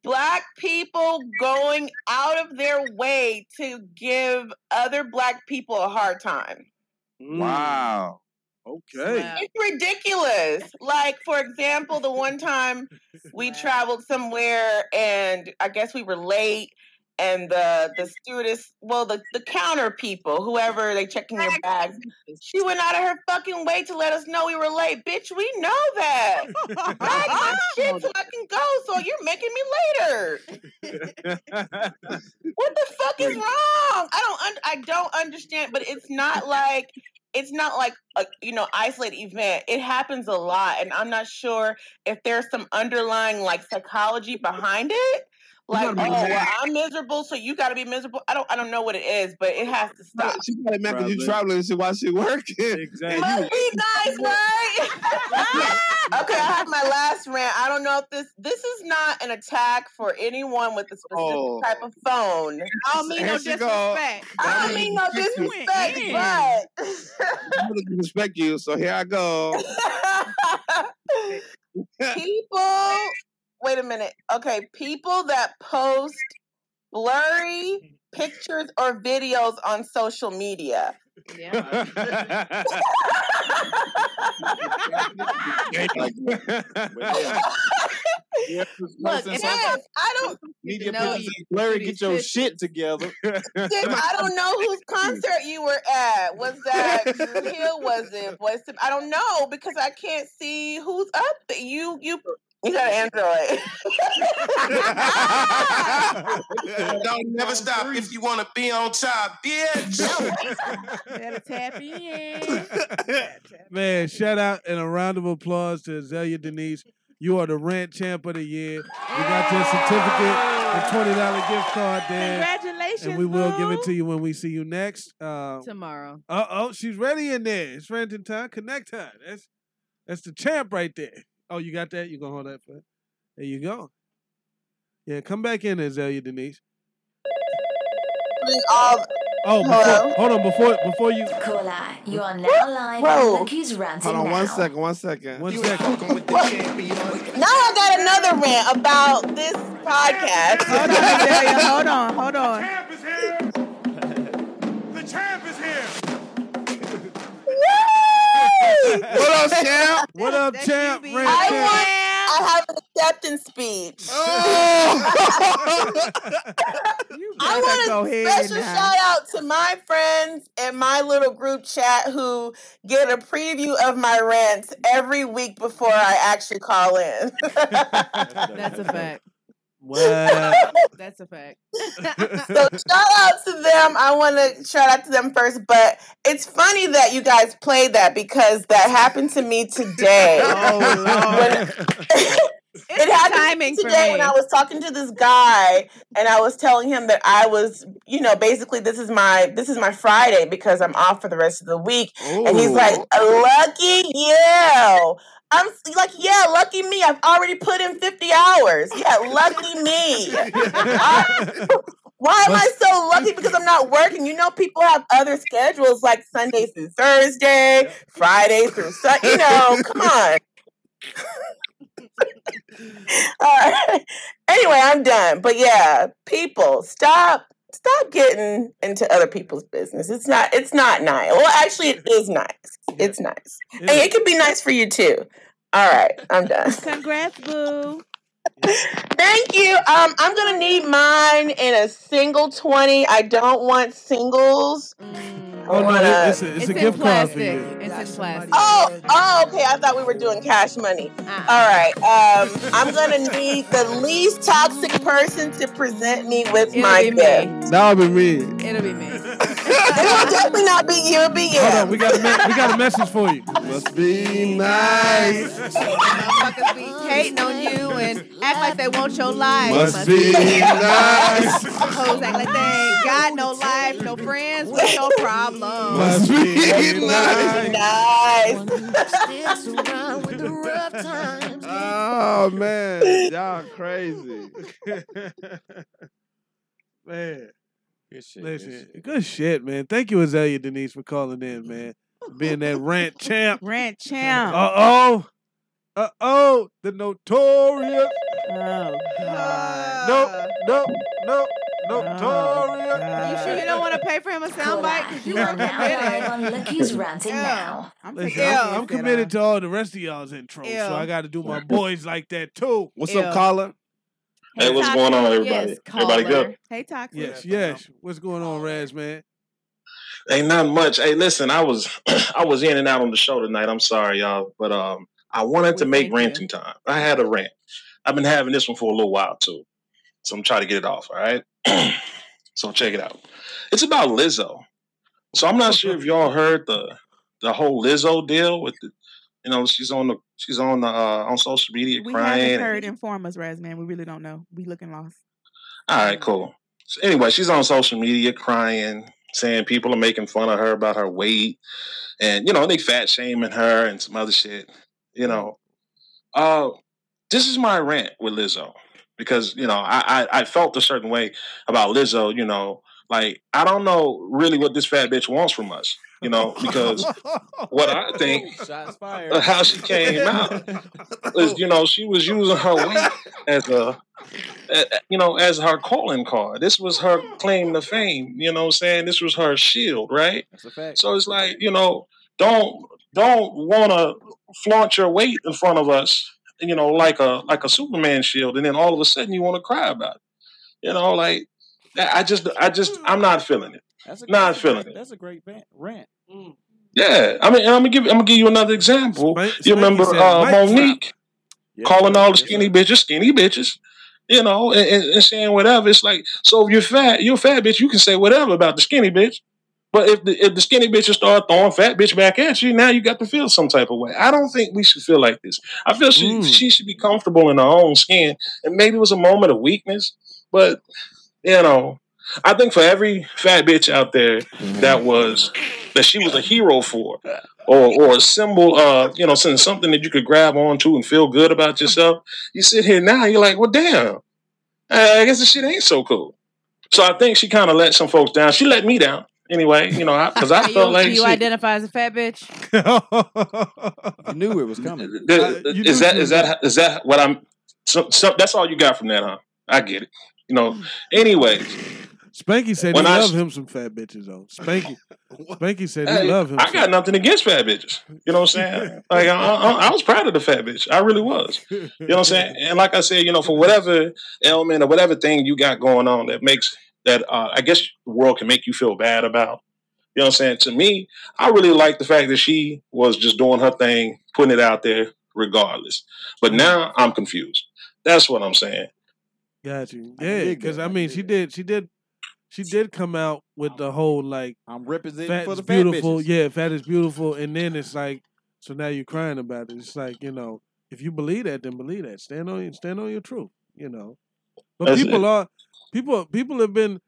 H: black people going out of their way to give other black people a hard time.
D: Wow. Okay.
H: It's ridiculous. Like, for example, the one time we traveled somewhere and I guess we were late and the the stewardess, well, the, the counter people, whoever they checking your bags, she went out of her fucking way to let us know we were late. Bitch, we know that. Bag my shit so I can go, so you're making me later. What the fuck is wrong? I don't un- I don't understand, but it's not like it's not like a you know isolated event. It happens a lot, and I'm not sure if there's some underlying like psychology behind it. Like, oh,
D: gotta be
H: well,
D: mad.
H: I'm miserable, so you got to be miserable. I don't I don't know what it is, but it has to stop.
D: She probably mad 'cause you traveling. She why she working. Exactly.
H: Must be nice, right? okay, I have my last rant. I don't know if this this is not an attack for anyone with a specific
D: Oh.
H: type of phone. I don't mean
D: Here
H: no
D: she
H: disrespect.
D: go.
H: I don't mean no disrespect, but
D: I'm gonna respect you. So here I go.
H: people wait a minute okay people that post blurry pictures or videos on social media
G: Look,
H: yes, i don't
G: media
H: No,
G: pictures
H: you-
G: and blurry, get your shit together.
H: Sis, I don't know whose concert you were at. Was that Drew Hill? Was it Boyz II- I don't know because I can't see who's up. there. You you you got an Android.
Q: Don't never stop if you want to be on top, bitch.
F: Better tap in.
C: Man, shout out and a round of applause to Azalea Denise. You are the rant champ of the year. You got your certificate, a $20 gift card there.
F: Congratulations,
C: And we will give it to you when we see you next. Uh
E: Tomorrow.
C: oh, she's ready in there. It's ranting time. Connect her. That's that's the champ right there. Oh, you got that? You gonna hold that for it? There you go. Yeah, come back in, Azalea Denise. Oh, before, hold on, before before you
B: Caller, you are now live on Lucky's Ranting
D: Hold on
B: Now.
D: one second, one second.
C: One second.
H: Now I got another rant about this podcast.
F: Hold on, Azalea, hold on, hold on.
S: The champ is here.
D: What up, champ?
C: What up, champ?
H: I want. I have an acceptance speech. I
F: go
H: want a
F: ahead
H: special
F: now.
H: shout out to my friends and my little group chat who get a preview of my rants every week before I actually call in.
E: That's a fact.
C: Wow.
E: That's a fact.
H: so shout out to them. I want to shout out to them first, but it's funny that you guys played that because that happened to me today. it happened
E: timing for
H: today when
E: me.
H: I was talking to this guy and I was telling him that I was, you know, basically this is my this is my Friday because I'm off for the rest of the week, and he's
D: Ooh.
H: like, "Lucky you." I'm s- like, yeah, lucky me. I've already put in 50 hours. Yeah, lucky me. Why am I so lucky? Because I'm not working. You know, people have other schedules like Sunday through Thursday, Friday through Sunday. You know, come on. All right. Uh, Anyway, I'm done. But yeah, people, stop, stop getting into other people's business. It's not, it's not nice. Well, actually, it is nice. It's nice, and it can be nice for you too. All right, I'm done.
F: Congrats, boo.
H: Thank you. Um, I'm gonna need mine in a single twenty. I don't want singles.
C: Oh no, it- it's a, it's a gift card for you.
E: It's in plastic.
H: Oh, oh, okay. I thought we were doing cash money. All right. Um, I'm gonna need the least toxic person to present me with my gift.
C: That would be me.
E: It'll be me.
H: It'll definitely not be you. It'll be you.
C: Hold on, we got a me- we got a message for you.
D: Must be nice.
E: Motherfuckers be hating on you and act like they want your life.
D: Must be nice.
E: Hoes act like they ain't got no life, no friends. What's your problem?
D: Must be nice. Oh man, y'all crazy.
C: man.
G: Good shit.
C: Listen, good shit. man. Thank you, Azalea Denise, for calling in, man. Being that rant champ.
F: Rant champ.
C: Uh oh. Uh oh. The notorious.
F: Oh,
C: God. Nope, nope, nope. Notorious.
F: Oh,
E: You sure you don't want to pay for him a soundbite? Because you are
B: Now
E: committed.
B: on Lucky's ranting
E: Yeah.
B: now.
F: I'm,
C: Listen, I'm, I'm committed to all the rest of y'all's intros,
E: Ew.
C: so I got to do my boys like that too.
D: What's
E: Ew.
D: up, caller?
T: Hey, what's going on, everybody? everybody good?
F: Hey, Toxic.
C: Yes, yes. What's going on, Raz, man?
T: Ain't not much. Hey, listen, I was I was in and out on the show tonight. I'm sorry, y'all, but um, I wanted to make ranting time. I had a rant. I've been having this one for a little while too, so I'm trying to get it off. All right. so check it out. It's about Lizzo. So I'm not sure if y'all heard the the whole Lizzo deal with the, you know, she's on the she's on the uh, on social media
F: We
T: crying.
F: haven't
T: and-
F: heard. Inform us, Raz, man. We really don't know. We looking lost.
T: All right, cool. So anyway, she's on social media crying, saying people are making fun of her about her weight, and you know they fat shaming her and some other shit. You know, uh, this is my rant with Lizzo because you know I, I I felt a certain way about Lizzo. You know, like I don't know really what this fat bitch wants from us. You know, because what I think
G: Shots fired.
T: of how she came out is you know she was using her weight as a uh, you know as her calling card this was her claim to fame you know what i'm saying this was her shield right
G: That's a fact.
T: so it's like you know don't don't want to flaunt your weight in front of us you know like a like a superman shield and then all of a sudden you want to cry about it you know like i I just i just i'm not feeling it
G: That's a
T: Nah, I'm
G: that's a
T: feeling
G: great-
T: it.
G: That's a great ban- rant.
T: yeah i mean and i'm gonna give i'm gonna give you another example you remember
G: said,
T: uh,
G: "Mic drop."
T: monique calling all the skinny bitches skinny bitches, you know, and, and, and saying whatever. It's like, so if you're fat, you're a fat bitch, you can say whatever about the skinny bitch. But if the, if the skinny bitches start throwing fat bitch back at you, now you got to feel some type of way. I don't think we should feel like this. I feel she, she should be comfortable in her own skin. And maybe it was a moment of weakness, but, you know, I think for every fat bitch out there that was that she was a hero for, or or a symbol of you know some- something that you could grab onto and feel good about yourself. You sit here now, you're like, well, damn, I guess this shit ain't so cool. So I think she kind of let some folks down. She let me down anyway, you know, because I,
E: Do
T: felt
E: you,
T: like
E: do you
T: shit,
E: identify as a fat bitch?
G: You knew it was coming.
T: the- is that is that is that what I'm? So, so that's all you got from that, huh? I get it. You
E: Hmm.
T: know. Anyway,
C: Spanky said
T: When
C: he
T: I
C: love
T: s-
C: him some fat bitches though. Spanky, Spanky said he
T: Hey,
C: love him.
T: I got nothing against fat bitches. You know what I'm saying? like I, I, I was proud of the fat bitch. I really was. You know what I'm saying? And like I said, you know, for whatever ailment or whatever thing you got going on that makes that uh, I guess the world can make you feel bad about. You know what I'm saying? To me, I really like the fact that she was just doing her thing, putting it out there regardless.
C: Mm.
T: But now I'm confused. That's what I'm saying.
C: Got you. Yeah, because I, mean, she did. She did. She did come out with the whole like
G: I'm representing
C: fat
G: for
C: is
G: the fat
C: beautiful.
G: bitches.
C: Yeah, fat is beautiful. And then it's like, so now you're crying about it. It's like you know, if you believe that, then believe that. Stand on stand on your truth. You know, but
T: That's
C: people
T: it.
C: are people. People have been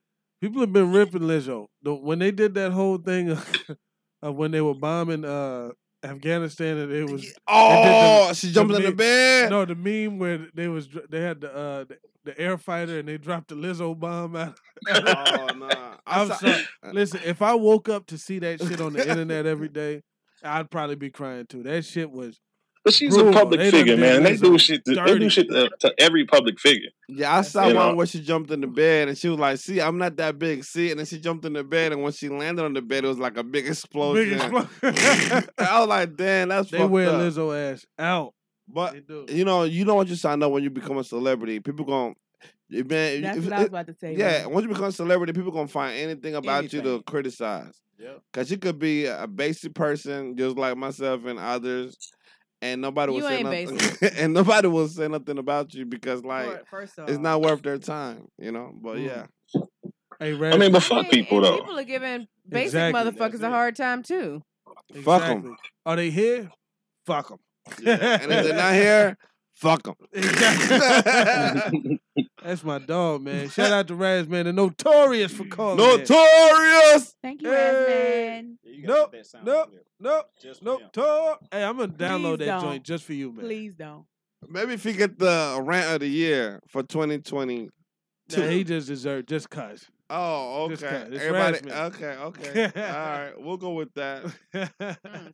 C: people have been ripping Lizzo. The, when they did that whole thing of, of when they were bombing uh, Afghanistan, and it was they did the-
D: Oh, she jumping in the
C: meme-
D: bed.
C: No, the meme where they was dr- they had the uh, the, the air fighter and they dropped the Lizzo bomb out.
D: oh nah.
C: I'm sorry. Listen, if I woke up to see that shit on the internet every day, I'd probably be crying too. That shit was.
T: But she's
C: brutal.
T: a public
C: They done
T: figure,
C: did
T: man. They do
C: Lizzo
T: shit. To, they
C: dirty.
T: do shit to, to every public figure.
D: Yeah, I saw
T: You
D: one
T: know.
D: where she jumped in the bed and she was like, "See, I'm not that big." See, and then she jumped in the bed, and when she landed on the bed, it was like a big explosion.
C: explosion.
D: I was like, "Damn, that's
C: They
D: fucked
C: wear
D: up."
C: Lizzo ass out.
D: But
C: They do.
D: you know, you don't want you sign up when you become a celebrity. People going man,
F: That's
D: if-
F: what I was
D: it-
F: about to say,
D: Yeah,
F: man.
D: once you become a celebrity, people gonna find anything about you
F: Anything.
D: to criticize.
F: Yep.
D: Cause you could be a basic person, just like myself and others, and nobody will
E: You
D: say
E: ain't
D: nothing. and nobody will say nothing about you because, like,
E: first
D: it's
E: off.
D: not worth their time, you know. But
F: Mm.
D: yeah,
C: hey,
E: I mean, but fuck people though. People are giving basic
D: Oh. Exactly,
E: motherfuckers a hard time too.
D: Fuck 'em.
C: Are they here? Fuck them.
D: and if they're not here, fuck them.
C: That's my dog, man. Shout out to Raz, man. The notorious for calling.
D: Notorious.
F: Thank
C: you, Raz, man. Nope, nope, nope, nope. Tor- hey, I'm gonna download
F: Please don't.
C: that joint just for you, man.
F: Please don't.
D: Maybe if you get the rant of the year for 2020.
C: Nah, he just deserved just cause.
D: Oh,
C: Just
D: okay.
C: cut. It's
D: Everybody,
C: harassment.
D: okay, okay. All right, we'll go with that.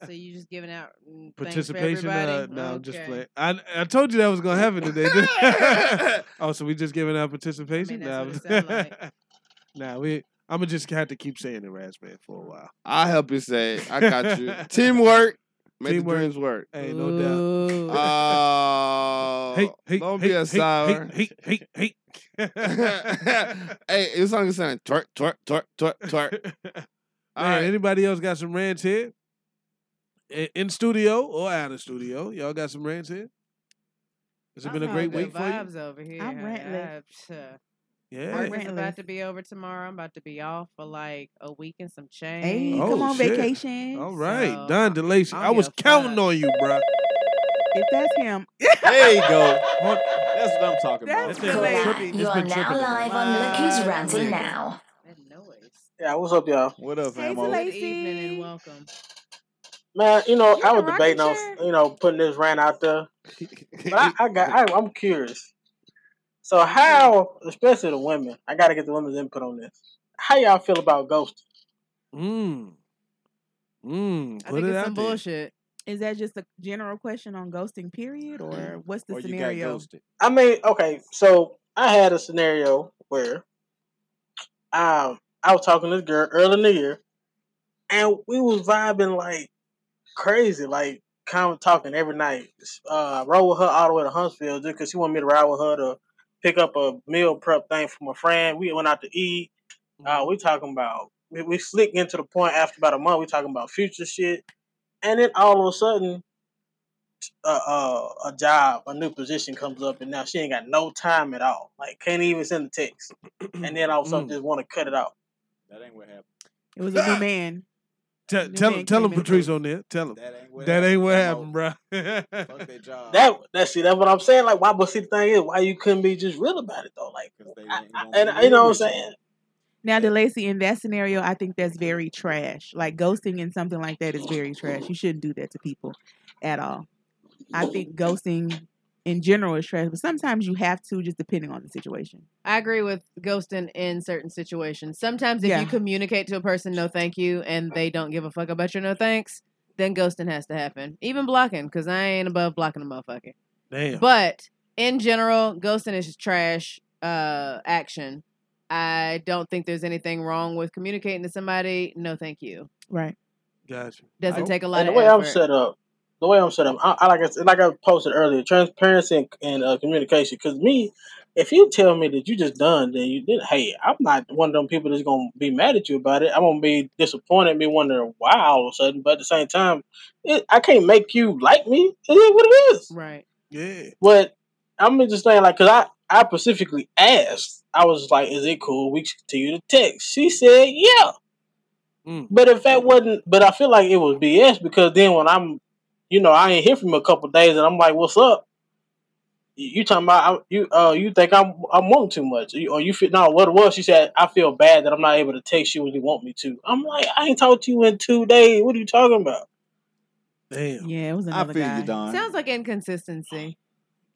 E: So you just giving out mm, things for
C: Participation? Uh,
E: everybody?
C: no, I'm just
E: Okay.
C: playing. I I told you that was gonna happen today. oh, so we just giving out participation?
E: that's what it
C: nah,
E: sound like.
C: nah, we. I'm gonna just have to keep saying it, Raz, man, for a while.
D: I'll help you say it. I got you. Teamwork. Make
C: Teamwork.
D: the dreams work.
C: Hey, no doubt.
D: Oh,
C: Hey, hey,
D: don't
C: hey,
D: be
C: hey,
D: a sour.
C: Hey, hey, hey, hey.
D: hey, your song is saying twerk, twerk, twerk, twerk, twerk. All
C: Man,
D: right.
C: anybody else got some rants here? I- In studio or out of studio? Y'all got some rants here? Has it been a
E: I'm
C: great
E: all
C: week
E: good
C: for you?
E: vibes over here.
F: I'm rantless.
E: I- psh, uh,
C: Yeah.
E: Work is
F: rantless.
E: about to be over tomorrow. I'm about to be off for like a week and some change.
F: Hey,
C: Oh,
F: come on
C: shit.
F: vacation.
C: All right,
E: So,
C: Don DeLacy.
E: I
C: I,
E: don't
C: was
E: give a
C: counting on you, bruh.
F: If that's him,
G: There you go. That's what I'm talking
F: That's
G: about.
F: Delaney.
C: It's
B: You are
C: been
B: now
C: tripping.
B: live on Look Who's Ranting Now.
U: Yeah, what's up, y'all?
G: What up,
F: Hey,
G: famo?
E: Good evening and welcome.
U: Man, you know, I was
E: in a
U: debating on,
E: rocking
U: you know, putting this rant out there, but I, I got, I, I'm curious. So, how, especially the women, I got to get the women's input on this. How y'all feel about ghosting?
C: Mm. Mm.
F: I
C: Put
F: think
C: it
F: it's
C: out
F: some
C: there.
E: bullshit.
F: Is that just a general question on ghosting, period, or what's the
G: Or you got
F: scenario?
G: ghosted.
U: I mean, okay, so I had a scenario where um I was talking to this girl early in the year, and we was vibing like crazy, like kind of talking every night. Uh, rode with her all the way to Huntsville just because she wanted me to ride with her to pick up a meal prep thing from a friend. We went out to eat. Uh,
G: Mm-hmm.
U: we talking about we, we slick into the point after about a month. We talking about future shit, and then all of a sudden, uh, uh, a job, a new position comes up, and now she ain't got no time at all. Like can't even send a text, and then all of a
C: Mm.
U: sudden just want to cut it off.
G: That ain't what happened.
F: It was a new man.
C: Tell,
F: New
C: tell
F: man
C: him, tell
F: came
C: him,
F: in the
C: Patrice on there. Tell him
G: That ain't what
C: that ain't what happened,
G: happened,
C: bruh.
G: Fuck their job.
U: That that's see, that's what I'm saying. Like why? But see, the thing is, why you couldn't be just real about it though? Like, I, I, and you know what I'm saying.
F: Now, DeLacy, in that scenario, I think that's very trash. Like ghosting and something like that is very trash. You shouldn't do that to people at all. I think ghosting in general is trash, but sometimes you have to, just depending on the situation.
E: I agree with ghosting in certain situations. Sometimes if
F: Yeah.
E: you communicate to a person no thank you and they don't give a fuck about your no thanks, then ghosting has to happen. Even blocking, because I ain't above blocking a motherfucker.
C: Damn.
E: But in general, ghosting is just trash uh, action. I don't think there's anything wrong with communicating to somebody. No, thank you.
F: Right.
C: Gotcha.
E: Doesn't take a lot
U: And the
E: of
U: way I'm
E: effort.
U: set up, the way I'm set up, I, I like I said, like I posted earlier, transparency and, and uh, communication. Because me, if you tell me that you just done, then you did. Hey, I'm not one of them people that's gonna be mad at you about it. I'm gonna be disappointed, be wondering why all of a sudden. But at the same time, it, I can't make you like me. It is what it is.
E: Right.
C: Yeah.
U: But I'm just saying, like, cause I I specifically asked. I was like, "Is it cool we continue to text?" She said, "Yeah." But if that wasn't, but I feel like it was BS because then when I'm, you know, I ain't hear from you a couple days, and I'm like, "What's up?" You you talking about I- you? Uh, you think I'm I'm wanting too much, You- or you feel? No, what it was? She said, "I feel bad that I'm not able to text you when you want me to." I'm like, "I ain't talked to you in two days. What are you talking about?"
C: Damn.
F: Yeah, it was
G: I
F: another
G: feel
F: guy.
G: you, Don.
E: Sounds like inconsistency.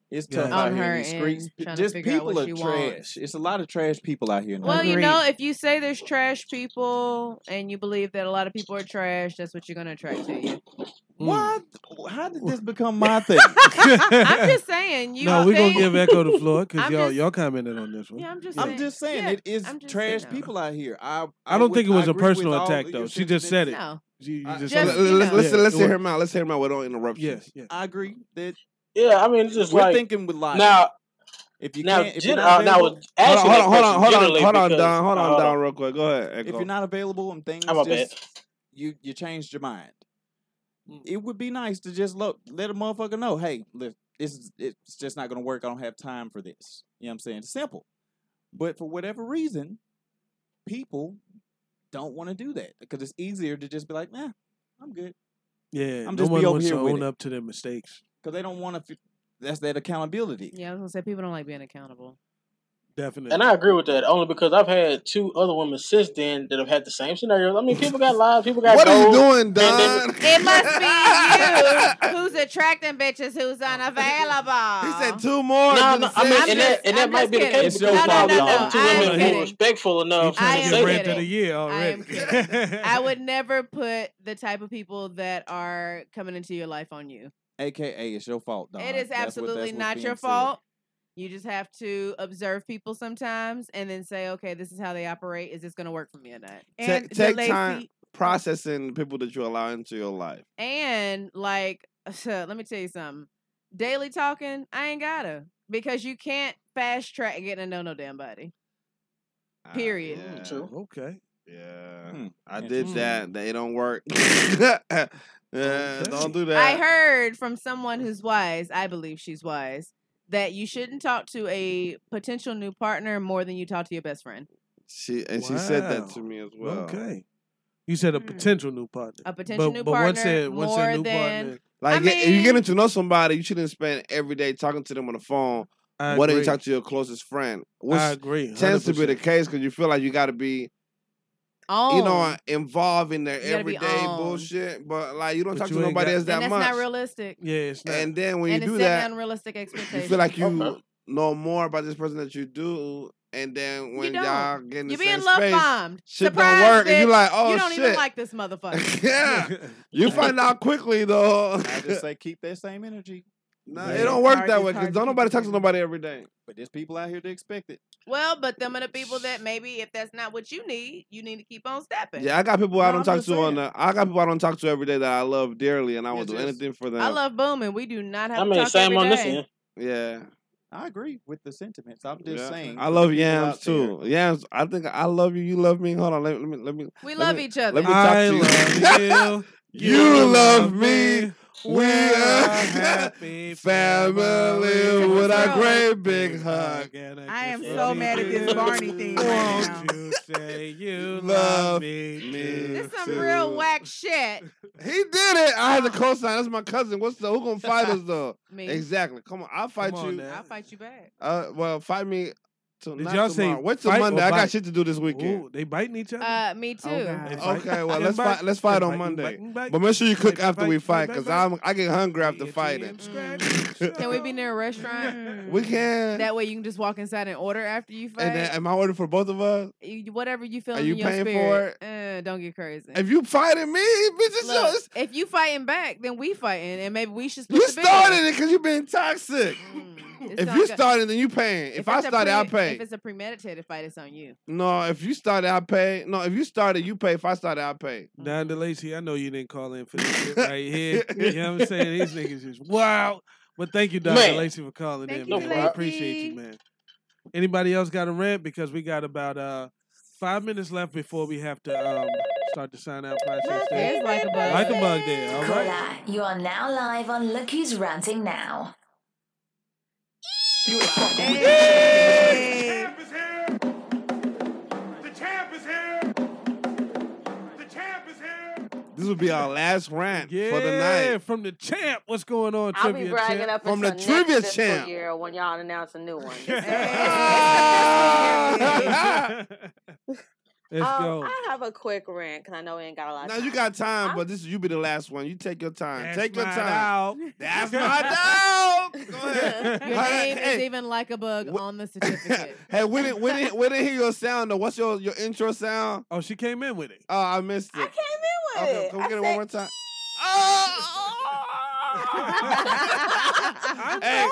G: It's tough
E: Yeah.
G: out
E: On
G: here
E: her
G: in these streets.
E: end,
G: P-
E: trying to
G: Just
E: figure out
G: people
E: what
G: are
E: she
G: trash.
E: wants.
G: It's a lot of trash people out here now.
E: Well, you know, if you say there's trash people and you believe that a lot of people are trash, that's what you're going to attract to you.
C: Mm.
G: What? How did this become my thing?
E: I'm just saying, you
C: no, we're gonna
E: think-
C: give Echo the floor because
E: I'm
C: y'all
E: just-
C: y'all commented on this one.
E: Yeah, I'm just
G: I'm
E: saying.
G: just saying,
E: Yeah,
G: it is
E: I'm just
G: trash
E: saying,
G: people out here. I
C: I don't
G: would-
C: think it was a
G: agree with
C: personal
G: all
C: attack
G: of
C: though.
G: your
C: She just said it.
E: No.
C: You, you
G: I-
C: just,
E: Just,
D: Let-
E: you
D: let's
E: know.
D: let's,
C: Yeah,
D: let's
C: it
D: hear
C: wa-
D: him out. Let's hear him out with all interruptions.
C: Yeah.
G: I agree that
U: Yeah, I mean, it's just
G: We're
U: like
G: thinking with logic.
U: now.
G: If you
U: now,
G: can't, if
U: gen-
G: you're not
U: uh, now,
G: available-
U: Hold on, asking
G: Hold on,
U: that
G: hold on,
U: question
G: hold on,
U: generally
G: hold on,
U: because-
G: Don, hold on,
U: uh,
G: Don, real quick. Go ahead.
U: Echo.
G: If you're not available and things
U: I'm a
G: just you you changed your mind,
U: Mm.
G: it would be nice to just lo- let a motherfucker know, hey, look, this is it's just not gonna work. I don't have time for this. You know what I'm saying? It's simple. But for whatever reason, people don't want to do that because it's easier to just be like, nah, I'm good.
C: Yeah,
G: I'm
C: no
G: just be
C: one
G: over
C: wants
G: here
C: to
G: with
C: own
G: it.
C: up to their mistakes.
G: because they don't want to. F- that's that accountability.
E: Yeah, I was gonna say people don't like being accountable.
C: Definitely.
U: And I agree with that only because I've had two other women since then that have had the same scenario. I mean, people got lives, people got.
D: What are you
U: goals,
D: doing,
U: and they-
E: It must be you who's attracting bitches who's unavailable. He said
D: two more.
U: No, no, I mean, and that, and that
E: I'm
U: might
E: just
U: be the
E: kidding.
U: case
E: It's
U: because now
E: your fault,
U: we
E: y'all.
U: have two
E: I am
U: women who
E: kidding.
U: are respectful enough
E: I
U: to
E: am
U: say
E: kidding.
U: that.
E: I am kidding. I would never put the type of people that are coming into your life on you.
G: AKA, it's your fault, dog.
E: It is absolutely not your fault. You just have to observe people sometimes and then say, okay, this is how they operate. Is this going to work for me or not? And
D: take take
E: the
D: time
E: lazy-
D: processing people that you allow into your life.
E: And like, let me tell you something. Daily talking, I ain't gotta because you can't fast track getting to know no damn body.
D: Ah,
E: Period.
C: Okay.
D: Yeah,
U: Hmm,
D: I did that. They don't work. yeah, don't do that.
E: I heard from someone who's wise, I believe she's wise, that you shouldn't talk to a potential new partner more than you talk to your best friend.
D: She and she said that to
C: Wow.
D: me as well.
C: Okay. You said a potential new partner.
E: Hmm. A potential
C: But-
E: new
C: but
E: partner
C: once they're- once
E: more
C: they're new
E: than
C: partner-
D: Like
E: I
D: get- if you're
E: mean-
D: getting to know somebody, you shouldn't spend every day talking to them on the phone.
C: I
D: Why don't you
C: agree.
D: talk to your closest friend?
C: agree,
D: Tends to be the case because you feel like you got to be, you know,
E: On.
D: involved in their
E: You gotta be
D: everyday
E: on.
D: bullshit. But like, you don't
C: But
D: talk
C: you
D: to
C: ain't
D: nobody
C: got-
D: else that
E: and that's
D: much.
E: not realistic.
C: Yeah, it's not.
D: And then when
E: and
D: you
E: it's
D: do
E: setting
D: that,
E: unrealistic expectations.
D: you feel like you know more about this person that you do, and then when
E: don't.
D: y'all get in the
E: You're
D: same
E: being love
D: space,
E: bombed.
D: shit
E: Surprise,
D: don't work, and
E: bitch.
D: you're like, oh
E: you don't
D: shit,
E: even like this motherfucker.
D: yeah. You find out quickly though.
G: I just say keep that same energy.
D: Nah,
G: Yeah.
D: it don't
G: It's
D: work
G: hard-
D: that
G: it's
D: way
G: hard
D: because
G: to
D: don't
G: keep
D: nobody
G: the
D: talk to
G: same-
D: nobody every day.
G: But there's people out here that expect it.
E: Well, but them are the people that maybe if that's not what you need, you need to keep on stepping.
D: Yeah, I got people I
G: No,
D: don't
G: I'm
D: talk
G: just
D: to on the. I got people I don't talk to every day that I love dearly, and I will
G: Yes,
D: do
G: yes.
D: anything for them.
E: I love booming. We do not have
D: I
E: to
D: mean,
E: talk
D: same
E: every
D: on this
E: day.
D: end. Yeah,
G: I agree with the sentiments. I'm just
D: yeah.
G: saying. for
D: I
G: the
D: love
G: people
D: yams
G: out there-
D: too. Yams, I think I love you. You love me. Hold on, let, let me let me.
E: We
D: let
E: love
D: me-
E: each other.
D: Let me talk
C: I
D: to you.
C: love you.
D: you love me. We are
C: happy
D: family with a great big hug.
F: I am so mad at this Barney thing right now.
C: Won't you say you
D: Love
C: love me?
D: me.
E: Some real whack shit.
D: He did it. I had to co-sign. That's my cousin. What's the who gonna fight us though?
E: Me.
D: Exactly. Come on, I'll fight you.
E: I'll fight you back.
D: Uh, well, fight me. To,
C: Did
D: not
C: y'all say
D: tomorrow. Wait till
C: fight or
D: Monday. I got
C: bite?
D: shit to do this weekend.
C: Ooh, they biting each other.
E: Uh, me too.
D: Okay, well
C: They
D: let's
C: bite.
D: fight. Let's fight
C: They
D: on
C: bite,
D: Monday.
C: bite, bite.
D: But make sure you cook
C: Bite,
D: after
C: bite,
D: we fight,
C: bite,
D: cause
C: bite.
D: I'm I get hungry after fighting.
E: Can we be near a restaurant?
D: We can.
E: That way you can just walk inside and order after you fight.
D: And then, am I ordering for both of us?
E: You- whatever you feel in
D: you
E: your
D: paying for
E: spirit. Uh, don't get crazy.
D: If you fighting me, bitch, it's
E: Look,
D: yours.
E: if you fighting back, then we fighting, and maybe we should.
D: You
E: split the bill.
D: started it because you been toxic.
E: Mm. It's
D: If
E: not
D: you
E: good.
D: started, then you paying. If, I
E: it's a
D: started, I
E: pre-
D: pay.
E: If it's a premeditated fight, it's on you.
D: No, if you started, I pay. No, if you started, you pay. If I started, I pay.
C: Don DeLacy, I know you didn't call in for this shit right here. You know what I'm saying? These niggas is wow. But thank you, Don
D: Man.
C: DeLacy, for calling
D: Thank
C: in,
D: you,
C: man. We
D: DeLacy.
C: appreciate you, man. Anybody else got a rant? Because we got about uh five minutes left before we have to um start the sign out process.
B: There's like a bug.
C: Like a bug there, all
B: Caller,
C: right?
B: you are now live on Look Who's Ranting Now.
S: champ is here. The champ is here. The champ is here.
D: This will be our last rant
C: Yeah,
D: for the night.
C: from the champ. What's going on,
V: I'll
C: trivia
V: be bragging
C: champ?
V: up
D: From the
V: until next
D: trivia
V: fiscal
D: champ.
V: year when y'all announce a new one.
C: Let's
V: um,
D: go.
V: I have a quick rant because I know we ain't got a lot.
D: Now
V: of time.
D: you got time,
V: I'm-
D: but this you be the last one. You take your time.
C: That's
D: take your
C: my
D: time.
C: dog.
D: That's my dog. Go ahead.
E: Your
D: Oh, Hey,
E: name is
D: hey,
E: even like a bug on the certificate.
D: hey, we didn't we didn't we didn't hear your sound though. What's your your intro sound?
C: Oh, she came in with it.
D: Oh, I missed it.
V: I
D: Okay, can we get it one more time?
E: Ah!
V: I'm
D: hey,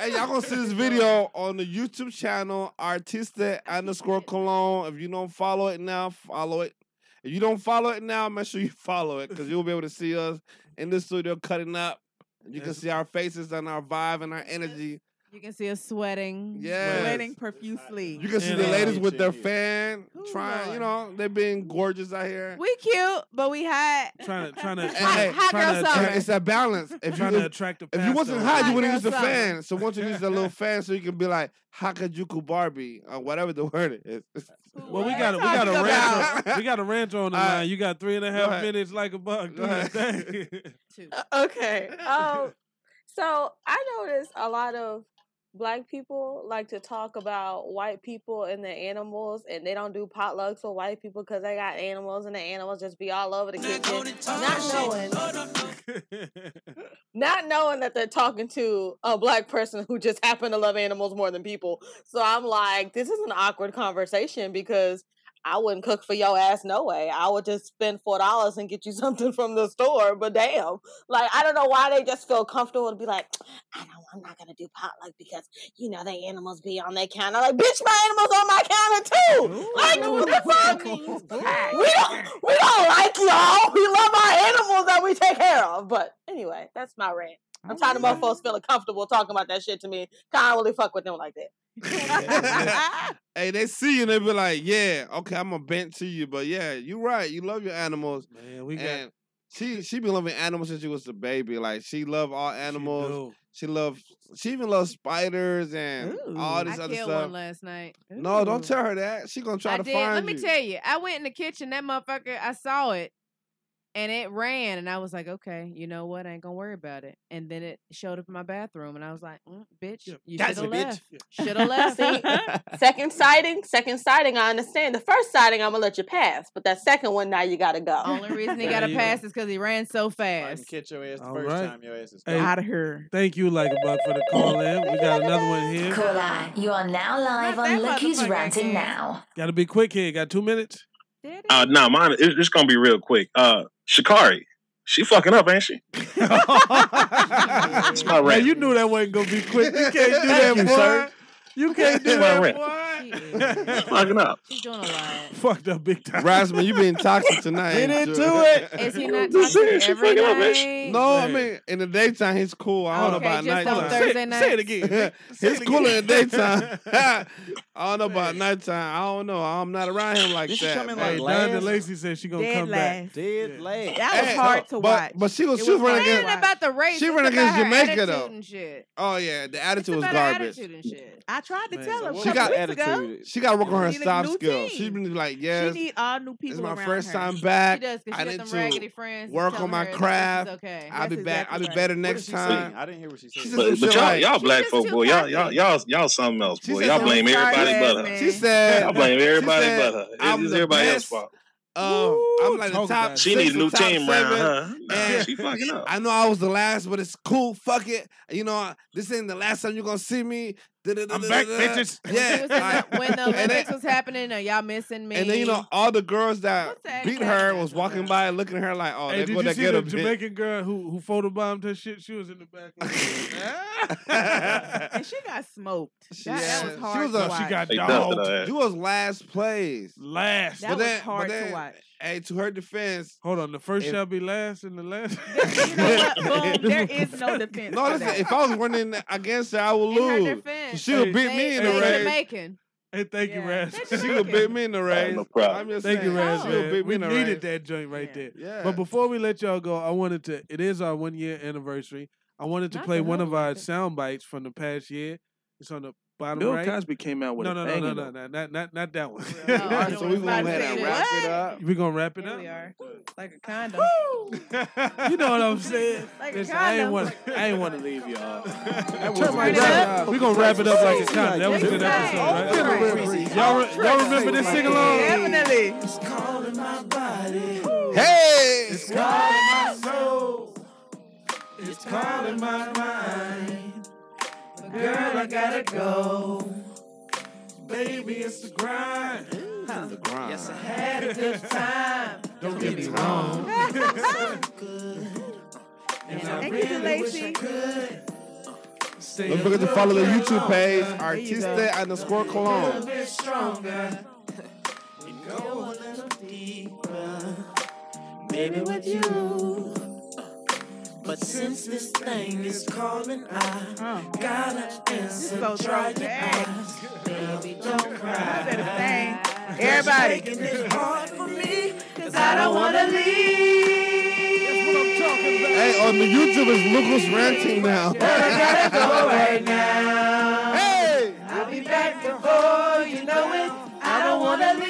D: hey, y'all gonna see this video on the YouTube channel Artista underscore Cologne. If you don't follow it now, follow it. If you don't follow it now, make sure you follow it because you'll be able to see us in the studio cutting up You can see our faces and our vibe and our energy.
E: You can see us sweating.
D: Yes.
F: Sweating profusely.
D: You can see the ladies with their fan trying, you know, they're being gorgeous out here.
E: We cute, but we hot.
C: Trying to, trying to,
D: Hey,
E: hot girl
D: tryna-
E: summer.
D: It's that balance. If
C: Trying
D: you,
C: to attract the
D: if you wasn't
C: pastel.
D: hot,
C: Hot
D: you wouldn't
C: girl
D: use the
C: summer.
D: fan. So once you use that little fan, so you can be like Hakajuku Barbie or whatever the word is.
C: Well, we got a, we got a ranch. On, we got a ranch on the
D: All right.
C: line. You got three and a
D: Go
C: half
D: ahead.
C: minutes, like a buck. Do that thing.
V: okay. Um, so I notice a lot of black people like to talk about white people and their animals, and they don't do potlucks for white people because they got animals, and the animals just be all over the kitchen, not knowing, not knowing that they're talking to a black person who just happened to love animals more than people. So I'm like, this is an awkward conversation because. I wouldn't cook for your ass, no way. I would just spend four dollars and get you something from the store. But damn, like I don't know why they just feel comfortable and be like, I know I'm not gonna do potluck because you know they animals be on their counter. Like, bitch, my animals on my counter too. like, what the fuck? we don't, we don't like y'all. We love our animals that we take care of. But anyway, that's my rant. I'm tired of motherfuckers feeling comfortable talking about that shit to me. Can't really fuck with them like that.
D: hey, they see you and they be like, yeah, okay, I'm gonna bend to you, but yeah, you right. You love your animals.
C: Man, we
D: got. she she been loving animals since she was a baby. Like she love all animals. She, loves she even loves spiders and all this
E: I
D: other
E: killed
D: stuff.
E: one last night.
D: No, don't tell her that. She gonna try
E: I
D: to
E: did.
D: find
E: Let me
D: you.
E: tell you, I went in the kitchen. That motherfucker, I saw it, and it ran, and I was like, okay, you know what? I ain't gonna worry about it. And then it showed up in my bathroom, and I was like, mm, bitch, you should
V: that's
E: have
V: a bitch.
E: left. Should have left.
V: See, uh, second sighting, second sighting, I understand. The first sighting, I'm gonna let you pass, but that second one, now you gotta go.
E: Only reason he got to pass is because he ran so fast.
G: Catch your ass the
C: All
G: first
C: right.
G: time your ass is
C: Hey,
G: gone.
F: here.
C: Thank you, like a buck, for the call in. We got another one here.
B: Caller, you are now live on Look Who's Ranting Now.
C: Gotta be quick here. Got two minutes.
W: Uh, no, mine. It's, it's gonna be real quick. Uh, Shikari, she fucking up, ain't she? That's my
C: Man,
W: rant.
C: you knew that wasn't gonna be quick. You can't do that,
W: Thank you,
C: boy.
W: sir.
C: You can't do
W: That's my rant.
C: that, boy.
W: Fucking up.
E: She's doing a lot.
C: Fucked up big time.
D: Rasmus, you been toxic tonight.
C: Get
D: ain't
C: into
D: you?
C: it. Is he not
D: Just
C: toxic
D: saying, she
C: every
D: fucking up, ain't
C: night?
D: she? No, I
C: Man.
D: mean in the daytime he's cool. I don't
C: Okay,
D: know about
C: just
D: nighttime.
C: on Thursday Say- nights. say it again. Say it
D: he's cool in the
C: again.
D: daytime. I don't know about nighttime. I don't know. I'm not around him like that.
C: hey, Donna Lacey said she gonna
D: Dead
C: come back.
D: last.
C: Dead last.
D: That was Hey, hard to but- watch. but she was- It she was was running hard to against- watch.
E: about the race.
D: she
E: It's
D: ran
E: about
D: against
E: her
D: Jamaica,
E: attitude
D: though.
E: And shit.
D: Oh yeah, the attitude was
E: about her
D: garbage.
E: attitude and shit.
F: I tried to tell her.
D: She got She got to work on her
F: She need a
D: soft
F: new
D: skills.
F: team.
D: She been like,
F: She
D: yes,
F: need all new people.
D: it's my
F: around
D: first
F: her.
D: time back.
F: She does, 'cause she
D: I
F: got
D: need
F: them
D: to
F: raggedy friends
D: work
F: telling
D: on my
F: her that this is
D: craft.
E: okay.
D: I'll
F: That's
D: be back. I'll be
F: exactly
D: better
F: right.
D: next
G: she
D: time.
G: I didn't hear what she said.
D: She said some
W: But, but
D: shit
W: y'all,
D: like-
W: y'all black folk, boy, y'all, y'all, y'all, y'all something else, boy.
D: said
W: Y'all
D: some
W: blame everybody
D: retarded-
W: but her.
D: She said,
W: y'all blame everybody
D: she said,
W: but her. It-
D: I'm
W: it's
D: the
W: everybody else's
D: best.
W: fault.
D: Um, I'm like the
W: talk
D: top.
W: about it. She
D: six
W: need a new
D: or top
W: team round,
D: seven,
W: huh? Nah,
D: and
W: she fucking up.
D: I know I was the last, but it's cool. Fuck it. You know, this ain't the last time you're gonna see me. I'm
C: back, bitches.
D: Yeah. like-
E: When the
D: and then-
E: Olympics was happening, are y'all missing me?
D: and then you know all the girls that beat her was walking by and looking at her like, oh,
C: Hey,
D: they're
C: did
D: going
C: you
D: to
C: see
D: get
C: the
D: a bitch.
C: Jamaican girl who who photobombed her shit? She was in the back.
F: and she got smoked. That, that was hard.
D: She was
F: to
D: a-
F: watch.
D: she got
C: They dusted her
D: dogged.
C: ass.
D: You was last place.
C: Last.
F: That was hard to watch.
D: Hey, to her defense,
C: hold on. The first
D: if-
C: shall be last, and the last.
F: Boom, there is no defense.
D: No,
F: for
D: listen,
F: that.
D: if I was running against her, I would
F: In her
D: lose.
F: defense,
D: she would
F: they-
D: beat me in the
F: they
D: race.
E: Jamaican.
C: Hey, thank you, Raz.
D: She would beat me in the race.
C: no
D: I'm just
C: Thank you,
D: saying,
C: Raz.
D: She would beat
C: Man.
D: me
C: We
D: in the
C: needed
D: race.
C: that joint right there.
D: Yeah.
C: But before we let y'all go, I wanted to. It is our one year anniversary. I wanted to
D: Not
C: play
D: the
C: one of
D: whole
C: our sound bites from the past year. It's on the bottom
I: Bill
C: right.
I: Cosby came out with
C: no,
I: a
C: no,
I: bang
C: no,
I: in
C: no, no, no, not not not that one.
E: All right, so we gonna About to have to say, wrap it what? up.
C: We gonna wrap it
E: Here
C: up.
E: we are, like a condom.
C: You know what I'm saying?
E: Like a
C: Listen, I ain't
E: condom.
C: want
I: I ain't want to leave y'all.
C: Turn my back. We gonna wrap it up like it's time. That was a good episode, right? Y'all, re- y'all remember this sing along?
F: Definitely.
I: It's calling my body.
D: Hey!
I: It's calling my soul. It's calling my mind. But girl, I gotta go. Baby, it's the grind.
D: The grind.
I: Yes, I had a good time. Don't get me wrong. It's so good. And I
F: Thank you,
I: really wish I
F: Lacey.
I: could. Stay
D: Don't forget to
I: a
D: follow the
I: little
D: YouTube page,
I: longer.
D: Artista underscore
I: A
D: Cologne.
I: little bit stronger. And go a little deeper. Maybe with you. But since this thing is calling, I gotta answer. Try your eyes, baby, don't cry.
F: Everybody.
I: It's making it hard for me, cause I don't wanna leave. That's what I'm talking about.
D: Hey, on the YouTube is Lucas ranting now.
I: gotta go right now. Hey! I'll be back before you know it. I don't wanna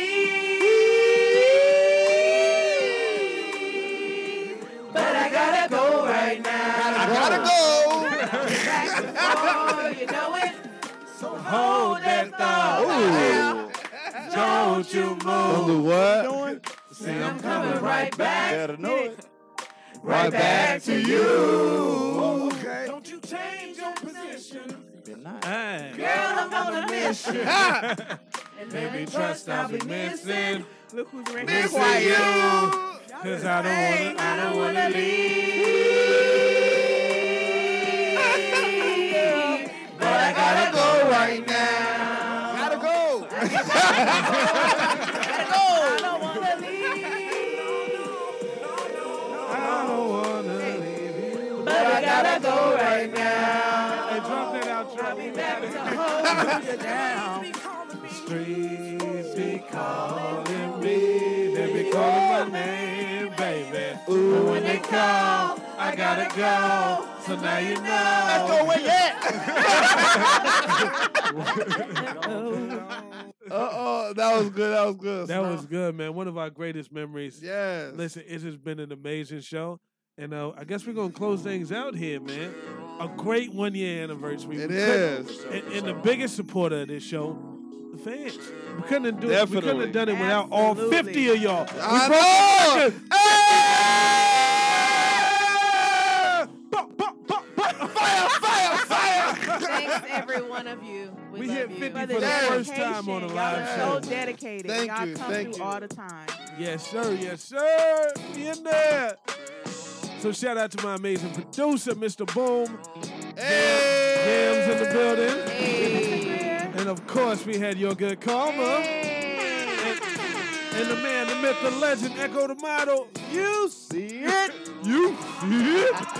I: leave. But I gotta go right now. I gotta go. I'll be back before you know it. So hold that thought. Don't you move.
D: Don't do what?
I: See, I'm coming right back.
D: Better know it.
I: Right back to you.
D: Okay.
I: Don't you change your position. Girl,
F: Hey.
I: I'm on a mission. and baby, trust I'll be missing.
F: Look who's right
I: Missing you. Cause I don't wanna, I don't wanna leave. but I gotta go right now. Gotta go. gotta go. I don't wanna leave. But I gotta go right now. Hey, drop that out, I'll be back to hold you down. Streets be calling me, they be calling my name, baby. Ooh, when they call, I gotta go. So now you know. That's the way
D: Oh, that was good. That was good.
C: That
D: Snow.
C: was good, man. One of our greatest memories.
D: Yes.
C: Listen, it has been an amazing show. And uh, I guess we're going to close things out here, man. A great one year anniversary.
D: It
C: We couldn't-
D: is.
C: And, and the biggest supporter of this show, the fans. We couldn't have, do It. We couldn't
D: Definitely.
C: have done it without all 50 of y'all. We
D: I
C: broke the
D: know.
C: record.
E: Thanks, every one of you. We,
C: We
E: love
C: hit
E: you.
C: 50 for the first time on a
F: Y'all
C: live show.
F: are so dedicated.
C: Thank
F: Y'all
C: you,
F: come
C: thank
F: through
C: you.
F: all the time.
C: Yes, sir. Yes, sir. We in there. So shout out to my amazing producer, Mr. Boom. Hey. Yams in the building. And of course, we had your good karma. And, and the man, the myth, the legend, Echo the model. You see it. You see it.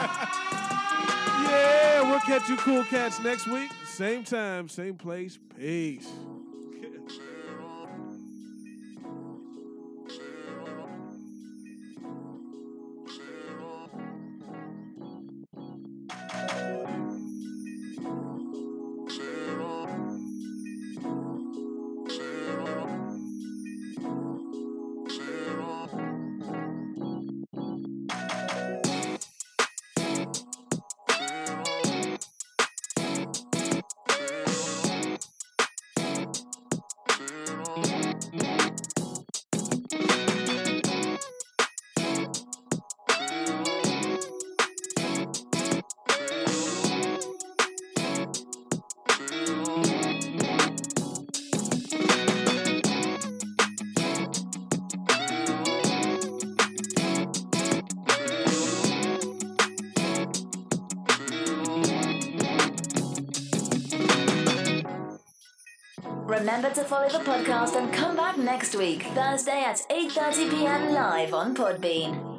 C: yeah, we'll catch you cool cats next week. Same time, same place. Peace.
B: Remember to follow the podcast and come back next week, Thursday at 8.30pm live on Podbean.